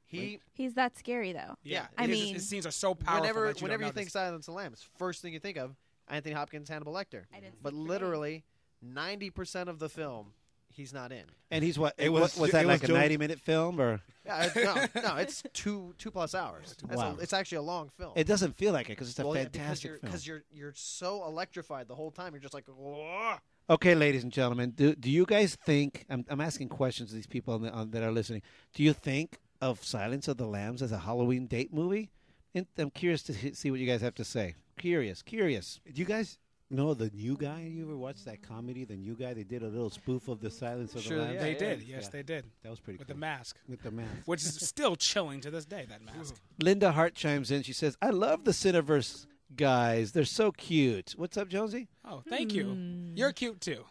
Speaker 7: He-
Speaker 6: Mm. he's that scary though. I
Speaker 16: his,
Speaker 6: mean,
Speaker 16: his scenes are so powerful.
Speaker 7: Whenever,
Speaker 16: that you
Speaker 7: whenever
Speaker 16: don't
Speaker 7: you think
Speaker 16: notice.
Speaker 7: Silence of the Lambs, first thing you think of Anthony Hopkins, Hannibal Lecter. I didn't but literally, ninety percent of the film, he's not in.
Speaker 2: And he's what? It
Speaker 3: It
Speaker 2: was,
Speaker 3: was-
Speaker 2: was that
Speaker 3: it
Speaker 2: like
Speaker 3: was
Speaker 2: a
Speaker 3: Jodie-
Speaker 2: 90 minute film or?
Speaker 7: Yeah, it's, no, no, it's two two plus hours. That's
Speaker 2: Wow.
Speaker 7: a, it's actually a long film.
Speaker 2: It doesn't feel like it 'cause it's a
Speaker 7: Well, yeah,
Speaker 2: fantastic film.
Speaker 7: because you're, Because you're you're so electrified the whole time. You're just like, "Whoa."
Speaker 2: Okay, ladies and gentlemen, do, do you guys think? I'm, I'm asking questions to these people on the, on, that are listening. Do you think of Silence of the Lambs as a Halloween date movie? And I'm curious to he- see what you guys have to say. Curious, curious. Do you guys know the new guy? You ever watched that comedy, the new guy? They did a little spoof of the Silence of
Speaker 16: Sure,
Speaker 2: the Lambs.
Speaker 16: they did. Yes, they did.
Speaker 2: That was pretty
Speaker 16: With
Speaker 2: cool.
Speaker 16: the mask.
Speaker 2: With the mask.
Speaker 16: Which is still chilling to this day, that mask.
Speaker 2: Linda Hart chimes in. She says, "I love the Cineverse guys. They're so cute." What's up, Jonesy?
Speaker 16: Oh, thank you. You're cute too.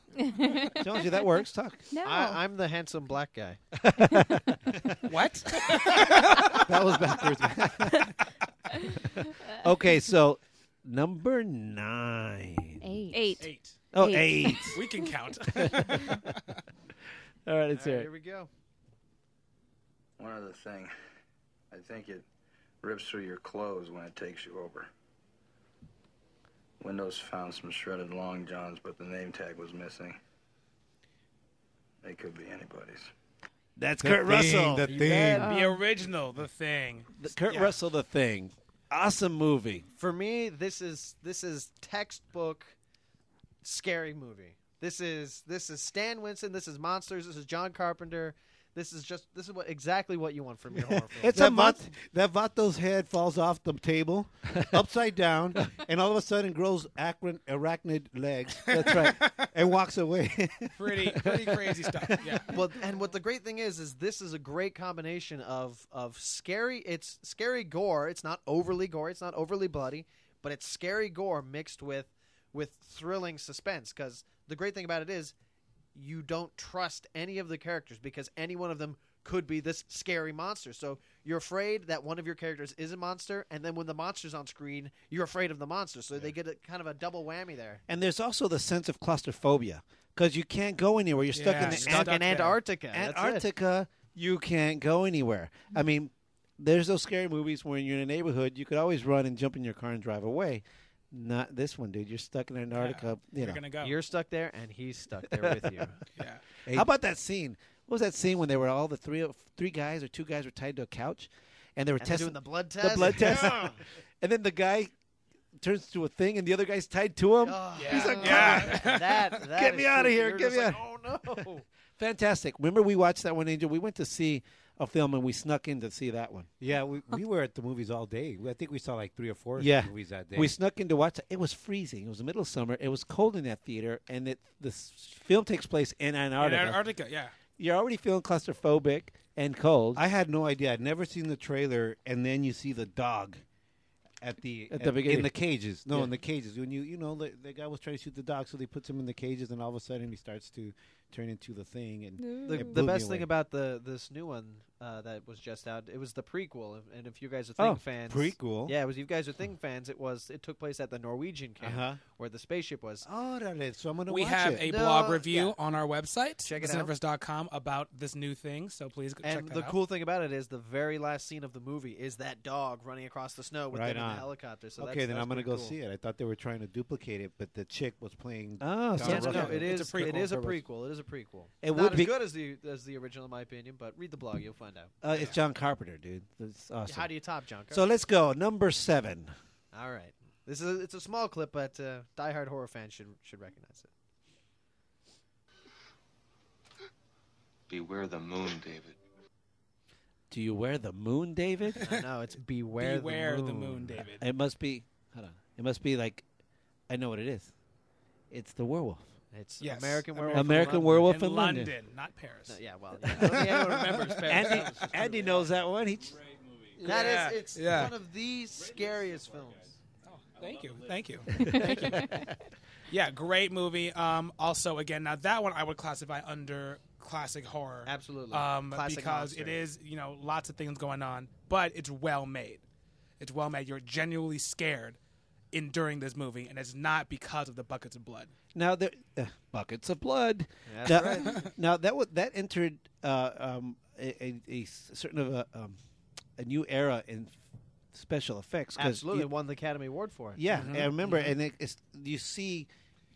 Speaker 2: Jonesy, that works. Talk.
Speaker 7: I, I'm the handsome black guy.
Speaker 16: what?
Speaker 2: that was backwards. okay, so number nine.
Speaker 5: Eight.
Speaker 6: Eight.
Speaker 16: Eight.
Speaker 2: Oh, eight.
Speaker 16: We can count.
Speaker 2: All right,
Speaker 7: All right,
Speaker 2: let's hear it.
Speaker 7: here we go.
Speaker 18: One other thing. I think it rips through your clothes when it takes you over. Windows found some shredded long johns, but the name tag was missing. They could be anybody's.
Speaker 2: That's
Speaker 18: The
Speaker 2: Kurt
Speaker 18: Thing,
Speaker 2: Russell.
Speaker 18: The
Speaker 16: You
Speaker 18: Uh,
Speaker 16: bet. The original, the thing.
Speaker 2: The Kurt
Speaker 16: Yeah.
Speaker 2: Russell, the thing. Awesome movie.
Speaker 7: For me, this is this is textbook scary movie. This is this is Stan Winston. This is monsters. This is John Carpenter. This is just this is what exactly what you want from your horror film.
Speaker 2: It's a month that Vato's head falls off the table, upside down, and all of a sudden grows acrin- arachnid legs. That's right, and walks away.
Speaker 16: Pretty pretty crazy stuff. Yeah.
Speaker 7: Well, and what the great thing is is this is a great combination of of scary. It's scary gore. It's not overly gore. It's not overly bloody, but it's scary gore mixed with with thrilling suspense. Because the great thing about it is you don't trust any of the characters because any one of them could be this scary monster. So you're afraid that one of your characters is a monster, and then when the monster's on screen, you're afraid of the monster. So they get a kind of a double whammy there.
Speaker 2: And there's also the sense of claustrophobia because you can't go anywhere. You're stuck
Speaker 7: Yeah,
Speaker 2: in the
Speaker 7: stuck in Antarctica. That's it.
Speaker 2: Antarctica, you can't go anywhere. I mean, there's those scary movies when you're in a neighborhood, you could always run and jump in your car and drive away. Not this one, dude. You're stuck in Antarctica. you know.
Speaker 16: go.
Speaker 7: You're stuck there, and he's stuck there with you.
Speaker 2: How about that scene? What was that scene when they were all the three three guys or two guys were tied to a couch, and they were
Speaker 7: And they're
Speaker 2: testing
Speaker 7: doing the blood
Speaker 2: The
Speaker 7: test?
Speaker 2: blood test.
Speaker 7: Yeah.
Speaker 2: and then the guy turns to a thing, and the other guy's tied to him.
Speaker 7: Oh, yeah.
Speaker 2: He's like,
Speaker 7: Yeah.
Speaker 2: "Come on,
Speaker 7: That- that
Speaker 2: get
Speaker 7: is
Speaker 2: me out of
Speaker 7: creepy.
Speaker 2: here!
Speaker 7: You're
Speaker 2: get
Speaker 7: just
Speaker 2: me
Speaker 7: like,
Speaker 2: out!
Speaker 7: "Oh, no."
Speaker 2: Fantastic. Remember we watched that one, Angel? We went to see a film and we snuck in to see that one.
Speaker 3: Yeah, we, we were at the movies all day. I think we saw like three or four
Speaker 2: yeah.
Speaker 3: movies that day.
Speaker 2: We snuck in to watch it. It was freezing. It was the middle of summer. It was cold in that theater and it the film takes place in Antarctica.
Speaker 16: Antarctica, yeah.
Speaker 2: You're already feeling claustrophobic and cold.
Speaker 3: I had no idea. I'd never seen the trailer, and then you see the dog at the
Speaker 2: At the beginning.
Speaker 3: in the cages. No,
Speaker 2: Yeah.
Speaker 3: in the cages. When you you know the, the guy was trying to shoot the dog, so they puts him in the cages, and all of a sudden he starts to turn into the thing. And
Speaker 7: The,
Speaker 3: it
Speaker 7: the
Speaker 3: blew me
Speaker 7: best
Speaker 3: away.
Speaker 7: thing about the this new one uh, that was just out, it was the prequel. And if you guys are
Speaker 3: Oh,
Speaker 7: Thing fans,
Speaker 3: prequel. Hmm.
Speaker 7: yeah, it was. If you guys are Thing fans, it was. It took place at the Norwegian camp
Speaker 3: Uh-huh.
Speaker 7: where the spaceship was.
Speaker 3: Oh, so I'm gonna
Speaker 16: We
Speaker 3: watch
Speaker 16: have
Speaker 3: it.
Speaker 16: a
Speaker 7: No,
Speaker 16: blog review
Speaker 7: yeah.
Speaker 16: on our website,
Speaker 7: Check it out.
Speaker 16: cineverse.com, about this new thing. So please go check
Speaker 7: And
Speaker 16: that
Speaker 7: the
Speaker 16: out.
Speaker 7: cool thing about it is the very last scene of the movie is that dog running across the snow with
Speaker 3: right
Speaker 7: them in
Speaker 3: on
Speaker 7: the helicopter. So
Speaker 3: okay,
Speaker 7: that's,
Speaker 3: then
Speaker 7: that's
Speaker 3: I'm gonna
Speaker 7: pretty
Speaker 3: go
Speaker 7: cool.
Speaker 3: see it. I thought they were trying to duplicate it, but the chick was playing.
Speaker 2: Oh,
Speaker 3: Donna
Speaker 7: Yeah, no,
Speaker 3: Rucker.
Speaker 7: no, it is. It is a prequel. It is a prequel.
Speaker 2: It
Speaker 7: Not
Speaker 2: would
Speaker 7: as
Speaker 2: be-
Speaker 7: good as the as the original, in my opinion. But read the blog, you'll find out.
Speaker 2: Uh, it's John Carpenter, dude. That's awesome.
Speaker 7: How do you top John
Speaker 2: So
Speaker 7: Carpenter?
Speaker 2: let's go. Number seven.
Speaker 7: All right, this is a, it's a small clip, but uh, diehard horror fans should should recognize it.
Speaker 19: Beware the moon, David.
Speaker 2: Do you wear the moon, David?
Speaker 7: no, it's beware,
Speaker 16: the Beware the moon. moon, David.
Speaker 2: It must be. Hold on. It must be like. I know what it is. It's the werewolf.
Speaker 7: It's
Speaker 16: Yes.
Speaker 7: American
Speaker 16: American
Speaker 7: Werewolf. in
Speaker 2: American
Speaker 7: London.
Speaker 2: Werewolf
Speaker 16: in London, not Paris.
Speaker 7: No, yeah, well, yeah. I don't think anyone remembers Paris.
Speaker 2: Andy,
Speaker 7: That was just
Speaker 2: Andy knows that one. He j-
Speaker 7: That is,
Speaker 16: Yeah.
Speaker 7: it's
Speaker 16: Yeah.
Speaker 7: one of the scariest films.
Speaker 16: Thank you. Thank you. Thank you. Yeah, great movie. Um, also, again, now that one I would classify under classic horror.
Speaker 7: Absolutely.
Speaker 16: Um,
Speaker 7: Classic
Speaker 16: because
Speaker 7: monster.
Speaker 16: it is, you know, lots of things going on, but it's well made. It's well made. You're genuinely scared in during this movie, and it's not because of the buckets of blood.
Speaker 2: Now there, uh, buckets of blood.
Speaker 16: That's
Speaker 2: now,
Speaker 16: right.
Speaker 2: now that w- that entered uh, um, a, a, a s- certain of a, um, a new era in special effects. 'cause
Speaker 7: Absolutely,
Speaker 2: you-
Speaker 7: won the Academy Award for it. Mm-hmm.
Speaker 2: yeah, I remember, and it, it's, you see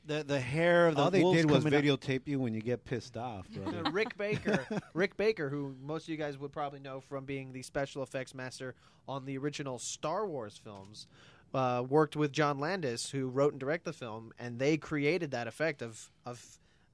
Speaker 2: the the hair of the
Speaker 3: all they
Speaker 2: wolves
Speaker 3: did was
Speaker 2: coming out.
Speaker 3: videotape you when you get pissed off. brother.
Speaker 7: Rick Baker, Rick Baker, who most of you guys would probably know from being the special effects master on the original Star Wars films, uh, worked with John Landis, who wrote and directed the film, and they created that effect of of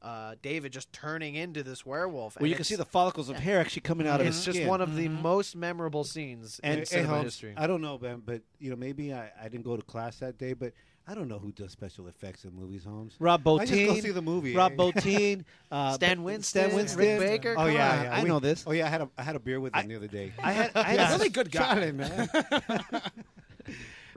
Speaker 7: uh, David just turning into this werewolf.
Speaker 2: Well,
Speaker 7: and
Speaker 2: you can
Speaker 7: it's-
Speaker 2: see the follicles of hair actually coming out of
Speaker 7: It's
Speaker 16: Mm-hmm.
Speaker 2: his
Speaker 7: just
Speaker 2: skin.
Speaker 7: one of the most memorable scenes in cinema
Speaker 3: Holmes,
Speaker 7: history.
Speaker 3: I don't know, Ben, but you know, maybe I, I didn't go to class that day, but I don't know who does special effects in movies, Holmes.
Speaker 2: Rob
Speaker 3: I
Speaker 2: Bottin.
Speaker 3: just go see the movie.
Speaker 2: Rob
Speaker 3: eh?
Speaker 2: Bottin. Uh,
Speaker 3: Stan
Speaker 2: B-
Speaker 3: Winston,
Speaker 2: Stan Winston.
Speaker 3: Rick Baker,
Speaker 2: Oh
Speaker 3: come
Speaker 2: yeah,
Speaker 3: on.
Speaker 2: yeah, I
Speaker 3: We-
Speaker 2: know this.
Speaker 3: Oh yeah, I had a I had a beer with him the other day.
Speaker 2: I had- I had a really good guy.
Speaker 3: Charlie, man.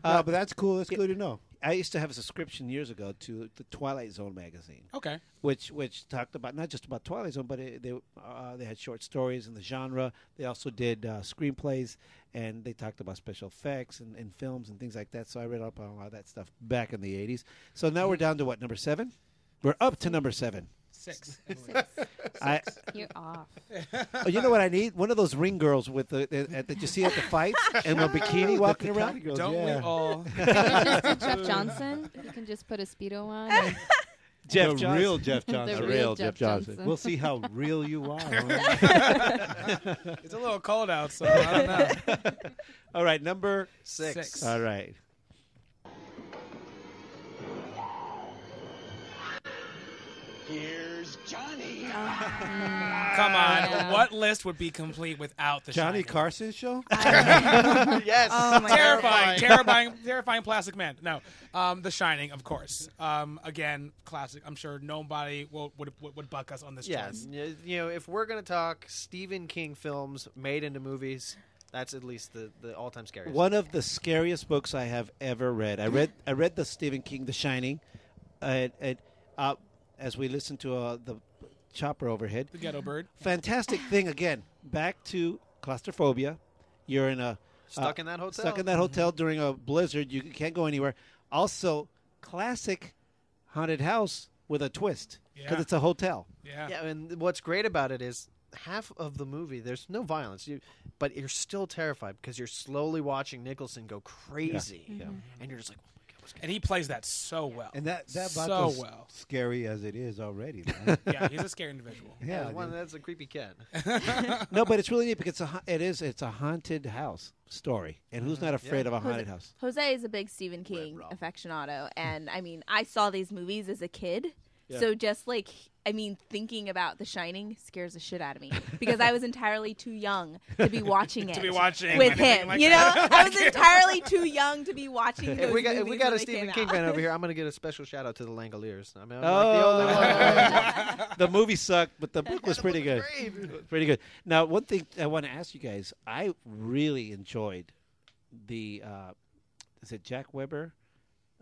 Speaker 2: Uh,
Speaker 3: but that's cool. That's good to know.
Speaker 2: I used to have a subscription years ago to the Twilight Zone magazine.
Speaker 16: Okay.
Speaker 2: Which which talked about not just about Twilight Zone, but it, they uh, they had short stories in the genre. They also did uh, screenplays, and they talked about special effects and, and films and things like that. So I read up on a lot of that stuff back in the '80s. So now we're down to what number seven? We're up to number seven.
Speaker 16: Six.
Speaker 2: I-
Speaker 5: You're off.
Speaker 2: Oh, you know what I need? One of those ring girls with the, the, uh, that you see at the fights and the bikini
Speaker 3: The
Speaker 2: walking
Speaker 3: Takati
Speaker 2: around.
Speaker 3: girls, Don't we yeah. all?
Speaker 5: Just do Jeff Johnson. He can just put a speedo on. and-
Speaker 2: Jeff
Speaker 3: the
Speaker 2: Johnson.
Speaker 3: real Jeff
Speaker 5: The
Speaker 3: Johnson.
Speaker 5: real real Jeff Jeff Johnson. Johnson.
Speaker 3: We'll see how real you are.
Speaker 16: it's a little cold out, so I don't know.
Speaker 2: All right, number
Speaker 7: Six.
Speaker 16: Six.
Speaker 2: All right.
Speaker 9: Here's Johnny.
Speaker 16: Come on, what list would be complete without the
Speaker 3: Johnny
Speaker 16: Shining?
Speaker 3: Carson show.
Speaker 16: yes.
Speaker 3: Oh, my
Speaker 16: terrifying,
Speaker 3: God.
Speaker 16: terrifying, terrifying plastic man. No, um, The Shining, of course. Um, again, classic. I'm sure nobody will, would, would would buck us on this.
Speaker 7: Yeah,
Speaker 16: choice.
Speaker 7: y- you know, if we're gonna talk Stephen King films made into movies, that's at least the, the all time scariest.
Speaker 2: One of the scariest books I have ever read. I read I read the Stephen King The Shining, uh, and, uh, as we listened to uh, the chopper overhead.
Speaker 16: The Ghetto Bird.
Speaker 2: Fantastic thing again. Back to claustrophobia. You're in a uh,
Speaker 7: Stuck in that hotel. Mm-hmm.
Speaker 2: Stuck in that hotel during a blizzard. You can't go anywhere. Also, classic haunted house with a twist because
Speaker 7: Yeah.
Speaker 2: it's a hotel.
Speaker 16: Yeah.
Speaker 7: Yeah, and what's great about it is half of the movie there's no violence, you, but you're still terrified because you're slowly watching Nicholson go crazy,
Speaker 16: Yeah. Mhm.
Speaker 7: and you're just like, "Oh
Speaker 16: and he plays that so well.
Speaker 3: And that that
Speaker 16: so
Speaker 3: Vatos
Speaker 16: well.
Speaker 3: scary as it is already. man.
Speaker 16: Yeah, he's a scary individual.
Speaker 3: Yeah,
Speaker 7: one,
Speaker 3: dude.
Speaker 7: that's a creepy cat.
Speaker 2: no, but it's really neat because it's a, ha- it is it's a haunted house story, and who's not
Speaker 7: Mhm.
Speaker 2: afraid
Speaker 7: Yeah.
Speaker 2: of a haunted
Speaker 20: Jose-
Speaker 2: house?
Speaker 20: Jose is a big Stephen King aficionado, and I mean, I saw these movies as a kid.
Speaker 2: Yeah.
Speaker 6: So just like I mean, thinking about The Shining scares the shit out of me because I was entirely too young to be watching it.
Speaker 16: To be watching
Speaker 6: with
Speaker 16: anything
Speaker 6: him,
Speaker 16: like
Speaker 6: you know,
Speaker 16: that.
Speaker 6: I was entirely too young to be watching.
Speaker 7: If
Speaker 6: Those
Speaker 7: we got if
Speaker 6: movies
Speaker 7: we got
Speaker 6: when
Speaker 7: a
Speaker 6: they
Speaker 7: Stephen
Speaker 6: came
Speaker 7: King
Speaker 6: out.
Speaker 7: fan over here, I'm gonna get a special shout out to the Langoliers. I mean, I'm
Speaker 2: Oh.
Speaker 7: like the only one.
Speaker 2: the movie sucked, but the book was pretty good.
Speaker 7: great.
Speaker 2: Pretty good. Now, one thing I want to ask you guys: I really enjoyed the uh, is it Jack Weber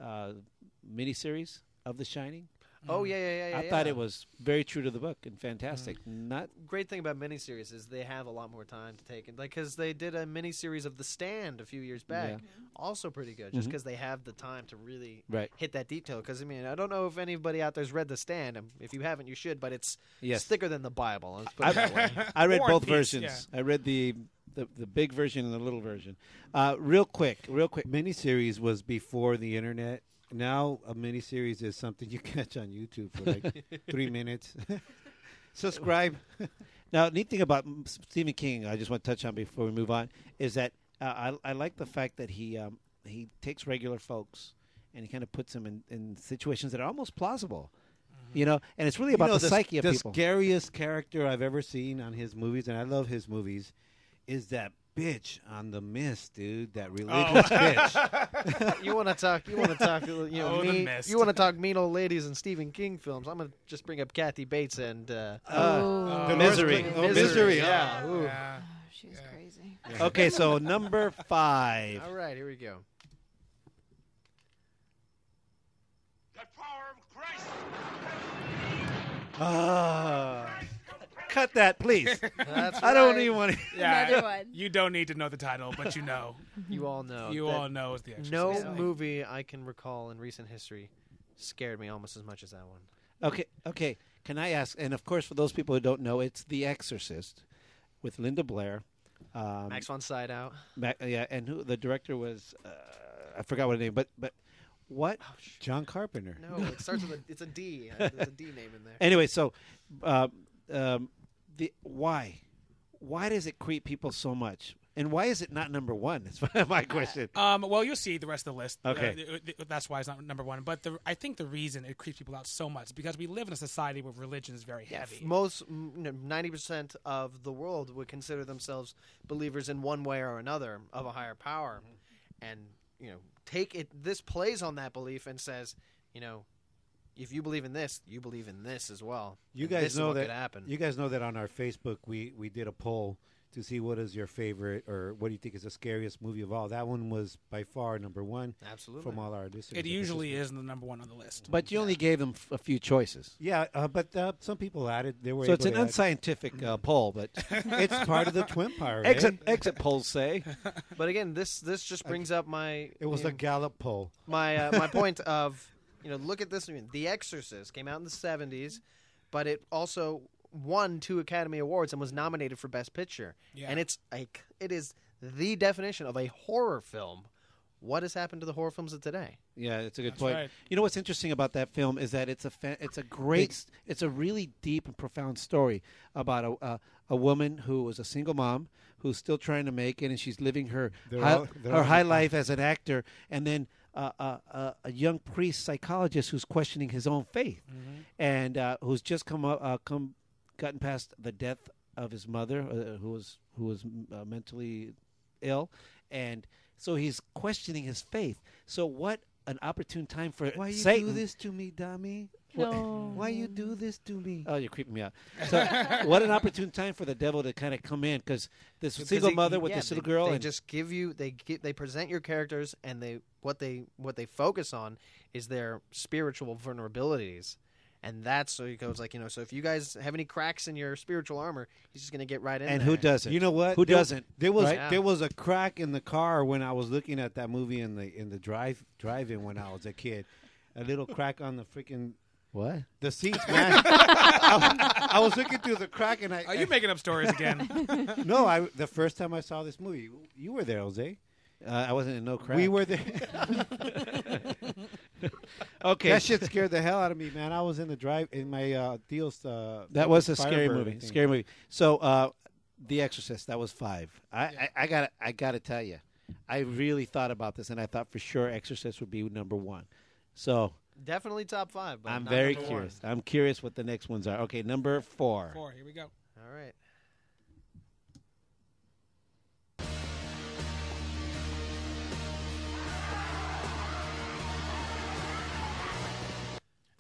Speaker 2: uh, miniseries of The Shining.
Speaker 7: Oh, yeah, yeah, yeah,
Speaker 2: I
Speaker 7: yeah,
Speaker 2: thought
Speaker 7: yeah. Mm.
Speaker 2: it was very true to the book and fantastic. Not
Speaker 7: Mm-hmm. great thing about miniseries is they have a lot more time to take it. Like, because they did a miniseries of The Stand a few years back,
Speaker 2: Yeah.
Speaker 7: also pretty good, just
Speaker 2: Mhm.
Speaker 7: because they have the time to really
Speaker 2: Right.
Speaker 7: hit that detail. Because I mean, I don't know if anybody out there's read The Stand. Um, If you haven't, you should. But it's
Speaker 2: Yes.
Speaker 7: thicker than the Bible. Let's put it that way.
Speaker 2: I, I read both versions. I read the, the the big version and the little version. Uh, real quick, real quick.
Speaker 3: Miniseries was before the internet. Now a miniseries is something you catch on YouTube for like three minutes.
Speaker 2: Subscribe. now, neat thing about M- Stephen King, I just want to touch on before we move on, is that uh, I, I like the fact that he um, he takes regular folks and he kind of puts them in, in situations that are almost plausible,
Speaker 3: Mm-hmm.
Speaker 2: you know. And it's really
Speaker 3: You
Speaker 2: about
Speaker 3: know,
Speaker 2: the, psyche of
Speaker 3: the
Speaker 2: people.
Speaker 3: scariest character I've ever seen on his movies, and I love his movies, is that bitch on the mist, dude. That religious bitch.
Speaker 7: Oh. you want to talk? You want to talk? You know,
Speaker 3: Oh, the
Speaker 7: mean,
Speaker 3: mist.
Speaker 7: you want to talk mean old ladies and Stephen King films? I'm gonna just bring up Kathy Bates and uh,
Speaker 2: Oh.
Speaker 7: Dolores
Speaker 2: Misery.
Speaker 7: Claiborne.
Speaker 2: Oh, Misery.
Speaker 7: Yeah.
Speaker 2: Oh,
Speaker 7: ooh.
Speaker 21: She was crazy.
Speaker 2: okay, so number five.
Speaker 7: All right, here we go.
Speaker 2: Ah. Cut that, please.
Speaker 16: That's
Speaker 2: I don't
Speaker 16: right.
Speaker 2: even want to.
Speaker 16: Yeah,
Speaker 6: Another one.
Speaker 16: You don't need to know the title, but you know.
Speaker 7: You all know.
Speaker 16: You
Speaker 7: that
Speaker 16: all know is the Exorcist.
Speaker 7: No
Speaker 16: Yeah.
Speaker 7: movie I can recall in recent history scared me almost as much as that one.
Speaker 2: Okay, okay. Can I ask? And of course, for those people who don't know, it's The Exorcist with Linda Blair. Um,
Speaker 7: Max von Sydow.
Speaker 2: Ma- yeah, and who the director was? Uh, I forgot what her name, but but what?
Speaker 3: John Carpenter.
Speaker 7: Oh, No, it starts with a. It's a D. Uh, There's a D name in there.
Speaker 2: Anyway, so uh, um, the why? Why does it creep people so much? And why is it not number one? That's my- my question.
Speaker 16: Um, well, you'll see the rest of the list. Uh,
Speaker 2: Okay.
Speaker 16: th- th- that's why it's not number one. But the, I think the reason it creeps people out so much is because we live in a society where religion is very heavy.
Speaker 7: Most ninety percent of the world would consider themselves believers in one way or another of a higher power, and you know, take it. This plays on that belief and says, you know, if you believe in this, you believe in this as well.
Speaker 3: You
Speaker 7: And
Speaker 3: guys
Speaker 7: this is
Speaker 3: know
Speaker 7: what
Speaker 3: that
Speaker 7: could happen.
Speaker 3: You guys know that on our Facebook we we did a poll to see what is your favorite or what do you think is the scariest movie of all. That one was by far number one.
Speaker 7: Absolutely.
Speaker 3: From all our listeners.
Speaker 16: It usually is the number one on the list.
Speaker 2: But you only gave them f- a few choices.
Speaker 3: Yeah, uh, but uh, some people added. They were
Speaker 2: So it's
Speaker 3: able
Speaker 2: an
Speaker 3: to add-
Speaker 2: unscientific uh, poll, but
Speaker 3: It's part of the Twimpire. eh?
Speaker 2: exit exit polls say.
Speaker 7: But again, this this just brings up my.
Speaker 3: It was
Speaker 7: you
Speaker 3: a
Speaker 7: know,
Speaker 3: Gallup poll.
Speaker 7: my uh, my point of you know look at this movie. The Exorcist came out in the seventies, but it also won two Academy Awards and was nominated for Best Picture.
Speaker 16: Yeah.
Speaker 7: And it's like it is the definition of a horror film. What has happened to the horror films of today?
Speaker 2: Yeah, it's a good
Speaker 7: That's
Speaker 2: point.
Speaker 7: right.
Speaker 2: You know what's interesting about that film is that it's a fa- it's a great it's, a really deep and profound story about a uh, a woman who was a single mom who's still trying to make it and she's living her
Speaker 3: They're
Speaker 2: high,
Speaker 3: all- they're
Speaker 2: her
Speaker 3: all-
Speaker 2: high life as an actor and then uh, uh, uh, a young priest psychologist who's questioning his own faith and uh, who's just come up, uh, come gotten past the death of his mother uh, who was who was uh, mentally ill and so he's questioning his faith so what an opportune time for
Speaker 3: Why you
Speaker 2: Satan
Speaker 3: do this to me, dummy?
Speaker 2: What-
Speaker 3: Why you do this to me?
Speaker 2: Oh, you're creeping me out. So, what an opportune time for the devil to kind of come in because this single
Speaker 7: Because they-
Speaker 2: mother with
Speaker 7: yeah,
Speaker 2: this little
Speaker 7: they-
Speaker 2: girl
Speaker 7: They
Speaker 2: and
Speaker 7: just give you they give, they present your characters and they what they what they focus on is their spiritual vulnerabilities. And that's so he goes like you know so if you guys have any cracks in your spiritual armor he's just gonna get right in
Speaker 2: And
Speaker 7: there.
Speaker 2: who doesn't?
Speaker 3: You know what?
Speaker 2: Who
Speaker 3: There-
Speaker 2: doesn't,
Speaker 3: There was
Speaker 2: right?
Speaker 7: Yeah.
Speaker 3: there was a crack in the car when I was looking at that movie in the in the drive drive in when I was a kid. A little crack on the freaking
Speaker 2: what?
Speaker 3: The seats, man. I, I was looking through the crack and I.
Speaker 16: Are you making up stories again?
Speaker 3: no, I the first time I saw this movie, you were there, Jose.
Speaker 2: Uh, I wasn't in no crack.
Speaker 3: We were there.
Speaker 2: Okay.
Speaker 3: that shit scared the hell out of me, man. I was in the drive in my uh, deals. Uh,
Speaker 2: that was a scary
Speaker 3: Firebird, I
Speaker 2: movie.
Speaker 3: think.
Speaker 2: Scary movie. So, uh, The Exorcist. That was five. I, I, I got I got to tell you, I really thought about this and I thought for sure Exorcist would be number one. So
Speaker 7: Definitely top five. But
Speaker 2: I'm
Speaker 7: not
Speaker 2: very
Speaker 7: number one.
Speaker 2: curious. I'm curious what the next ones are. Okay, number four.
Speaker 16: Four. Here we go.
Speaker 7: All right.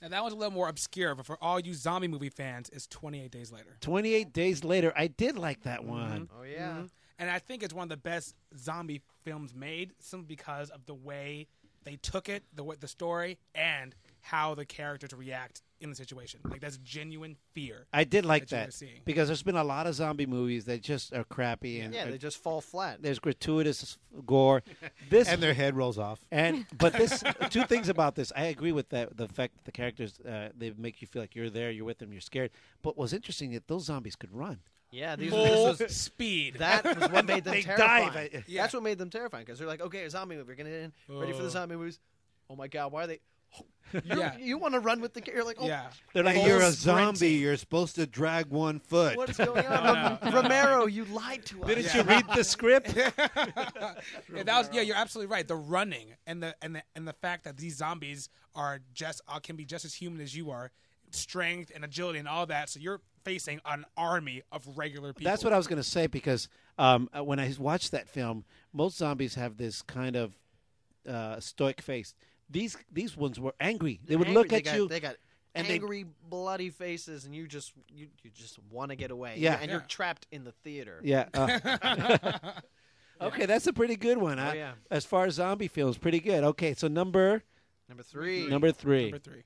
Speaker 16: Now that one's a little more obscure, but for all you zombie movie fans, it's 28 Days Later.
Speaker 2: 28 Days Later. I did like that one.
Speaker 7: Oh yeah.
Speaker 16: Mm-hmm. And I think it's one of the best zombie films made, simply because of the way they took it, the what the story, and how the characters react in the situation. Like that's genuine fear.
Speaker 2: I did like
Speaker 16: you
Speaker 2: that,
Speaker 16: were seeing.
Speaker 2: because there's been a lot of zombie movies that just are crappy and
Speaker 7: Yeah, they just fall flat.
Speaker 2: there's gratuitous gore. This
Speaker 3: And their head rolls off.
Speaker 2: And but this two things about this. I agree with that. The fact that the characters uh, they make you feel like you're there, you're with them, you're scared. But what's interesting that those zombies could run.
Speaker 7: Yeah, these
Speaker 16: Full
Speaker 7: this was,
Speaker 16: speed.
Speaker 7: That was what made them
Speaker 2: They
Speaker 7: terrifying.
Speaker 2: dive. I-
Speaker 7: That's what made them terrifying because they're like, okay, a zombie movie, we're gonna get in, ready for
Speaker 2: Oh.
Speaker 7: the zombie movies. Oh my god, why are they?
Speaker 16: Yeah.
Speaker 7: You want to run with the? ca- You're like, oh,
Speaker 16: Yeah.
Speaker 3: They're like,
Speaker 7: full
Speaker 3: you're a
Speaker 7: sprinting.
Speaker 3: zombie. You're supposed to drag one foot.
Speaker 7: What is going
Speaker 16: Oh,
Speaker 7: on, Rom- Romero? You lied to us.
Speaker 2: Didn't you read the script?
Speaker 16: Yeah, that was, yeah, you're absolutely right. The running and the and the and the fact that these zombies are just uh, can be just as human as you are, strength and agility and all that. So you're facing an army of regular people.
Speaker 2: That's what I was going to say because um, uh, when I watched that film, most zombies have this kind of uh, stoic face. These these ones were angry. They would
Speaker 7: Angry,
Speaker 2: look
Speaker 7: they
Speaker 2: at
Speaker 7: got-
Speaker 2: you.
Speaker 7: They got
Speaker 2: and they-
Speaker 7: angry, bloody faces, and you just you, you just want to get away.
Speaker 2: Yeah.
Speaker 7: and
Speaker 2: Yeah.
Speaker 7: you're trapped in the theater.
Speaker 2: Yeah. uh, okay, that's a pretty good one.
Speaker 7: Oh,
Speaker 2: I-
Speaker 7: yeah.
Speaker 2: As far as zombie films, pretty good. Okay, so number
Speaker 7: Number three.
Speaker 2: Number three.
Speaker 16: Number three.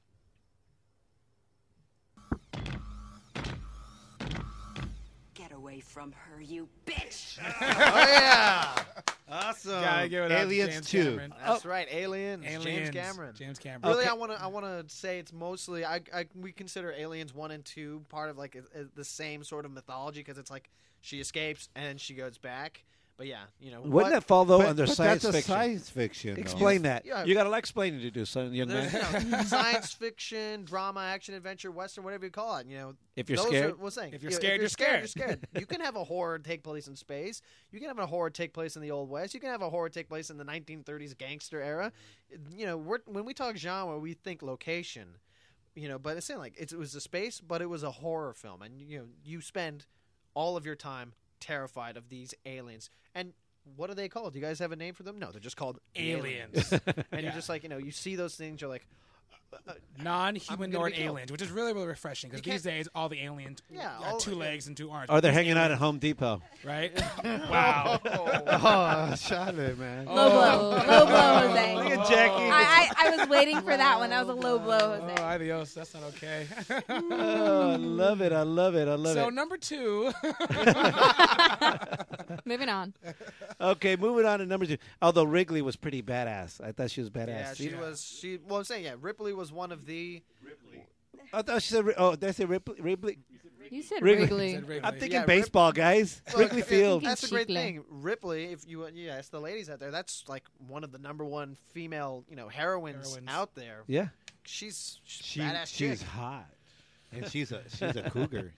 Speaker 20: Get away from her, you bitch!
Speaker 7: oh yeah, awesome.
Speaker 16: Gotta give it up to Aliens James too. Cameron.
Speaker 7: That's
Speaker 16: Oh.
Speaker 7: right, Aliens.
Speaker 16: Aliens,
Speaker 7: James Cameron.
Speaker 16: James Cameron.
Speaker 7: Really,
Speaker 16: Okay.
Speaker 7: I want to. I want to say it's mostly. I, I we consider Aliens one and two part of like a, a- the same sort of mythology because it's like she escapes and she goes back. But yeah, you know.
Speaker 2: Wouldn't
Speaker 7: what-
Speaker 2: that fall though
Speaker 3: But-
Speaker 2: under
Speaker 3: but
Speaker 2: science
Speaker 3: that's a
Speaker 2: fiction?
Speaker 3: science fiction, though.
Speaker 2: Explain that.
Speaker 7: Yeah.
Speaker 2: You got a lot of explaining to do, son, young
Speaker 7: There's,
Speaker 2: man.
Speaker 7: you know, science fiction, drama, action, adventure, western, whatever you call it. You know,
Speaker 2: If you're
Speaker 7: those
Speaker 2: scared.
Speaker 7: are, what's saying?
Speaker 16: If you're
Speaker 7: You know,
Speaker 16: scared, you're
Speaker 7: You're
Speaker 16: scared.
Speaker 7: scared. you can have a horror take place in space. You can have a horror take place in the old west. You can have a horror take place in the 1930s gangster era. You know, we're, when we talk genre, we think location. You know, but it's saying like it's, it was a space, but it was a horror film, and you know, you spend all of your time terrified of these aliens and. What are they called? Do you guys have a name for them? No, they're just called
Speaker 16: Aliens.
Speaker 7: and
Speaker 16: Yeah.
Speaker 7: you're just like, you know, you see those things, you're like, uh,
Speaker 16: Non-humanoid
Speaker 7: be killed.
Speaker 16: aliens, which is really really refreshing because these days all the aliens
Speaker 7: Yeah,
Speaker 16: are
Speaker 7: all-
Speaker 16: two legs and two arms.
Speaker 2: Or Oh, they're
Speaker 16: These
Speaker 2: hanging out at
Speaker 16: aliens-
Speaker 2: Home Depot.
Speaker 16: Right? wow.
Speaker 3: oh, shot it, man.
Speaker 6: Low blow.
Speaker 2: Oh.
Speaker 6: Low blow, Jose.
Speaker 3: Look at Jackie.
Speaker 6: I, I, I was waiting for that one. That was a low blow, Jose.
Speaker 16: Oh. Oh, adios. That's not okay.
Speaker 2: oh, I love it. I love it. I love
Speaker 16: so
Speaker 2: it.
Speaker 16: number two.
Speaker 5: Moving on.
Speaker 2: Okay, moving on to number two. Although Wrigley was pretty badass. I thought she was badass.
Speaker 7: yeah, she was. She. Well, I'm saying, yeah, Ripley was one of the.
Speaker 2: I thought she said. Wri- Oh, did I say Ripley? Ripley?
Speaker 5: You said Wrigley. You said Wrigley.
Speaker 2: I'm thinking
Speaker 7: Yeah, Rip-
Speaker 2: baseball, guys.
Speaker 7: Well,
Speaker 2: Wrigley
Speaker 7: yeah,
Speaker 2: Field.
Speaker 7: That's the great
Speaker 5: Chicle.
Speaker 7: thing, Ripley. If you, yeah, it's the ladies out there. That's like one of the number one female, you know, heroines,
Speaker 16: Heroines.
Speaker 7: out there.
Speaker 2: Yeah.
Speaker 7: She's, she's
Speaker 3: She,
Speaker 7: badass.
Speaker 3: she's
Speaker 7: chick.
Speaker 3: hot, and she's a she's a cougar.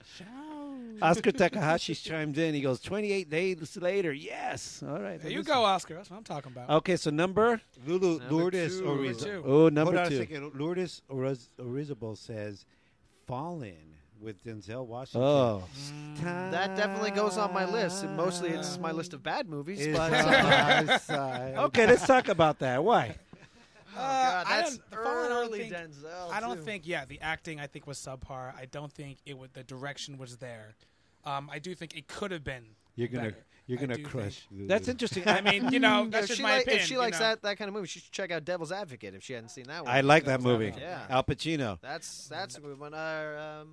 Speaker 2: Oscar Takahashi chimed in. He goes, 28 days later. Yes. All right.
Speaker 16: there you go, Oscar. That's what I'm talking about.
Speaker 2: Okay, so number?
Speaker 3: Lulu Lourdes
Speaker 16: two. Number
Speaker 3: Oriza.
Speaker 16: two.
Speaker 2: Oh, number
Speaker 3: Hold on
Speaker 2: two.
Speaker 3: A second. Lourdes Oriz- Orizabal says, "Fallen" with Denzel Washington.
Speaker 2: Oh.
Speaker 7: That definitely goes on my list. And mostly, it's my list of bad movies.
Speaker 16: Mm,
Speaker 3: Is
Speaker 7: But uh,
Speaker 3: on my side.
Speaker 2: Okay, let's talk about that. Why?
Speaker 16: Uh,
Speaker 7: Oh, God,
Speaker 16: I
Speaker 7: that's
Speaker 16: don't- the Fallen, I don't
Speaker 7: early
Speaker 16: think-
Speaker 7: Denzel,
Speaker 16: I don't
Speaker 7: too.
Speaker 16: think. Yeah, the acting I think was subpar. I don't think it was the direction was there. Um, I do think it could have been.
Speaker 3: You're gonna
Speaker 16: better.
Speaker 3: you're
Speaker 16: I
Speaker 3: gonna
Speaker 16: do
Speaker 3: crush. Lulu.
Speaker 2: That's interesting.
Speaker 16: I mean, you know, that's
Speaker 7: if
Speaker 16: just
Speaker 7: she,
Speaker 16: my
Speaker 7: like,
Speaker 16: opinion.
Speaker 7: if she
Speaker 16: you
Speaker 7: likes
Speaker 16: know.
Speaker 7: that, that kind of movie, she should check out Devil's Advocate if she hadn't seen that one.
Speaker 2: I like that movie.
Speaker 7: Yeah.
Speaker 2: Al Pacino.
Speaker 7: That's that's a good one. Uh, um,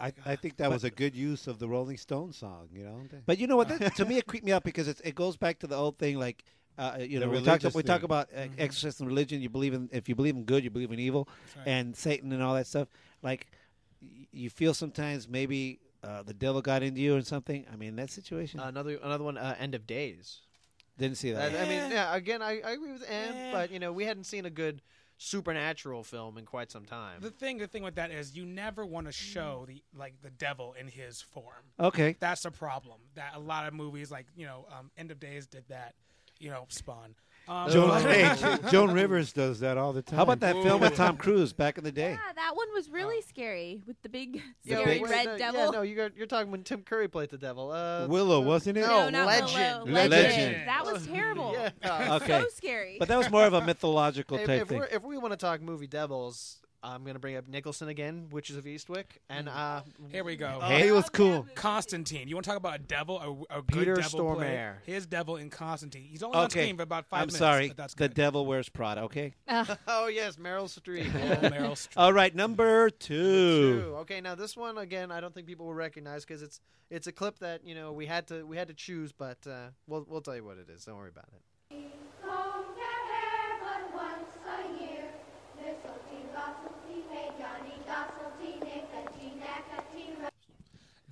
Speaker 3: I, I think that was a good use of the Rolling Stones song. You know.
Speaker 2: But you know what? That, to me, it creeped me out because it, it goes back to the old thing, like uh, you
Speaker 3: The
Speaker 2: know, we talk,
Speaker 3: religious
Speaker 2: we talk
Speaker 3: thing. Mm-hmm.
Speaker 2: about uh, exorcism, religion. You believe in if you believe in good, you believe in evil,
Speaker 16: right.
Speaker 2: and Satan and all that stuff. Like y- you feel sometimes maybe uh, the devil got into you or something. I mean, that situation
Speaker 7: another another one. Uh, End of Days.
Speaker 2: didn't see that.
Speaker 7: That- I mean, yeah. Again, I, I agree with Anne, but you know, we hadn't seen a good supernatural film in quite some time.
Speaker 16: The thing, the thing with that is, you never want to show the like the devil in his form.
Speaker 2: Okay.
Speaker 16: that's a problem. That a lot of movies, like you know, um, End of Days did that. You know, Spawn. Um,
Speaker 3: Joan, hey, Joan Rivers does that all the time.
Speaker 2: How about that film with Tom Cruise back in the day?
Speaker 6: Yeah, that one was really scary with the big
Speaker 7: Yeah,
Speaker 6: scary
Speaker 7: wait,
Speaker 6: red
Speaker 7: no, yeah,
Speaker 6: devil.
Speaker 7: no, you got, you're talking when Tim Curry played the devil. Uh,
Speaker 3: Willow, wasn't it?
Speaker 7: No,
Speaker 6: not
Speaker 7: Legend.
Speaker 6: Willow.
Speaker 2: Legend.
Speaker 6: That was terrible.
Speaker 7: yeah.
Speaker 2: Okay.
Speaker 6: So scary.
Speaker 2: But that was more of a mythological
Speaker 7: if,
Speaker 2: type
Speaker 7: if
Speaker 2: thing.
Speaker 7: We're, if we want to talk movie devils, I'm going to bring up Nicholson again, Witches of Eastwick, and uh,
Speaker 16: Mm.
Speaker 7: Oh,
Speaker 16: Here we go.
Speaker 7: Hey, it was cool.
Speaker 16: Oh. Constantine. You want to talk about a devil? A, a good
Speaker 7: Peter
Speaker 16: devil play?
Speaker 7: Stormare.
Speaker 16: His devil in Constantine. He's only on
Speaker 2: Okay,
Speaker 16: screen for about 5
Speaker 2: I'm
Speaker 16: minutes.
Speaker 2: sorry.
Speaker 16: but That's
Speaker 2: the Devil Wears Prada. Okay.
Speaker 7: oh yes, Meryl Streep.
Speaker 16: Oh,
Speaker 2: All right, number two.
Speaker 7: True. Okay, now this one again, I don't think people will recognize because it's it's a clip that you know we had to we had to choose, but uh, we'll we'll tell you what it is. Don't worry about it.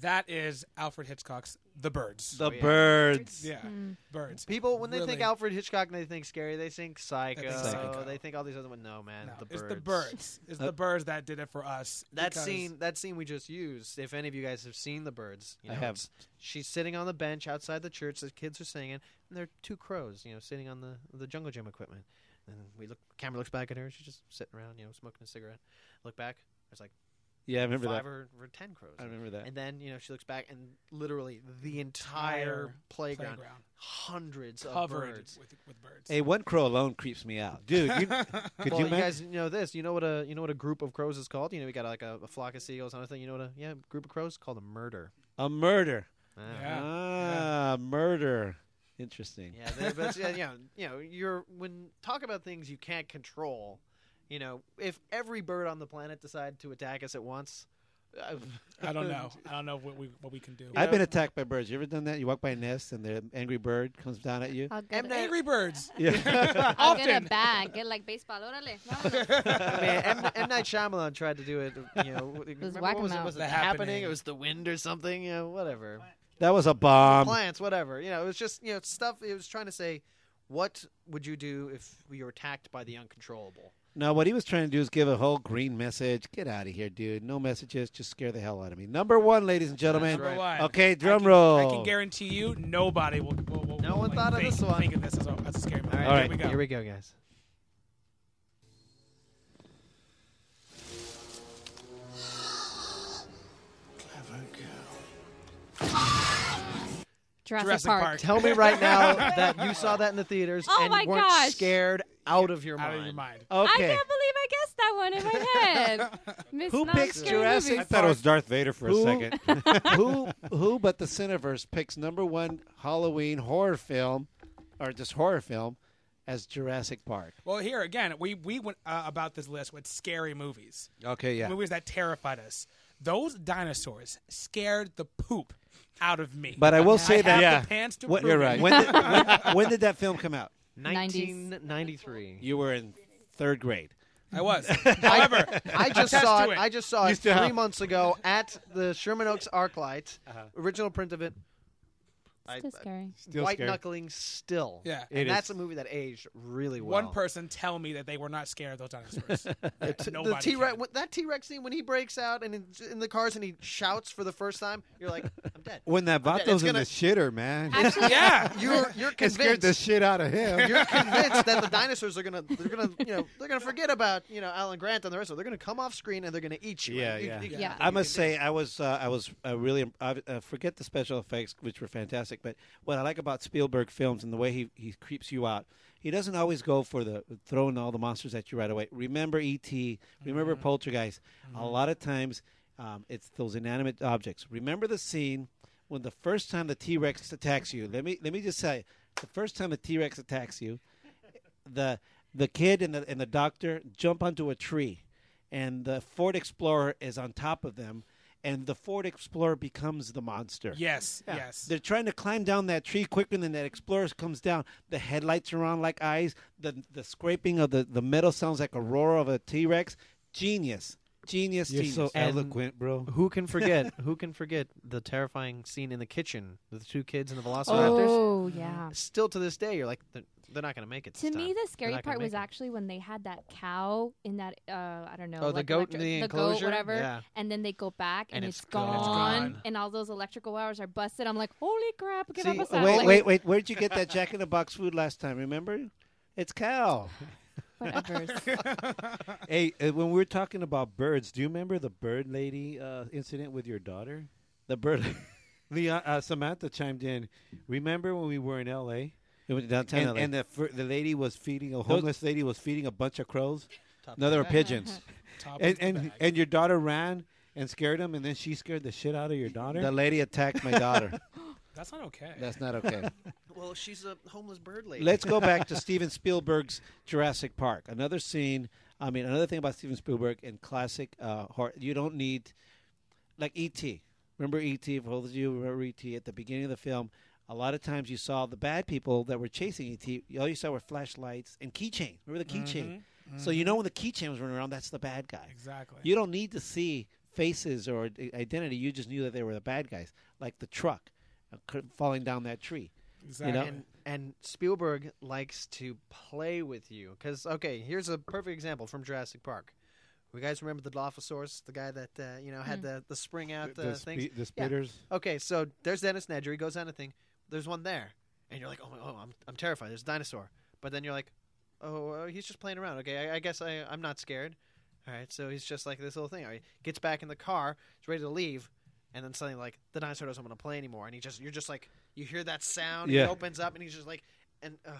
Speaker 16: That is Alfred Hitchcock's The Birds.
Speaker 2: The Oh, yeah. Birds.
Speaker 16: Yeah,
Speaker 7: Hmm.
Speaker 16: Birds.
Speaker 7: People when they think
Speaker 16: Really.
Speaker 7: Alfred Hitchcock and they think scary, they think Psycho. They think,
Speaker 16: Psycho.
Speaker 7: all these other ones. No man, the birds.
Speaker 16: It's the birds. It's
Speaker 7: Uh,
Speaker 16: the birds that did it for us.
Speaker 7: That
Speaker 16: because-
Speaker 7: scene, that scene we just used. If any of you guys have seen the birds, you
Speaker 2: I
Speaker 7: know,
Speaker 2: have.
Speaker 7: it's- She's sitting on the bench outside the church. The kids are singing, and there are two crows, you know, sitting on the the jungle gym equipment. And we look. Camera looks back at her. She's just sitting around, you know, smoking a cigarette. Look back. There's like
Speaker 2: Yeah, I remember
Speaker 7: five
Speaker 2: that.
Speaker 7: Or, or ten crows.
Speaker 2: I remember that.
Speaker 7: And then you know she looks back, and literally the entire
Speaker 16: Entire
Speaker 7: playground,
Speaker 16: playground.
Speaker 7: hundreds
Speaker 16: Covered
Speaker 7: of birds.
Speaker 16: with- with birds.
Speaker 2: Hey, one crow alone creeps me out, dude. You, could
Speaker 7: well,
Speaker 2: you,
Speaker 7: you
Speaker 2: ma-
Speaker 7: guys know this. You know what a you know what a group of crows is called. You know we got like a, a flock of seagulls and everything. You know what a yeah group of crows is called a murder.
Speaker 2: a murder?
Speaker 7: Yeah.
Speaker 2: Ah, murder. Interesting.
Speaker 7: Yeah, they- but yeah, you know, you know, you're when talk about things you can't control. You know, if every bird on the planet decided to attack us at once, uh, I,
Speaker 16: I don't know. I don't know what we what we can do.
Speaker 2: I've been attacked by birds. You ever done that? You walk by a nest and the angry bird comes down at you.
Speaker 5: I'll get it.
Speaker 16: Angry birds.
Speaker 2: Yeah.
Speaker 5: I'll get a
Speaker 7: Often.
Speaker 5: bag. Get like baseball. Orale. vámonos.
Speaker 7: I mean, M, M. Night Shyamalan tried to do it. You know, remember
Speaker 5: whack
Speaker 7: what was
Speaker 5: 'em
Speaker 7: it?
Speaker 5: out.
Speaker 7: Was it
Speaker 5: The
Speaker 7: happening?
Speaker 5: Happening.
Speaker 7: It was the wind or something. You know, whatever.
Speaker 2: That was a bomb.
Speaker 7: Plants, whatever. You know, it was just you know stuff. It was trying to say, what would you do if you were attacked by the uncontrollable?
Speaker 2: No, what he was trying to do is give a whole green message. Get out of here, dude. No messages. Just scare the hell out of me. Number one, ladies and gentlemen.
Speaker 16: Number one.
Speaker 2: Okay,
Speaker 16: I
Speaker 2: drum
Speaker 16: can-
Speaker 2: roll.
Speaker 16: I can guarantee you, nobody will. will, will no one
Speaker 7: thought of
Speaker 16: think,
Speaker 7: this one.
Speaker 16: Think of this as a, as a scary movie.
Speaker 7: right,
Speaker 2: All
Speaker 7: here
Speaker 2: right.
Speaker 7: we go. Here we go, guys.
Speaker 5: Jurassic,
Speaker 16: Jurassic
Speaker 5: Park.
Speaker 16: Park.
Speaker 7: Tell me right now that you saw that in the theaters
Speaker 5: Oh
Speaker 7: and
Speaker 5: my
Speaker 7: weren't
Speaker 5: gosh.
Speaker 7: scared out of your
Speaker 16: Out
Speaker 7: mind.
Speaker 16: of your mind.
Speaker 5: I
Speaker 2: Okay.
Speaker 5: can't believe I guessed that one in my head. Miss
Speaker 2: Who
Speaker 5: not
Speaker 2: picks
Speaker 5: scary
Speaker 2: Jurassic
Speaker 5: movies.
Speaker 2: Park?
Speaker 3: thought it was Darth Vader for a
Speaker 2: Who-
Speaker 3: second.
Speaker 2: who who but the Cineverse picks number one Halloween horror film or just horror film as Jurassic Park?
Speaker 16: Well, here again, we we went uh, about this list with scary movies.
Speaker 2: Okay, yeah.
Speaker 16: movies that terrified us. Those dinosaurs scared the poop out of me.
Speaker 2: But I will say that
Speaker 16: have the pants to
Speaker 2: When-
Speaker 16: prove it.
Speaker 2: When did, when, when did that film come out?
Speaker 7: 1993.
Speaker 2: You were in third grade.
Speaker 16: I was. However,
Speaker 7: I just
Speaker 16: attest
Speaker 7: saw
Speaker 16: to
Speaker 7: it, I just saw
Speaker 2: You
Speaker 7: it three
Speaker 2: still have-
Speaker 7: months ago at the Sherman Oaks ArcLight.
Speaker 3: Uh-huh.
Speaker 7: Original print of it.
Speaker 5: Still scary.
Speaker 3: Still
Speaker 7: white
Speaker 3: scary.
Speaker 7: knuckling still.
Speaker 16: Yeah.
Speaker 7: and
Speaker 3: It
Speaker 7: that's
Speaker 3: is.
Speaker 7: a movie that aged really well.
Speaker 16: One person tell me that they were not scared of those dinosaurs. Nobody.
Speaker 7: the T
Speaker 16: can.
Speaker 7: Rex, that T Rex scene when he breaks out and in, in the cars and he shouts for the first time, you're like, I'm dead.
Speaker 3: When that
Speaker 7: I'm dead. It's
Speaker 3: Vato's in
Speaker 7: gonna-
Speaker 3: the shitter, man.
Speaker 16: yeah,
Speaker 7: you're you're
Speaker 3: It scared the
Speaker 7: convinced.
Speaker 3: shit out of him.
Speaker 7: You're convinced that the dinosaurs are gonna they're gonna you know they're gonna forget about you know Alan Grant and the rest of them. They're gonna come off screen and they're gonna eat you.
Speaker 2: Yeah,
Speaker 7: You-
Speaker 2: yeah.
Speaker 7: you-
Speaker 5: Yeah.
Speaker 2: I must say, I was uh, I was uh, really im- I uh, forget the special effects, which were fantastic. But what I like about Spielberg films and the way he, he creeps you out, he doesn't always go for the throwing all the monsters at you right away. Remember E.T. Remember
Speaker 7: Mm-hmm.
Speaker 2: Poltergeist. A lot of times, um, it's those inanimate objects. Remember the scene when the first time the T Rex attacks you. Let me let me just say, the first time the T Rex attacks you, the the kid and the and the doctor jump onto a tree, and the Ford Explorer is on top of them, and the Ford Explorer becomes the monster.
Speaker 16: Yes, yes.
Speaker 2: They're trying to climb down that tree quicker than that Explorer comes down. The headlights are on like eyes. The the scraping of the the metal sounds like a roar of a T Rex. Genius, genius,
Speaker 3: You're
Speaker 2: genius.
Speaker 3: so eloquent, bro.
Speaker 7: Who can forget? who can forget the terrifying scene in the kitchen with the two kids and the Velociraptors?
Speaker 5: Oh yeah.
Speaker 7: Still to this day, you're like, they're, they're not gonna make it.
Speaker 5: To me, the scary part was
Speaker 7: actually.
Speaker 5: actually when they had that cow in that uh, I don't know.
Speaker 7: Oh, the
Speaker 5: like
Speaker 7: goat
Speaker 5: electric-
Speaker 7: in the
Speaker 5: the goat,
Speaker 7: enclosure?
Speaker 5: whatever.
Speaker 7: Yeah.
Speaker 5: And then they go back and,
Speaker 7: And
Speaker 5: it's
Speaker 7: it's gone.
Speaker 5: gone,
Speaker 7: It's
Speaker 16: gone.
Speaker 5: and all those electrical wires are busted. I'm like, holy crap! Give
Speaker 7: See,
Speaker 5: up a
Speaker 7: wait,
Speaker 5: satellite.
Speaker 2: Wait, wait, wait! Where'd you get that Jack in the Box food last time? Remember? It's Cal.
Speaker 3: hey, uh, when we were talking about birds, do you remember the bird lady uh, incident with your daughter? The bird. Leon, uh, Samantha chimed in. Remember when we were in L.A.
Speaker 2: It was downtown
Speaker 3: and,
Speaker 2: LA.
Speaker 3: and the fir- the lady was feeding a homeless lady was feeding a bunch of crows.
Speaker 2: Top
Speaker 3: no, they
Speaker 2: of
Speaker 3: were
Speaker 2: the bag.
Speaker 3: pigeons.
Speaker 2: Top
Speaker 3: and
Speaker 2: of the
Speaker 3: and
Speaker 2: bag.
Speaker 3: and your daughter ran and scared him, and then she scared the shit out of your daughter.
Speaker 2: The lady attacked my daughter.
Speaker 16: That's not okay.
Speaker 2: That's not okay.
Speaker 7: well, she's a homeless bird lady.
Speaker 2: Let's go back to Steven Spielberg's Jurassic Park. Another scene. I mean, another thing about Steven Spielberg in classic uh, horror. You don't need like E.T. Remember E.T. For those of you who remember E.T. at the beginning of the film, a lot of times you saw the bad people that were chasing E.T. All you saw were flashlights and keychain. Remember the keychain?
Speaker 16: Mhm,
Speaker 2: So you
Speaker 16: mhm.
Speaker 2: know when the keychain was running around, that's the bad guy.
Speaker 16: Exactly.
Speaker 2: You don't need to see faces or i- identity. You just knew that they were the bad guys, like the truck uh, c- falling down that tree. You know?
Speaker 7: And, and Spielberg likes to play with you because okay, here's a perfect example from Jurassic Park. You guys remember the Dilophosaurus, the guy that uh, you know had
Speaker 3: Mm.
Speaker 7: the, the spring out
Speaker 3: The- the
Speaker 7: uh, things,
Speaker 3: spe- the
Speaker 7: Yeah.
Speaker 3: speeders.
Speaker 7: Okay, so there's Dennis Nedry He goes on a thing. There's one there, and you're like, oh, my, oh I'm I'm terrified. There's a dinosaur, but then you're like, oh, uh, he's just playing around. Okay, I, I guess I I'm not scared. All right, so he's just like this little thing. All right, gets back in the car, he's ready to leave, and then suddenly like the dinosaur doesn't want to play anymore, and he just you're just like you hear that sound,
Speaker 3: Yeah.
Speaker 7: he opens up, and he's just like, and uh,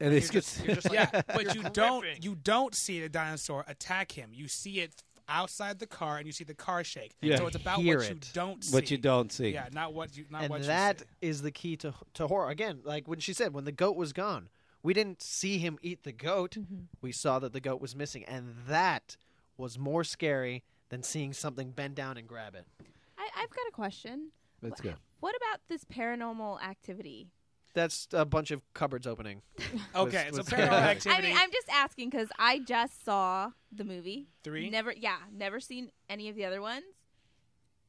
Speaker 3: And
Speaker 7: you're
Speaker 3: it's
Speaker 7: just,
Speaker 3: gets-
Speaker 7: you're just like,
Speaker 16: yeah,
Speaker 7: you're
Speaker 16: but you don't
Speaker 7: gripping.
Speaker 16: you don't see the dinosaur attack him. You see it outside the car, and you see the car shake.
Speaker 3: Yeah.
Speaker 16: So it's about
Speaker 7: Hear
Speaker 16: what you
Speaker 7: it.
Speaker 16: don't see.
Speaker 2: What you don't see.
Speaker 16: Yeah, not what you not
Speaker 7: and that
Speaker 16: what
Speaker 7: is
Speaker 16: you see.
Speaker 7: the key to to horror. Again, like when she said, when the goat was gone, we didn't see him eat the goat.
Speaker 3: Mm-hmm.
Speaker 7: We saw that the goat was missing, and that was more scary than seeing something bend down and grab it.
Speaker 6: I, I've got a question.
Speaker 7: Let's go.
Speaker 6: What about this paranormal activity?
Speaker 7: That's a bunch of cupboards opening.
Speaker 16: Okay,
Speaker 7: Was-
Speaker 16: so
Speaker 7: was-
Speaker 16: paranormal activity.
Speaker 6: I mean, I'm just asking because I just saw the movie.
Speaker 16: Three?
Speaker 6: Never, yeah, never seen any of the other ones,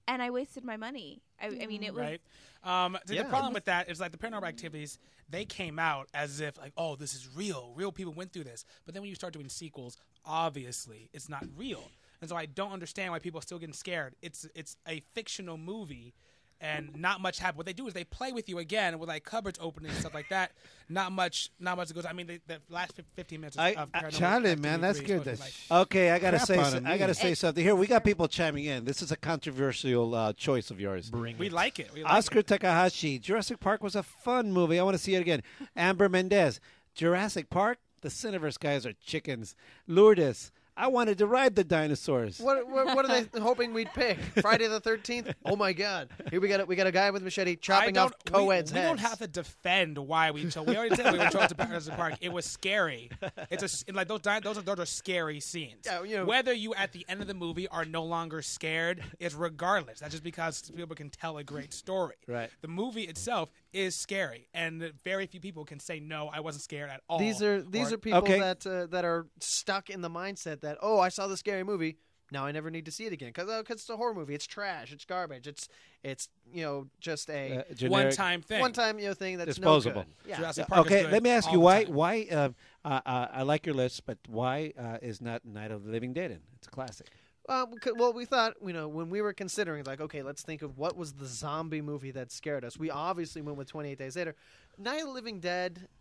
Speaker 6: and I wasted my money. I, I mean, it was.
Speaker 16: right. Um, the-
Speaker 6: Yeah.
Speaker 16: The problem with that is like the paranormal activities. They came out as if like, oh, this is real. Real people went through this. But then when you start doing sequels, obviously it's not real. And so I don't understand why people are still getting scared. It's it's a fictional movie. And not much happened. What they do is they play with you again with like cupboards opening and stuff like that. Not much, not much goes. I mean, the, the last fif- fifteen minutes.
Speaker 2: I-
Speaker 16: of
Speaker 2: I-
Speaker 16: Paranormal
Speaker 3: uh, Charlie,
Speaker 16: Activity
Speaker 3: man, that's
Speaker 16: 3 is
Speaker 3: good.
Speaker 16: supposed to be,
Speaker 3: That
Speaker 16: like,
Speaker 3: sh-
Speaker 2: Okay, I gotta
Speaker 3: Crap
Speaker 2: say,
Speaker 3: on
Speaker 2: so-
Speaker 3: him,
Speaker 2: I gotta
Speaker 3: you.
Speaker 2: say something here. We got people chiming in. This is a controversial uh, choice of yours. Bring
Speaker 16: we like it. We like
Speaker 2: Oscar Takahashi. Jurassic Park was a fun movie. I want to see it again. Amber Mendez. Jurassic Park. The Cineverse guys are chickens. Lourdes. I wanted to ride the dinosaurs.
Speaker 7: What, what, what are they hoping we'd pick? Friday the Thirteenth. Oh my God! Here we got a, we got a guy with a machete chopping
Speaker 16: I
Speaker 7: off
Speaker 16: don't- we,
Speaker 7: co-ed's
Speaker 16: we
Speaker 7: heads.
Speaker 16: don't have to defend why we chose. We already said we were chose to Jurassic Park. It was scary. It's a s- like those di- those are those are scary scenes.
Speaker 7: Yeah, you know-
Speaker 16: Whether you at the end of the movie are no longer scared is regardless. That's just because Spielberg can tell a great story.
Speaker 2: Right.
Speaker 16: The movie itself is scary, and very few people can say no. I wasn't scared at all.
Speaker 7: These are these
Speaker 16: or-
Speaker 7: are people that uh, that are stuck in the mindset that oh, I saw the scary movie. Now I never need to see it again because it's a horror movie. It's trash. It's garbage. It's it's you know just a
Speaker 2: Uh, generic- One-time
Speaker 16: thing.
Speaker 7: One time you know thing that's
Speaker 2: disposable.
Speaker 7: No good. Yeah.
Speaker 2: okay, let me ask you why. Why uh, uh, uh, I like your list, but why uh, is not Night of the Living Dead in? It's a classic.
Speaker 7: Uh, we could- well, we thought you know when we were considering like okay, let's think of what was the zombie movie that scared us. We obviously went with Twenty Eight Days Later. Night of the Living Dead.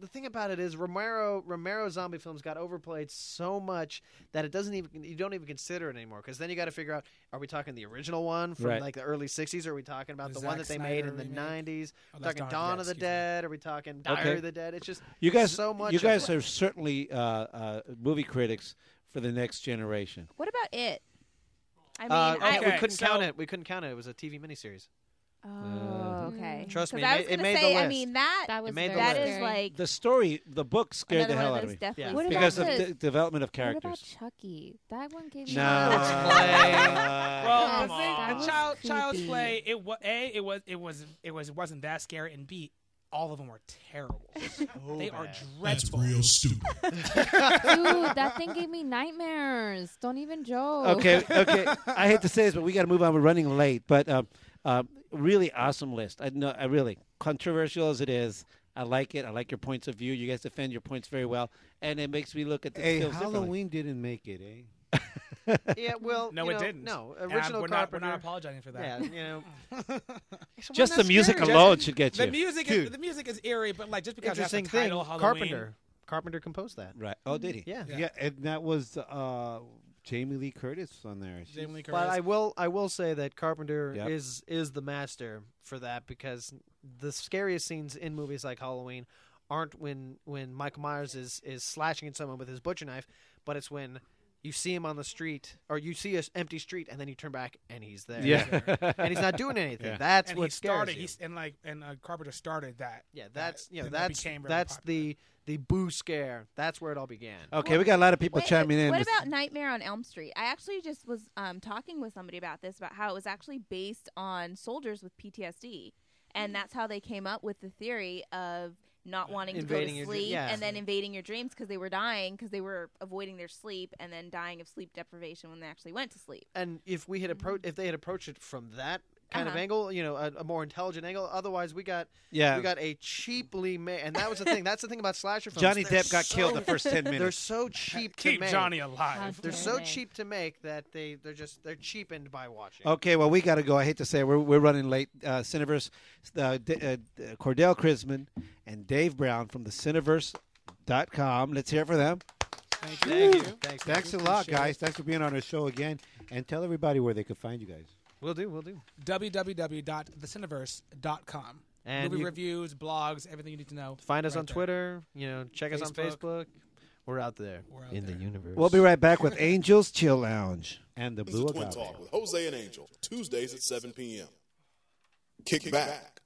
Speaker 7: The thing about it is Romero Romero zombie films got overplayed so much that it doesn't even you don't even consider it anymore because then you got to figure out are we talking the original one from
Speaker 2: Right.
Speaker 7: like the early '60s? Or are we talking about
Speaker 16: The
Speaker 7: the, one that
Speaker 16: Zack
Speaker 7: they made
Speaker 16: Snyder
Speaker 7: in the
Speaker 16: remake?
Speaker 7: '90s?
Speaker 16: Oh, that's
Speaker 7: talking Dawn of the Dead? Are we talking Diary of the Dead? It's just
Speaker 2: you guys.
Speaker 7: so much.
Speaker 2: you
Speaker 7: of
Speaker 2: guys
Speaker 7: it.
Speaker 2: are certainly uh, uh, movie critics for the next generation.
Speaker 6: What about it? I mean,
Speaker 7: Uh,
Speaker 6: I,
Speaker 7: we couldn't count it. We couldn't count it. It was a TV miniseries.
Speaker 6: Oh, okay.
Speaker 7: Trust me,
Speaker 6: 'Cause I
Speaker 7: it
Speaker 6: was
Speaker 7: made- it
Speaker 6: gonna
Speaker 7: made the
Speaker 6: say, I
Speaker 7: list.
Speaker 6: mean, that
Speaker 7: That
Speaker 6: that
Speaker 7: was
Speaker 6: was
Speaker 7: made the
Speaker 6: that
Speaker 7: list.
Speaker 6: is like
Speaker 2: The story, the book scared
Speaker 6: Another
Speaker 2: the
Speaker 6: one
Speaker 2: hell
Speaker 6: of
Speaker 2: out of
Speaker 6: those
Speaker 2: me
Speaker 6: definitely Yeah. What about
Speaker 2: because of
Speaker 6: the-
Speaker 2: the development of
Speaker 5: What
Speaker 2: characters.
Speaker 5: about Chucky? That one gave me.
Speaker 2: No.
Speaker 5: Child's
Speaker 2: Play.
Speaker 16: Well,
Speaker 5: Come
Speaker 16: the thing,
Speaker 5: on.
Speaker 16: uh, child,
Speaker 5: Creepy.
Speaker 16: Child's Play. It was a. It was. It was. It was. It wasn't that scary. And B, all of them were terrible. they are dreadful.
Speaker 9: Real stupid.
Speaker 5: Dude, that thing gave me nightmares. Don't even joke.
Speaker 2: Okay, okay. I hate to say this, but we got to move on. We're running late, but um, uh, really awesome list. I know, I really controversial as it is. I like it. I like your points of view. You guys defend your points very well, and it makes me look at the
Speaker 3: Hey,
Speaker 2: films differently.
Speaker 3: Halloween didn't make it, eh?
Speaker 7: Yeah, well,
Speaker 16: No,
Speaker 7: you
Speaker 16: it
Speaker 7: know,
Speaker 16: didn't.
Speaker 7: No,
Speaker 16: And
Speaker 7: original
Speaker 16: we're not- we're
Speaker 7: Carpenter.
Speaker 16: not apologizing for that.
Speaker 7: Yeah, you know,
Speaker 16: So
Speaker 2: Just
Speaker 16: wasn't
Speaker 2: the
Speaker 16: that
Speaker 2: music
Speaker 16: scary?
Speaker 2: alone should get
Speaker 16: the
Speaker 2: you.
Speaker 16: music. Is,
Speaker 2: Dude.
Speaker 16: the music is eerie, but like just because that's the
Speaker 7: Interesting thing,
Speaker 16: title Halloween,
Speaker 7: Carpenter. Carpenter composed that.
Speaker 22: Right. Oh, did he?
Speaker 7: Yeah.
Speaker 2: yeah, and that was uh, Jamie Lee Curtis on there. She's-
Speaker 7: Jamie Lee But I will I will say that Carpenter
Speaker 2: Yep.
Speaker 7: is is the master for that because the scariest scenes in movies like Halloween aren't when when Michael Myers is is slashing at someone with his butcher knife, but it's when you see him on the street or you see an empty street and then you turn back and he's there.
Speaker 2: Yeah.
Speaker 7: and he's not doing anything.
Speaker 2: Yeah.
Speaker 7: That's
Speaker 16: and
Speaker 7: what
Speaker 16: he started.
Speaker 7: scares you.
Speaker 16: He's, and like and uh, Carpenter started that.
Speaker 7: Yeah, that's
Speaker 16: that,
Speaker 7: you know,
Speaker 16: then that
Speaker 7: that's
Speaker 16: became very
Speaker 7: that's
Speaker 16: popular.
Speaker 7: the the boo scare. That's where it all began.
Speaker 22: Okay, we got a lot of people
Speaker 6: Wait,
Speaker 22: chiming in.
Speaker 6: What
Speaker 22: with-
Speaker 6: about Nightmare on Elm Street? I actually just was um, talking with somebody about this, about how it was actually based on soldiers with PTSD,
Speaker 2: Mm-hmm.
Speaker 6: and that's how they came up with the theory of not wanting
Speaker 7: Invading
Speaker 6: to
Speaker 7: your
Speaker 6: go to
Speaker 7: dr-
Speaker 6: sleep
Speaker 7: yeah.
Speaker 6: and then invading your dreams because they were dying because they were avoiding their sleep and then dying of sleep deprivation when they actually went to sleep.
Speaker 7: and if we had approached if they had approached it from that kind of
Speaker 6: Uh-huh.
Speaker 7: angle you know a, a more intelligent angle otherwise we got
Speaker 22: Yeah.
Speaker 7: we got a cheaply made and that was the thing that's the thing about slasher films
Speaker 22: Johnny
Speaker 7: They're
Speaker 22: Depp got killed
Speaker 7: so-
Speaker 22: the first 10
Speaker 7: they're
Speaker 22: minutes.
Speaker 7: so cheap to
Speaker 16: Keep
Speaker 7: make.
Speaker 16: Johnny alive.
Speaker 7: they're
Speaker 16: How
Speaker 7: so
Speaker 16: dare they.
Speaker 7: cheap to make that they they're just they're cheapened by watching
Speaker 22: Okay, well, we got to go. I hate to say it, we're, we're running late. Uh, Cineverse, uh, D- uh, D- Cordell Crisman and Dave Brown from the Cineverse.com. Let's hear it for them.
Speaker 7: Thank you. Thank you. Thanks,
Speaker 2: Thanks a
Speaker 7: man.
Speaker 2: lot,
Speaker 7: Appreciate
Speaker 2: guys.
Speaker 7: it.
Speaker 2: Thanks for being on our show again, and tell everybody where they could find you guys.
Speaker 7: we'll do we'll do
Speaker 16: www.thecineverse.com.
Speaker 7: And
Speaker 16: Movie
Speaker 7: you-
Speaker 16: reviews, blogs, everything you need to know.
Speaker 7: find us
Speaker 16: right
Speaker 7: on
Speaker 16: there.
Speaker 7: twitter you know check us on
Speaker 16: Facebook.
Speaker 7: facebook we're out there in the universe
Speaker 22: We'll be right back with Angels Chill Lounge
Speaker 2: and the
Speaker 1: This is Twin Talk with Jose and Angel, Tuesdays at 7 p.m. Kick, back,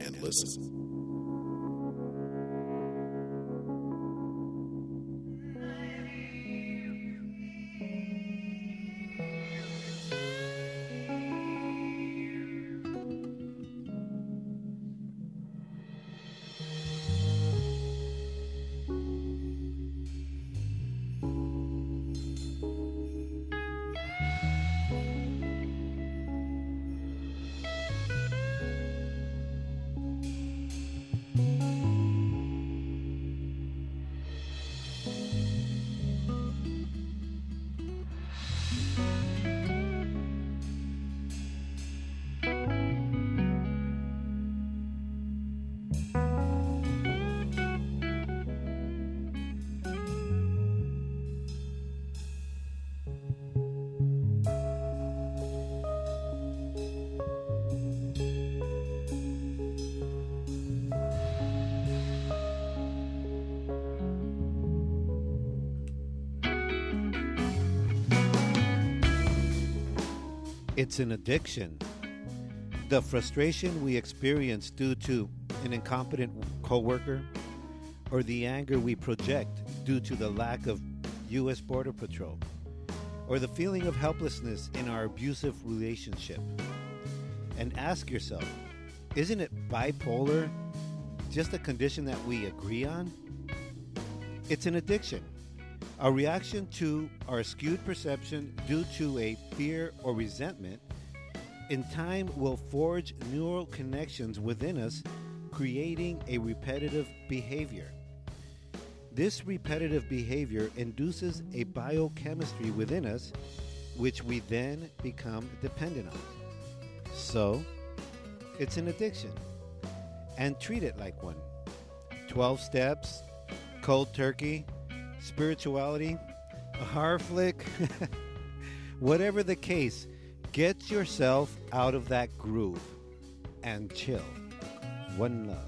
Speaker 1: and listen.
Speaker 2: It's an addiction. The frustration we experience due to an incompetent coworker or the anger we project due to the lack of US border patrol or the feeling of helplessness in our abusive relationship. And ask yourself, isn't it bipolar just a condition that we agree on? It's an addiction. A reaction to our skewed perception due to a fear or resentment in time will forge neural connections within us, creating a repetitive behavior. This repetitive behavior induces a biochemistry within us, which we then become dependent on. So, it's an addiction. And treat it like one. 12 steps, cold turkey, spirituality, a horror flick. Whatever the case, get yourself out of that groove and chill. One love.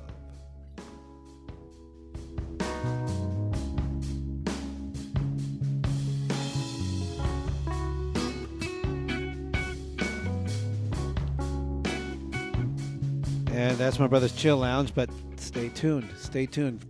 Speaker 22: And that's my brother's Chill Lounge, but stay tuned. Stay tuned.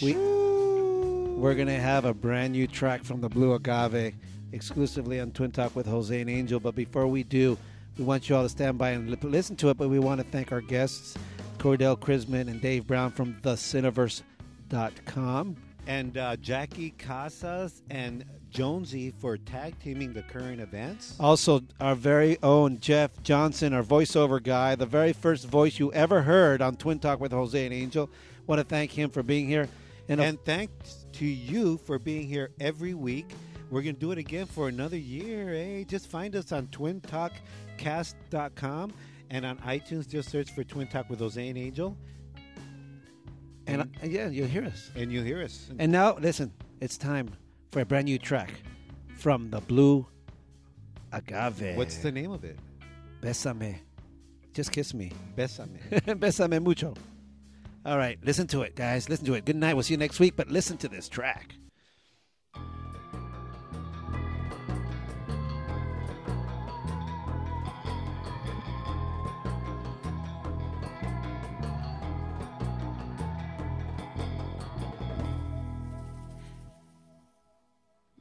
Speaker 22: We, we're going to have a brand new track from the Blue Agave exclusively on Twin Talk with Jose and Angel. But before we do, we want you all to stand by and li- listen to it. But we want to thank our guests, Cordell Crisman and Dave Brown from thecineverse.com.
Speaker 2: And uh, Jackie Casas and Jonesy for tag teaming the current events.
Speaker 22: Also, our very own Jeff Johnson, our voiceover guy, the very first voice you ever heard on Twin Talk with Jose and Angel. Want to thank him for being here. And, of-
Speaker 2: And thanks to you for being here every week. We're going to do it again for another year, eh? Just find us on twintalkcast.com and on iTunes, just search for Twin Talk with Jose and Angel. And uh, yeah, you'll hear us.
Speaker 3: And you'll hear us.
Speaker 2: And now, listen, it's time for a brand new track from the Blue Agave.
Speaker 3: What's the name of it?
Speaker 2: Besame. Just kiss me.
Speaker 3: Besame.
Speaker 2: Besame mucho. All right, listen to it, guys. Listen to it. Good night. We'll see you next week, but listen to this track.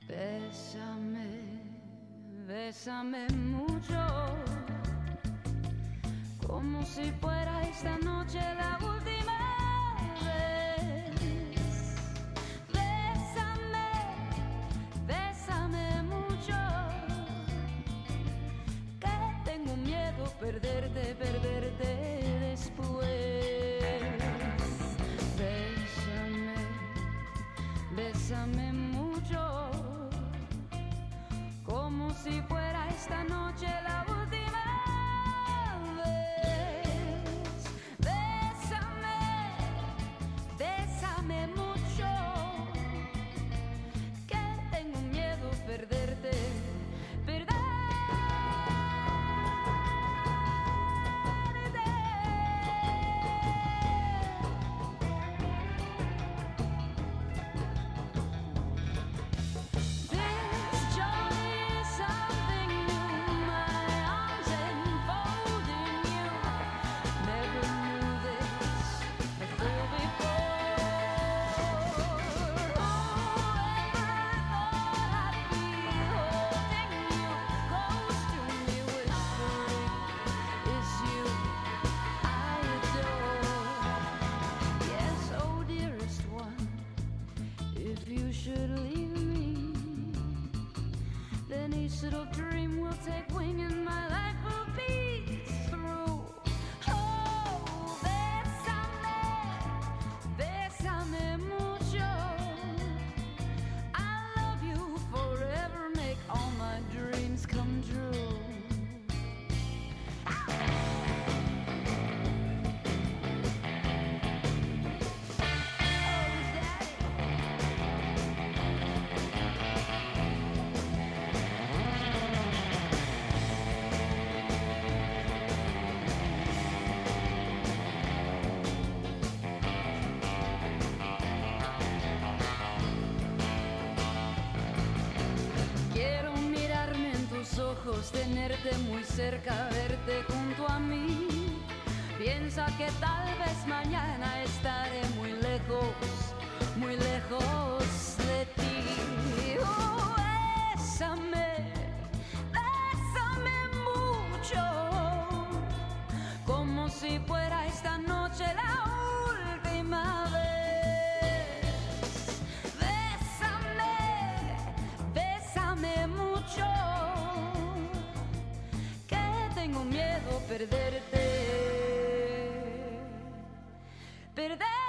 Speaker 11: Bésame, bésame mucho, como si fuera esta noche la última vez. Bésame, bésame mucho, que tengo miedo perderte, perderte después. Bésame, bésame mucho como si fuera esta noche la última vez. Bésame, bésame mucho, que tengo miedo perderte, perderte. This journey's something new. My arms enfolding you. Never knew this I feel before. Oh, ever thought I'd be holding you close to me, whispering, "It's you I adore." Yes, oh dearest one, if you should leave me. Then each little dream will take wing and my life will be through. Oh, bésame, bésame mucho. I love you forever, make all my dreams come true. Quiero mirarme en tus ojos, tenerte muy cerca, verte junto a mí. Piensa que tal vez mañana estaré muy lejos, muy lejos de ti. Oh, bésame, bésame mucho, como si fuera esta noche la última vez. Bésame. Bésame mucho, que tengo miedo perderte. Perderte.